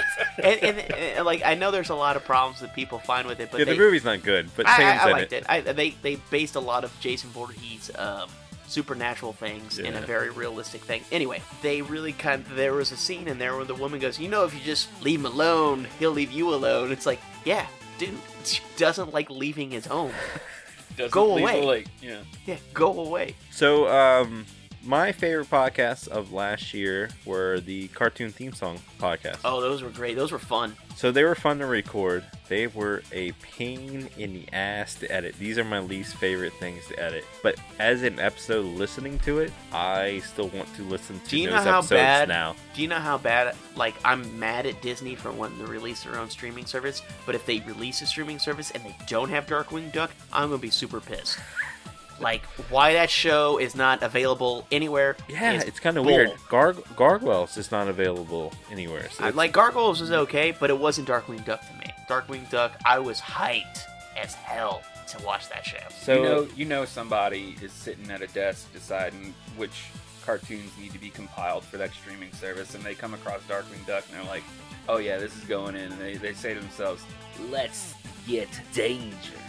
[SPEAKER 2] and, and, and, like I know there's a lot of problems that people find with it, but
[SPEAKER 1] yeah,
[SPEAKER 2] they,
[SPEAKER 1] the movie's not good, but
[SPEAKER 2] I, I-
[SPEAKER 1] Sam's
[SPEAKER 2] I
[SPEAKER 1] in
[SPEAKER 2] liked it. I, they they based a lot of Jason Voorhees um, supernatural things in a
[SPEAKER 1] Yeah.
[SPEAKER 2] very realistic thing. Anyway, they really kind there was a scene in there where the woman goes, "You know, if you just leave him alone, he'll leave you alone." It's like, yeah, dude, she doesn't like leaving his home.
[SPEAKER 3] Doesn't
[SPEAKER 2] go
[SPEAKER 3] leave
[SPEAKER 2] away.
[SPEAKER 3] the lake, yeah.
[SPEAKER 2] yeah, go away.
[SPEAKER 1] So, um, my favorite podcasts of last year were the cartoon theme song podcast.
[SPEAKER 2] Oh, those were great. Those were fun.
[SPEAKER 1] So they were fun to record. They were a pain in the ass to edit. These are my least favorite things to edit. But as an episode listening to it, I still want to listen to
[SPEAKER 2] Do you know
[SPEAKER 1] those
[SPEAKER 2] how
[SPEAKER 1] episodes
[SPEAKER 2] bad?
[SPEAKER 1] now.
[SPEAKER 2] Do you know how bad? Like, I'm mad at Disney for wanting to release their own streaming service, but if they release a streaming service and they don't have Darkwing Duck, I'm gonna be super pissed. like, why that show is not available anywhere?
[SPEAKER 1] Yeah,
[SPEAKER 2] is
[SPEAKER 1] it's kind of
[SPEAKER 2] bull.
[SPEAKER 1] weird. Garg- Gargoyles is not available anywhere. So
[SPEAKER 2] I- like Gargoyles was okay, but it wasn't Darkwing Duck to me. Darkwing Duck, I was hyped as hell to watch that show.
[SPEAKER 3] you know, you know somebody is sitting at a desk deciding which cartoons need to be compiled for that streaming service, and they come across Darkwing Duck, and they're like, "Oh yeah, this is going in." And they, they say to themselves, "Let's get dangerous."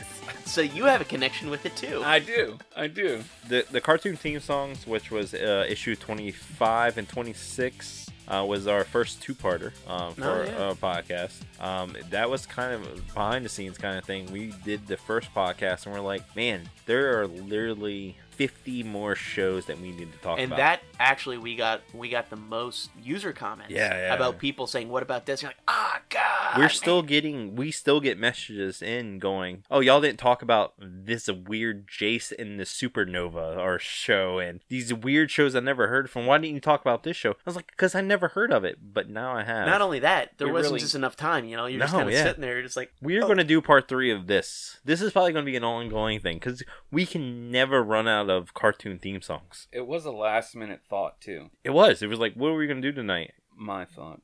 [SPEAKER 2] so you have a connection with it too.
[SPEAKER 3] I do. I do.
[SPEAKER 1] the the cartoon theme songs, which was uh, issue twenty five and twenty six, uh, was our first two parter um, for
[SPEAKER 2] Oh,
[SPEAKER 1] our
[SPEAKER 2] yeah.
[SPEAKER 1] uh, podcast. Um, that was kind of behind the scenes kind of thing. We did the first podcast, and we're like, man, there are literally fifty more shows that we need to talk
[SPEAKER 2] and
[SPEAKER 1] about.
[SPEAKER 2] that actually we got we got the most user comments
[SPEAKER 1] Yeah, yeah.
[SPEAKER 2] about people saying what about this You're like ah god
[SPEAKER 1] we're still getting we still get messages in going oh y'all didn't talk about this weird jace in the supernova or show and these weird shows i never heard from why didn't you talk about this show i was like because i never heard of it but now i have
[SPEAKER 2] not only that there
[SPEAKER 1] We
[SPEAKER 2] wasn't
[SPEAKER 1] really-
[SPEAKER 2] just enough time you know you're just
[SPEAKER 1] No,
[SPEAKER 2] kind of
[SPEAKER 1] yeah.
[SPEAKER 2] sitting there you're just like
[SPEAKER 1] we're going to do part three of this this is probably going to be an ongoing thing because we can never run out of cartoon theme songs
[SPEAKER 3] It was a last minute thought too.
[SPEAKER 1] it was it was like what are we going to do tonight
[SPEAKER 3] My thought.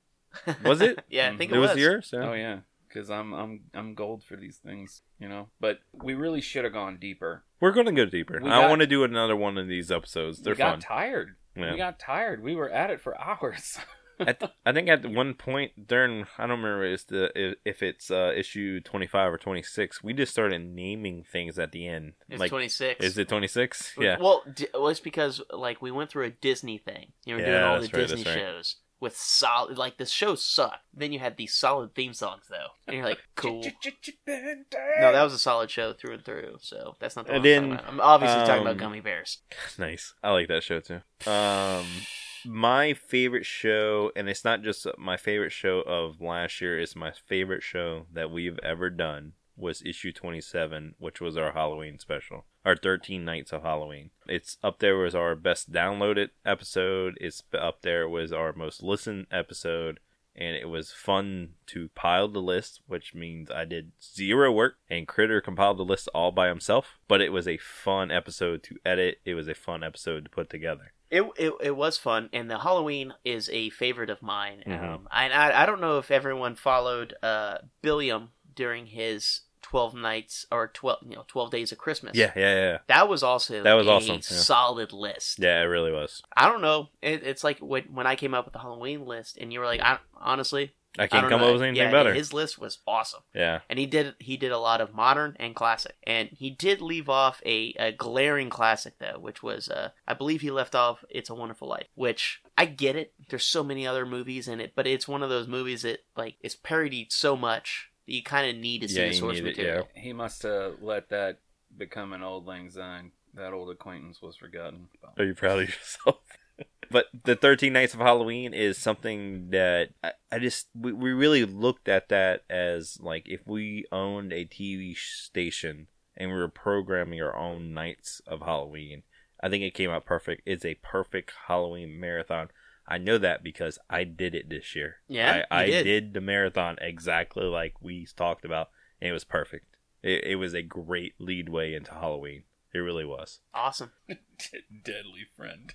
[SPEAKER 1] was it Mm.
[SPEAKER 2] Yeah, I think it
[SPEAKER 1] it was,
[SPEAKER 2] was.
[SPEAKER 1] yours yeah.
[SPEAKER 3] Oh yeah, because I'm I'm I'm gold for these things, you know. But we really should have gone deeper.
[SPEAKER 1] we're going to go deeper
[SPEAKER 3] We
[SPEAKER 1] i
[SPEAKER 3] got-
[SPEAKER 1] want to do another one of these episodes they're
[SPEAKER 3] we got
[SPEAKER 1] fun
[SPEAKER 3] tired.
[SPEAKER 1] Yeah.
[SPEAKER 3] We got tired. We were at it for hours.
[SPEAKER 1] at I think at one point during I don't remember is the if- if it's uh, issue twenty five or twenty six, we just started naming things at the end.
[SPEAKER 2] It's 26.
[SPEAKER 1] Is it twenty six? Yeah.
[SPEAKER 2] well d- well it's because like we went through a disney thing you were doing
[SPEAKER 1] Yeah,
[SPEAKER 2] all the
[SPEAKER 1] that's right,
[SPEAKER 2] disney
[SPEAKER 1] that's right.
[SPEAKER 2] shows with solid like the show sucked then you had these solid theme songs though and you're like cool no that was a solid show through and through so that's not the one
[SPEAKER 1] And
[SPEAKER 2] I'm,
[SPEAKER 1] then,
[SPEAKER 2] talking about. I'm obviously talking about
[SPEAKER 1] um,
[SPEAKER 2] gummy bears
[SPEAKER 1] nice. I like that show too. Um, my favorite show, and it's not just my favorite show of last year. It's my favorite show that we've ever done was issue 27 which was our halloween special our 13 nights of halloween it's up there was our best downloaded episode it's up there was our most listened episode and it was fun to pile the list, which means I did zero work and Critter compiled the list all by himself. But it was a fun episode to edit. It was a fun episode to put together.
[SPEAKER 2] It, it, it was fun, and the Halloween is a favorite of mine.
[SPEAKER 1] Mhm.
[SPEAKER 2] Um, I, I I don't know if everyone followed uh, Billiam during his twelve nights or twelve you know twelve days of Christmas.
[SPEAKER 1] Yeah, yeah, yeah.
[SPEAKER 2] that was also
[SPEAKER 1] That was
[SPEAKER 2] a
[SPEAKER 1] awesome, yeah.
[SPEAKER 2] solid list.
[SPEAKER 1] Yeah, it really was.
[SPEAKER 2] I don't know. It, it's like when when I came up with the Halloween list, and you were like, I, honestly,
[SPEAKER 1] I can't
[SPEAKER 2] don't
[SPEAKER 1] come
[SPEAKER 2] know.
[SPEAKER 1] up with anything
[SPEAKER 2] Yeah,
[SPEAKER 1] better.
[SPEAKER 2] His list was awesome.
[SPEAKER 1] Yeah.
[SPEAKER 2] and he did he did a lot of modern and classic, and he did leave off a, a glaring classic though, which was uh, I believe he left off "It's a Wonderful Life," which I get it. There's so many other movies in it, but it's one of those movies that like is parodied so much that you kind of need to see the source material.
[SPEAKER 3] He must have let that become an old lang syne That old acquaintance was forgotten.
[SPEAKER 1] Are you proud of yourself? but the 13 Nights of Halloween is something that I, I just, we, we really looked at that as like if we owned a TV station and we were programming our own Nights of Halloween, I think it came out perfect. It's a perfect Halloween marathon. I know that because I did it this year.
[SPEAKER 2] Yeah,
[SPEAKER 1] I, I
[SPEAKER 2] you
[SPEAKER 1] did.
[SPEAKER 2] did.
[SPEAKER 1] the marathon exactly like we talked about, and it was perfect. It, it was a great leadway into Halloween. It really was.
[SPEAKER 2] Awesome.
[SPEAKER 3] Deadly friend.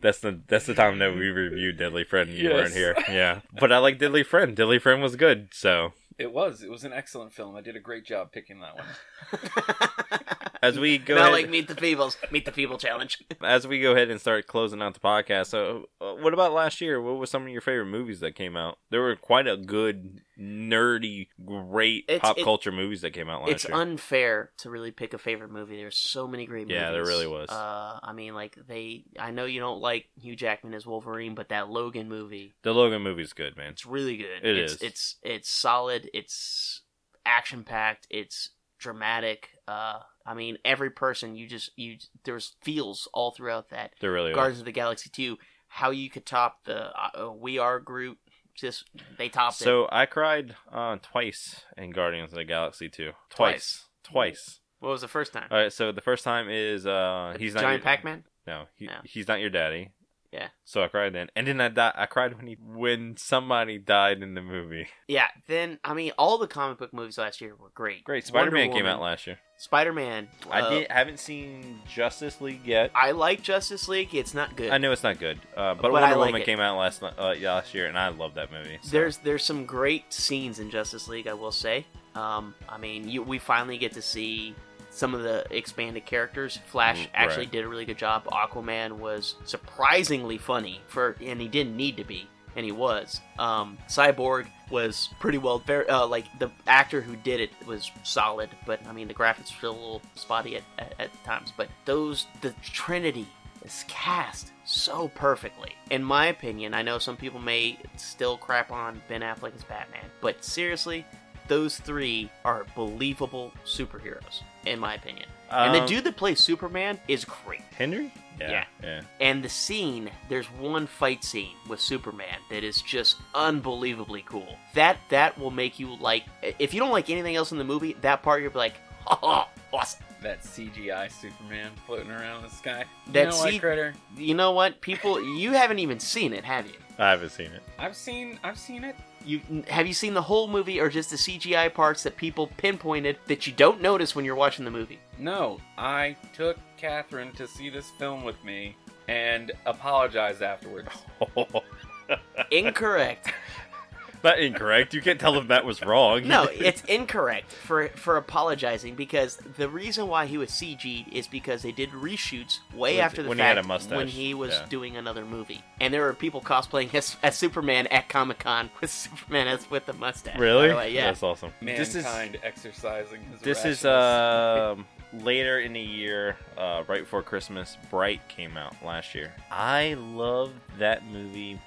[SPEAKER 1] That's the that's the time that we reviewed Deadly Friend. and You weren't
[SPEAKER 3] Yes.
[SPEAKER 1] here, yeah. But I like Deadly Friend. Deadly Friend was good. So
[SPEAKER 3] It was. It was an excellent film. I did a great job picking that one.
[SPEAKER 1] as we go,
[SPEAKER 2] Not
[SPEAKER 1] ahead,
[SPEAKER 2] like Meet the Feebles, Meet the Feeble challenge.
[SPEAKER 1] as we go ahead and start closing out the podcast. So, uh, what about last year? What were some of your favorite movies that came out? There were quite a good, nerdy, great
[SPEAKER 2] It's-
[SPEAKER 1] pop
[SPEAKER 2] it-
[SPEAKER 1] culture movies that came out last
[SPEAKER 2] it's
[SPEAKER 1] year.
[SPEAKER 2] unfair to really pick a favorite movie. There's so many great movies.
[SPEAKER 1] Yeah, there really was.
[SPEAKER 2] Uh, I mean, like they. I know you don't like Hugh Jackman as Wolverine, but that Logan movie,
[SPEAKER 1] the Logan movie's good, man.
[SPEAKER 2] it's really good.
[SPEAKER 1] It
[SPEAKER 2] it's,
[SPEAKER 1] is.
[SPEAKER 2] It's it's solid. It's action packed. It's dramatic. Uh, I mean, every person you just you there's feels all throughout that.
[SPEAKER 1] There really
[SPEAKER 2] Guardians of the Galaxy two. How you could top the uh, uh, We Are Groot? Just they topped it.
[SPEAKER 1] So I cried uh, twice in Guardians of the Galaxy two. Twice. Twice.
[SPEAKER 2] What was the first time?
[SPEAKER 1] All right. So the first time is uh, he's not
[SPEAKER 2] Giant
[SPEAKER 1] your-
[SPEAKER 2] Pac-Man?
[SPEAKER 1] No, he,
[SPEAKER 2] No.
[SPEAKER 1] he's not your daddy.
[SPEAKER 2] Yeah.
[SPEAKER 1] So I cried then, and then I died. I cried when he when somebody died in the movie.
[SPEAKER 2] Yeah, then I mean, all the comic book movies last year were great.
[SPEAKER 1] Great. Spider Man came out last year.
[SPEAKER 2] Spider Man.
[SPEAKER 1] I did, haven't seen Justice League yet.
[SPEAKER 2] uh, I like Justice League. It's not good.
[SPEAKER 1] I know it's not good, uh, but,
[SPEAKER 2] But
[SPEAKER 1] Wonder
[SPEAKER 2] I like
[SPEAKER 1] Woman
[SPEAKER 2] it.
[SPEAKER 1] came out last ni- uh, last year, and I love that movie. so.
[SPEAKER 2] There's there's some great scenes in Justice League. I will say. Um, I mean, you, we finally get to see some of the expanded characters. Flash
[SPEAKER 1] Mm,
[SPEAKER 2] actually
[SPEAKER 1] right.
[SPEAKER 2] did a really good job. Aquaman was surprisingly funny for, and he didn't need to be, and he was. Um, Cyborg was pretty well, very, uh, like the actor who did it was solid, but I mean the graphics were still a little spotty at, at, at times. But those, the Trinity is cast so perfectly. In my opinion, I know some people may still crap on Ben Affleck as Batman, but seriously, those three are believable superheroes, in my opinion. and the
[SPEAKER 1] Um,
[SPEAKER 2] dude that plays Superman is great.
[SPEAKER 1] Henry?
[SPEAKER 2] Yeah.
[SPEAKER 1] yeah.
[SPEAKER 2] And the scene, there's one fight scene with Superman that is just unbelievably cool. That that will make you like if you don't like anything else in the movie, that part you'll be like, oh, awesome.
[SPEAKER 3] That CGI Superman floating around in the sky. You
[SPEAKER 2] That
[SPEAKER 3] know what,
[SPEAKER 2] C-
[SPEAKER 3] critter?
[SPEAKER 2] You know what, people? You haven't even seen it, have you?
[SPEAKER 1] I haven't seen it.
[SPEAKER 3] I've seen. I've seen it.
[SPEAKER 2] You have you seen the whole movie or just the CGI parts that people pinpointed that you don't notice when you're watching the movie?
[SPEAKER 3] No, I took Catherine to see this film with me and apologized afterwards.
[SPEAKER 1] Oh,
[SPEAKER 2] Incorrect.
[SPEAKER 1] Not incorrect. You can't tell if that was wrong.
[SPEAKER 2] No, it's incorrect for for apologizing because the reason why he was CG'd is because they did reshoots way
[SPEAKER 1] With-
[SPEAKER 2] after the
[SPEAKER 1] when he
[SPEAKER 2] fact
[SPEAKER 1] had a mustache,
[SPEAKER 2] when he was
[SPEAKER 1] yeah.
[SPEAKER 2] doing another movie, and there were people cosplaying as, as Superman at Comic Con with Superman as with the mustache. by
[SPEAKER 1] Really?
[SPEAKER 2] the way, yeah.
[SPEAKER 1] That's awesome. This is-
[SPEAKER 3] Mankind exercising his
[SPEAKER 1] This is
[SPEAKER 3] rashness.
[SPEAKER 1] um later in the year, uh, right before Christmas. Bright came out last year. I love that movie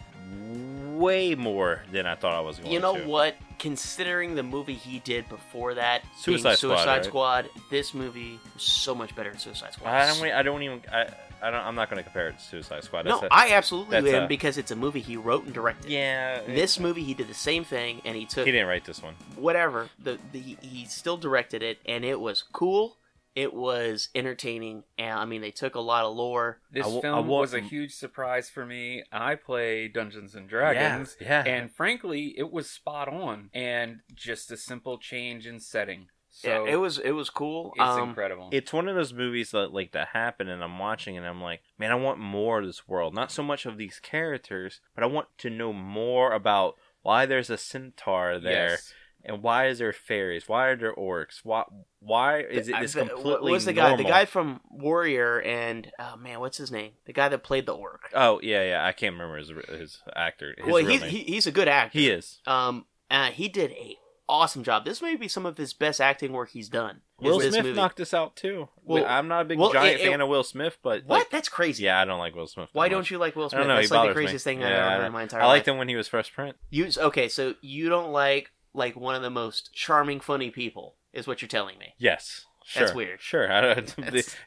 [SPEAKER 1] way more than I thought I was going.
[SPEAKER 2] You know
[SPEAKER 1] to.
[SPEAKER 2] what? Considering the movie he did before that,
[SPEAKER 1] Suicide
[SPEAKER 2] being
[SPEAKER 1] Squad,
[SPEAKER 2] Suicide
[SPEAKER 1] right?
[SPEAKER 2] Squad, this movie is so much better than Suicide Squad.
[SPEAKER 1] I don't. I don't even. I. I don't, I'm not going to compare it to Suicide Squad.
[SPEAKER 2] No,
[SPEAKER 1] That's a-
[SPEAKER 2] I absolutely
[SPEAKER 1] that's
[SPEAKER 2] am
[SPEAKER 1] a-
[SPEAKER 2] because it's a movie he wrote and directed.
[SPEAKER 1] Yeah,
[SPEAKER 2] This movie, he did the same thing, and he took
[SPEAKER 1] he didn't write this one.
[SPEAKER 2] whatever. The, the he still directed it, and it was cool. It was entertaining, and I mean, they took a lot of lore.
[SPEAKER 3] This
[SPEAKER 1] I wa-
[SPEAKER 3] film
[SPEAKER 1] I wa-
[SPEAKER 3] was a huge surprise for me. I play Dungeons and Dragons,
[SPEAKER 1] Yeah, yeah.
[SPEAKER 3] and frankly, it was spot on, and just a simple change in setting. So
[SPEAKER 2] Yeah, it was it was cool.
[SPEAKER 3] it's
[SPEAKER 2] Um,
[SPEAKER 3] incredible.
[SPEAKER 1] It's one of those movies that like that happen, and I'm watching, and I'm like, man, I want more of this world. Not so much of these characters, but I want to know more about why there's a centaur there,
[SPEAKER 3] Yes.
[SPEAKER 1] and why is there fairies? Why are there orcs? Why? Why is it
[SPEAKER 2] I-
[SPEAKER 1] this
[SPEAKER 2] the-
[SPEAKER 1] completely?
[SPEAKER 2] what was the guy? The
[SPEAKER 1] normal-
[SPEAKER 2] guy from Warrior, and oh man, what's his name? The guy that played the orc.
[SPEAKER 1] Oh yeah, yeah. I can't remember his his actor. His
[SPEAKER 2] well,
[SPEAKER 1] real
[SPEAKER 2] he's,
[SPEAKER 1] name.
[SPEAKER 2] he, he's a good actor.
[SPEAKER 1] He is.
[SPEAKER 2] Um, uh, he did a awesome job. This may be some of his best acting work he's done. is
[SPEAKER 1] Will
[SPEAKER 2] this
[SPEAKER 1] Smith
[SPEAKER 2] movie.
[SPEAKER 1] knocked us out too.
[SPEAKER 2] Well-
[SPEAKER 1] I'm not a big
[SPEAKER 2] well,
[SPEAKER 1] giant
[SPEAKER 2] it- it-
[SPEAKER 1] fan of Will Smith, but
[SPEAKER 2] What?
[SPEAKER 1] like,
[SPEAKER 2] That's crazy.
[SPEAKER 1] yeah, I don't like Will Smith. that
[SPEAKER 2] Why
[SPEAKER 1] much.
[SPEAKER 2] don't you like Will
[SPEAKER 1] I
[SPEAKER 2] Smith?
[SPEAKER 1] don't know.
[SPEAKER 2] That's
[SPEAKER 1] he
[SPEAKER 2] like the
[SPEAKER 1] bothers me.
[SPEAKER 2] craziest thing I've
[SPEAKER 1] Yeah,
[SPEAKER 2] ever
[SPEAKER 1] I
[SPEAKER 2] heard in
[SPEAKER 1] don't-
[SPEAKER 2] my entire
[SPEAKER 1] I
[SPEAKER 2] life.
[SPEAKER 1] liked him when he was Fresh Prince.
[SPEAKER 2] You okay? So you don't like like one of the most charming, funny people is what you're telling me.
[SPEAKER 1] Yes. Sure.
[SPEAKER 2] That's weird.
[SPEAKER 1] Sure. I don't,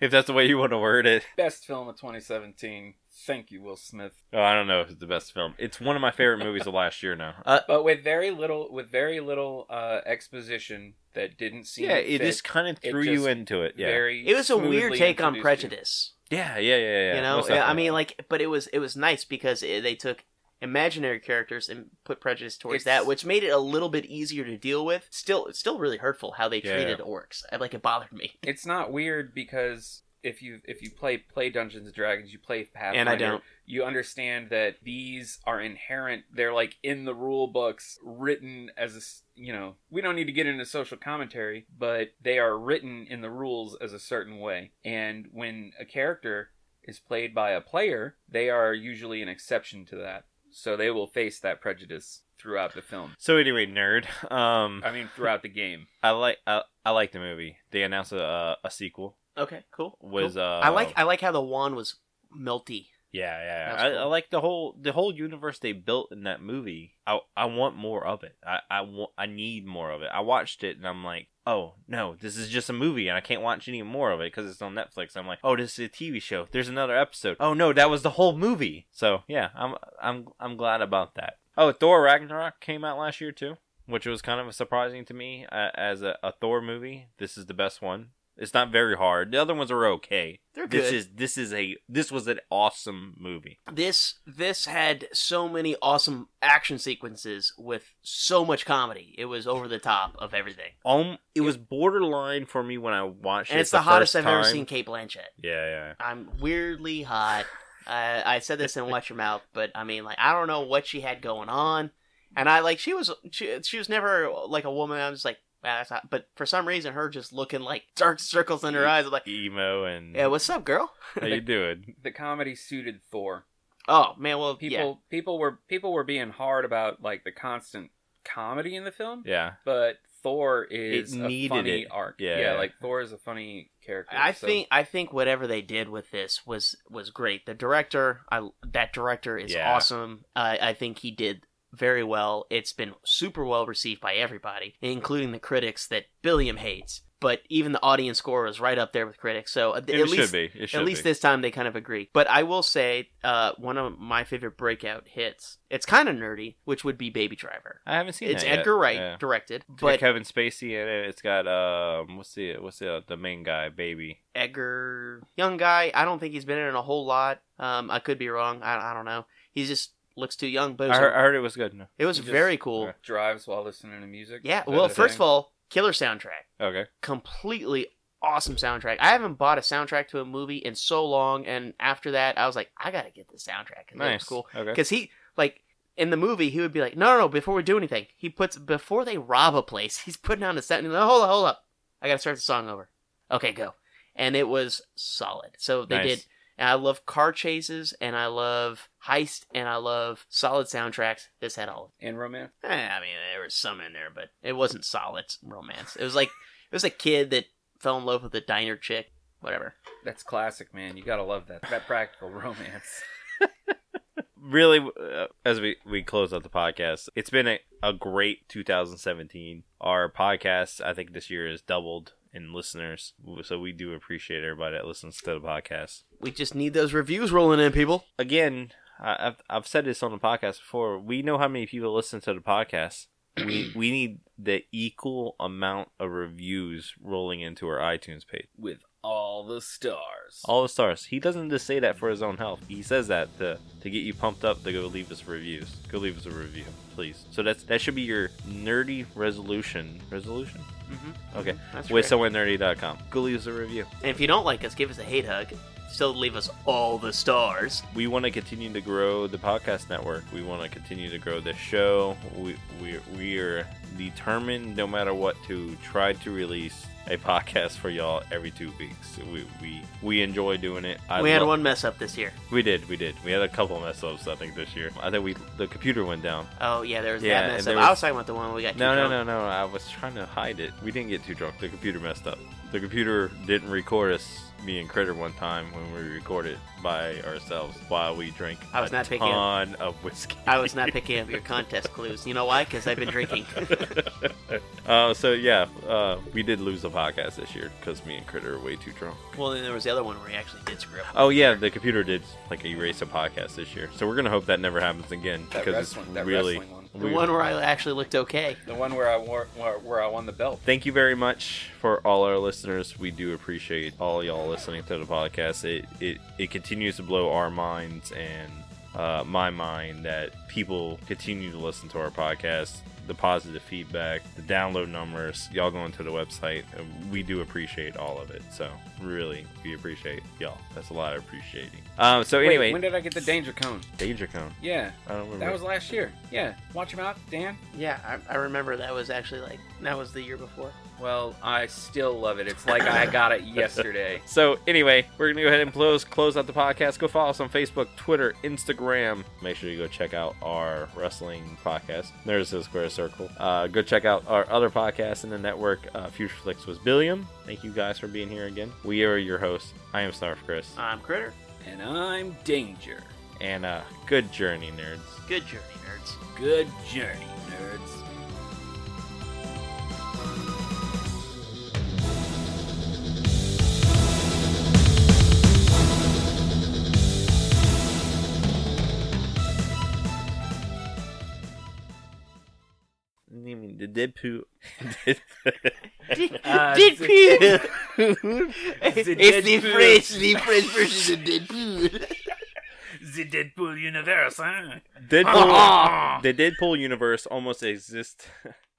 [SPEAKER 1] if that's the way you want to word it.
[SPEAKER 3] Best film of 2017. Thank you, Will Smith.
[SPEAKER 1] Oh, I don't know if it's the best film. It's one of my favorite movies of last year now.
[SPEAKER 2] Uh,
[SPEAKER 3] but with very little, with very little uh, exposition that didn't seem.
[SPEAKER 1] Yeah,
[SPEAKER 3] to
[SPEAKER 1] it
[SPEAKER 3] fit,
[SPEAKER 1] just kind of
[SPEAKER 3] it
[SPEAKER 1] threw you
[SPEAKER 3] just
[SPEAKER 1] into it. Yeah.
[SPEAKER 3] very
[SPEAKER 2] It was a weird
[SPEAKER 3] smoothly
[SPEAKER 2] take on
[SPEAKER 3] introduced you.
[SPEAKER 2] prejudice.
[SPEAKER 1] yeah, yeah, yeah, yeah.
[SPEAKER 2] you know,
[SPEAKER 1] most
[SPEAKER 2] yeah, I
[SPEAKER 1] definitely.
[SPEAKER 2] mean, like, but it was it was nice because it, they took imaginary characters and put prejudice towards
[SPEAKER 3] It's-
[SPEAKER 2] that, which made it a little bit easier to deal with. Still, it's still really hurtful how they
[SPEAKER 3] Yeah.
[SPEAKER 2] treated orcs. I, like, it bothered me.
[SPEAKER 3] It's not weird because if you if you play play Dungeons and Dragons, you play Pathfinder,
[SPEAKER 2] And I don't.
[SPEAKER 3] You understand that these are inherent. They're like in the rule books, written as a s- you know. We don't need to get into social commentary, but they are written in the rules as a certain way. And when a character is played by a player, they are usually an exception to that. So they will face that prejudice throughout the film.
[SPEAKER 1] So anyway, nerd. Um,
[SPEAKER 3] I mean, throughout the game.
[SPEAKER 1] I like I, I like the movie. They announced a uh, a sequel.
[SPEAKER 2] Okay, cool.
[SPEAKER 1] Was,
[SPEAKER 2] cool.
[SPEAKER 1] uh,
[SPEAKER 2] I like I like how the wand was melty.
[SPEAKER 1] Yeah, yeah.
[SPEAKER 2] That's
[SPEAKER 1] I,
[SPEAKER 2] cool.
[SPEAKER 1] I like the whole the whole universe they built in that movie. I I want more of it. I I want I need more of it. I watched it and I'm like, oh no, this is just a movie and I can't watch any more of it because it's on Netflix. I'm like, oh, this is a TV show. There's another episode. Oh no, that was the whole movie. So yeah, I'm I'm I'm glad about that. Oh, Thor Ragnarok came out last year too, which was kind of surprising to me uh, as a, a Thor movie. This is the best one. It's not very hard. The other ones are okay.
[SPEAKER 2] They're
[SPEAKER 1] This
[SPEAKER 2] good.
[SPEAKER 1] is this is a this was an awesome movie.
[SPEAKER 2] This this had so many awesome action sequences with so much comedy. It was over the top of everything,
[SPEAKER 1] Um, it was borderline for me when I watched it.
[SPEAKER 2] and it's the, hottest I've
[SPEAKER 1] first
[SPEAKER 2] ever
[SPEAKER 1] time.
[SPEAKER 2] seen Kate Blanchett.
[SPEAKER 1] Yeah, yeah.
[SPEAKER 2] I'm weirdly hot. Uh, I said this in Watch Your Mouth, but I mean, like, I don't know what she had going on, and I like she was she, she was never like a woman. I was just like, wow, that's hot. But for some reason, her just looking like dark circles in her eyes. I'm like,
[SPEAKER 1] E- emo and
[SPEAKER 2] yeah, what's up, girl?
[SPEAKER 1] how you doing?
[SPEAKER 3] The comedy suited Thor.
[SPEAKER 2] Oh man, well,
[SPEAKER 3] people
[SPEAKER 2] yeah.
[SPEAKER 3] people were people were being hard about like the constant comedy in the film.
[SPEAKER 1] Yeah.
[SPEAKER 3] But Thor is
[SPEAKER 1] It
[SPEAKER 3] a
[SPEAKER 1] needed
[SPEAKER 3] funny
[SPEAKER 1] it.
[SPEAKER 3] arc.
[SPEAKER 1] Yeah.
[SPEAKER 3] like Thor is a funny character.
[SPEAKER 2] I
[SPEAKER 3] so-
[SPEAKER 2] think I think whatever they did with this was was great. The director, I that director is
[SPEAKER 1] Yeah.
[SPEAKER 2] awesome. I I think he did very well. It's been super well received by everybody, including the critics that Billiam hates. But even the audience score was right up there with critics. So at,
[SPEAKER 1] It
[SPEAKER 2] at
[SPEAKER 1] should
[SPEAKER 2] least
[SPEAKER 1] be. It should
[SPEAKER 2] at least
[SPEAKER 1] be.
[SPEAKER 2] this time they kind of agree. But I will say uh, one of my favorite breakout hits. It's kind of nerdy, which would be Baby Driver.
[SPEAKER 1] I haven't seen.
[SPEAKER 2] It's
[SPEAKER 1] that yet.
[SPEAKER 2] Edgar Wright
[SPEAKER 1] Yeah.
[SPEAKER 2] directed,
[SPEAKER 1] It's got
[SPEAKER 2] but
[SPEAKER 1] Kevin Spacey in it. It's got um, what's the what's the the main guy, baby?
[SPEAKER 2] Edgar, young guy. I don't think he's been in a whole lot. Um, I could be wrong. I, I don't know. He just looks too young. But it
[SPEAKER 1] I
[SPEAKER 2] was,
[SPEAKER 1] heard, I heard it was good. No.
[SPEAKER 2] it was
[SPEAKER 3] He just
[SPEAKER 2] very cool.
[SPEAKER 3] Drives while listening to music.
[SPEAKER 2] Yeah.
[SPEAKER 3] Is that
[SPEAKER 2] Well,
[SPEAKER 3] a
[SPEAKER 2] first
[SPEAKER 3] thing?
[SPEAKER 2] of all, killer soundtrack.
[SPEAKER 1] Okay.
[SPEAKER 2] Completely awesome soundtrack. I haven't bought a soundtrack to a movie in so long, and after that, I was like, I gotta get the soundtrack. And
[SPEAKER 1] Nice.
[SPEAKER 2] It was cool.
[SPEAKER 1] Okay.
[SPEAKER 2] Because he like. In the movie, he would be like, "No, no, no! Before we do anything, he puts before they rob a place, he's putting on a set. And he's like, hold up, hold up! I gotta start the song over. Okay, go." And it was solid. So they
[SPEAKER 1] Nice.
[SPEAKER 2] did and I love car chases, and I love heist, and I love solid soundtracks. This had all.
[SPEAKER 3] in romance.
[SPEAKER 2] Eh, I mean, there was some in there, but it wasn't solid romance. It was like it was a kid that fell in love with a diner chick. Whatever.
[SPEAKER 3] That's classic, man. You gotta love that that practical romance.
[SPEAKER 1] really uh, as we we close out the podcast it's been a, a great 2017 our podcast i think this year has doubled in listeners so we do appreciate everybody that listens to the podcast
[SPEAKER 2] We just need those reviews rolling in, people.
[SPEAKER 1] again I, I've, I've said this on the podcast before we know how many people listen to the podcast we, we need the equal amount of reviews rolling into our itunes page
[SPEAKER 3] With all the stars.
[SPEAKER 1] all the stars he doesn't just say that for his own health he says that to, to get you pumped up to go leave us reviews go leave us a review please so that's that should be your nerdy resolution resolution mm-hmm. okay
[SPEAKER 2] That's
[SPEAKER 1] with
[SPEAKER 2] right.
[SPEAKER 1] somewherenerdy.com go leave us a review
[SPEAKER 2] And if you don't like us, give us a hate hug. Still leave us all the stars.
[SPEAKER 1] we want to continue to grow the podcast network we want to continue to grow this show we, we we are determined no matter what to try to release a podcast for y'all every two weeks we we, we enjoy doing it I
[SPEAKER 2] we had
[SPEAKER 1] love-
[SPEAKER 2] one mess up this year.
[SPEAKER 1] We did, we did. We had a couple mess ups, I think, this year. I think we the computer went down.
[SPEAKER 2] Oh yeah, there was
[SPEAKER 1] Yeah,
[SPEAKER 2] that
[SPEAKER 1] and
[SPEAKER 2] mess up.
[SPEAKER 1] there
[SPEAKER 2] I
[SPEAKER 1] was-
[SPEAKER 2] was talking about the one we got.
[SPEAKER 1] No,
[SPEAKER 2] too
[SPEAKER 1] no,
[SPEAKER 2] drunk.
[SPEAKER 1] no, no. I was trying to hide it. We didn't get too drunk. The computer messed up. The computer didn't record us me and Critter one time when we recorded by ourselves while we drank
[SPEAKER 2] I was
[SPEAKER 1] a
[SPEAKER 2] not picking up-
[SPEAKER 1] ton of whiskey.
[SPEAKER 2] I was not picking up your contest clues. You know why? Because I've been drinking.
[SPEAKER 1] Uh, so yeah, uh, we did lose the podcast this year because me and Critter are way too drunk.
[SPEAKER 2] well, then there was the other one where he actually did screw up.
[SPEAKER 1] Oh yeah, the computer did like erase a podcast this year. So we're gonna hope that never happens again
[SPEAKER 3] That
[SPEAKER 1] because it's
[SPEAKER 3] wrestling- that
[SPEAKER 1] really
[SPEAKER 3] wrestling one.
[SPEAKER 2] The
[SPEAKER 1] weird.
[SPEAKER 2] one where I actually looked okay.
[SPEAKER 3] The one where I wore, where, where I won the belt.
[SPEAKER 1] Thank you very much for all our listeners. We do appreciate all y'all listening to the podcast. It it, it continues to blow our minds and uh, my mind that people continue to listen to our podcast. The positive feedback, the download numbers, y'all going to the website. and We do appreciate all of it. So really, we appreciate y'all. That's a lot of appreciating. Um, so
[SPEAKER 3] Wait,
[SPEAKER 1] anyway,
[SPEAKER 3] when did I get the danger cone?
[SPEAKER 1] Danger Cone?
[SPEAKER 3] Yeah,
[SPEAKER 1] I don't remember.
[SPEAKER 3] that was last year. Yeah, watch him out, Dan.
[SPEAKER 2] Yeah, I, I remember that was actually like that was the year before.
[SPEAKER 3] Well, I still love it. It's like I got it yesterday.
[SPEAKER 1] So anyway, we're gonna go ahead and close close out the podcast. Go follow us on Facebook, Twitter, Instagram. Make sure you go check out our wrestling podcast. There's the square circle. Uh, go check out our other podcast in the network. Uh, Future Flicks was Billiam. Thank you guys for being here again. We are your hosts. I am Snarf Chris,
[SPEAKER 2] I'm Critter.
[SPEAKER 3] And I'm Danger.
[SPEAKER 1] and uh, good journey, nerds.
[SPEAKER 2] Good journey, nerds.
[SPEAKER 3] Good journey, nerds.
[SPEAKER 1] the dead poo.
[SPEAKER 2] Uh, Dead
[SPEAKER 8] the-
[SPEAKER 2] poo. It's
[SPEAKER 8] It's the
[SPEAKER 2] the
[SPEAKER 8] dead poo.
[SPEAKER 2] French, the French version of dead poo.
[SPEAKER 8] The Deadpool universe, huh?
[SPEAKER 1] Deadpool, the Deadpool universe almost exists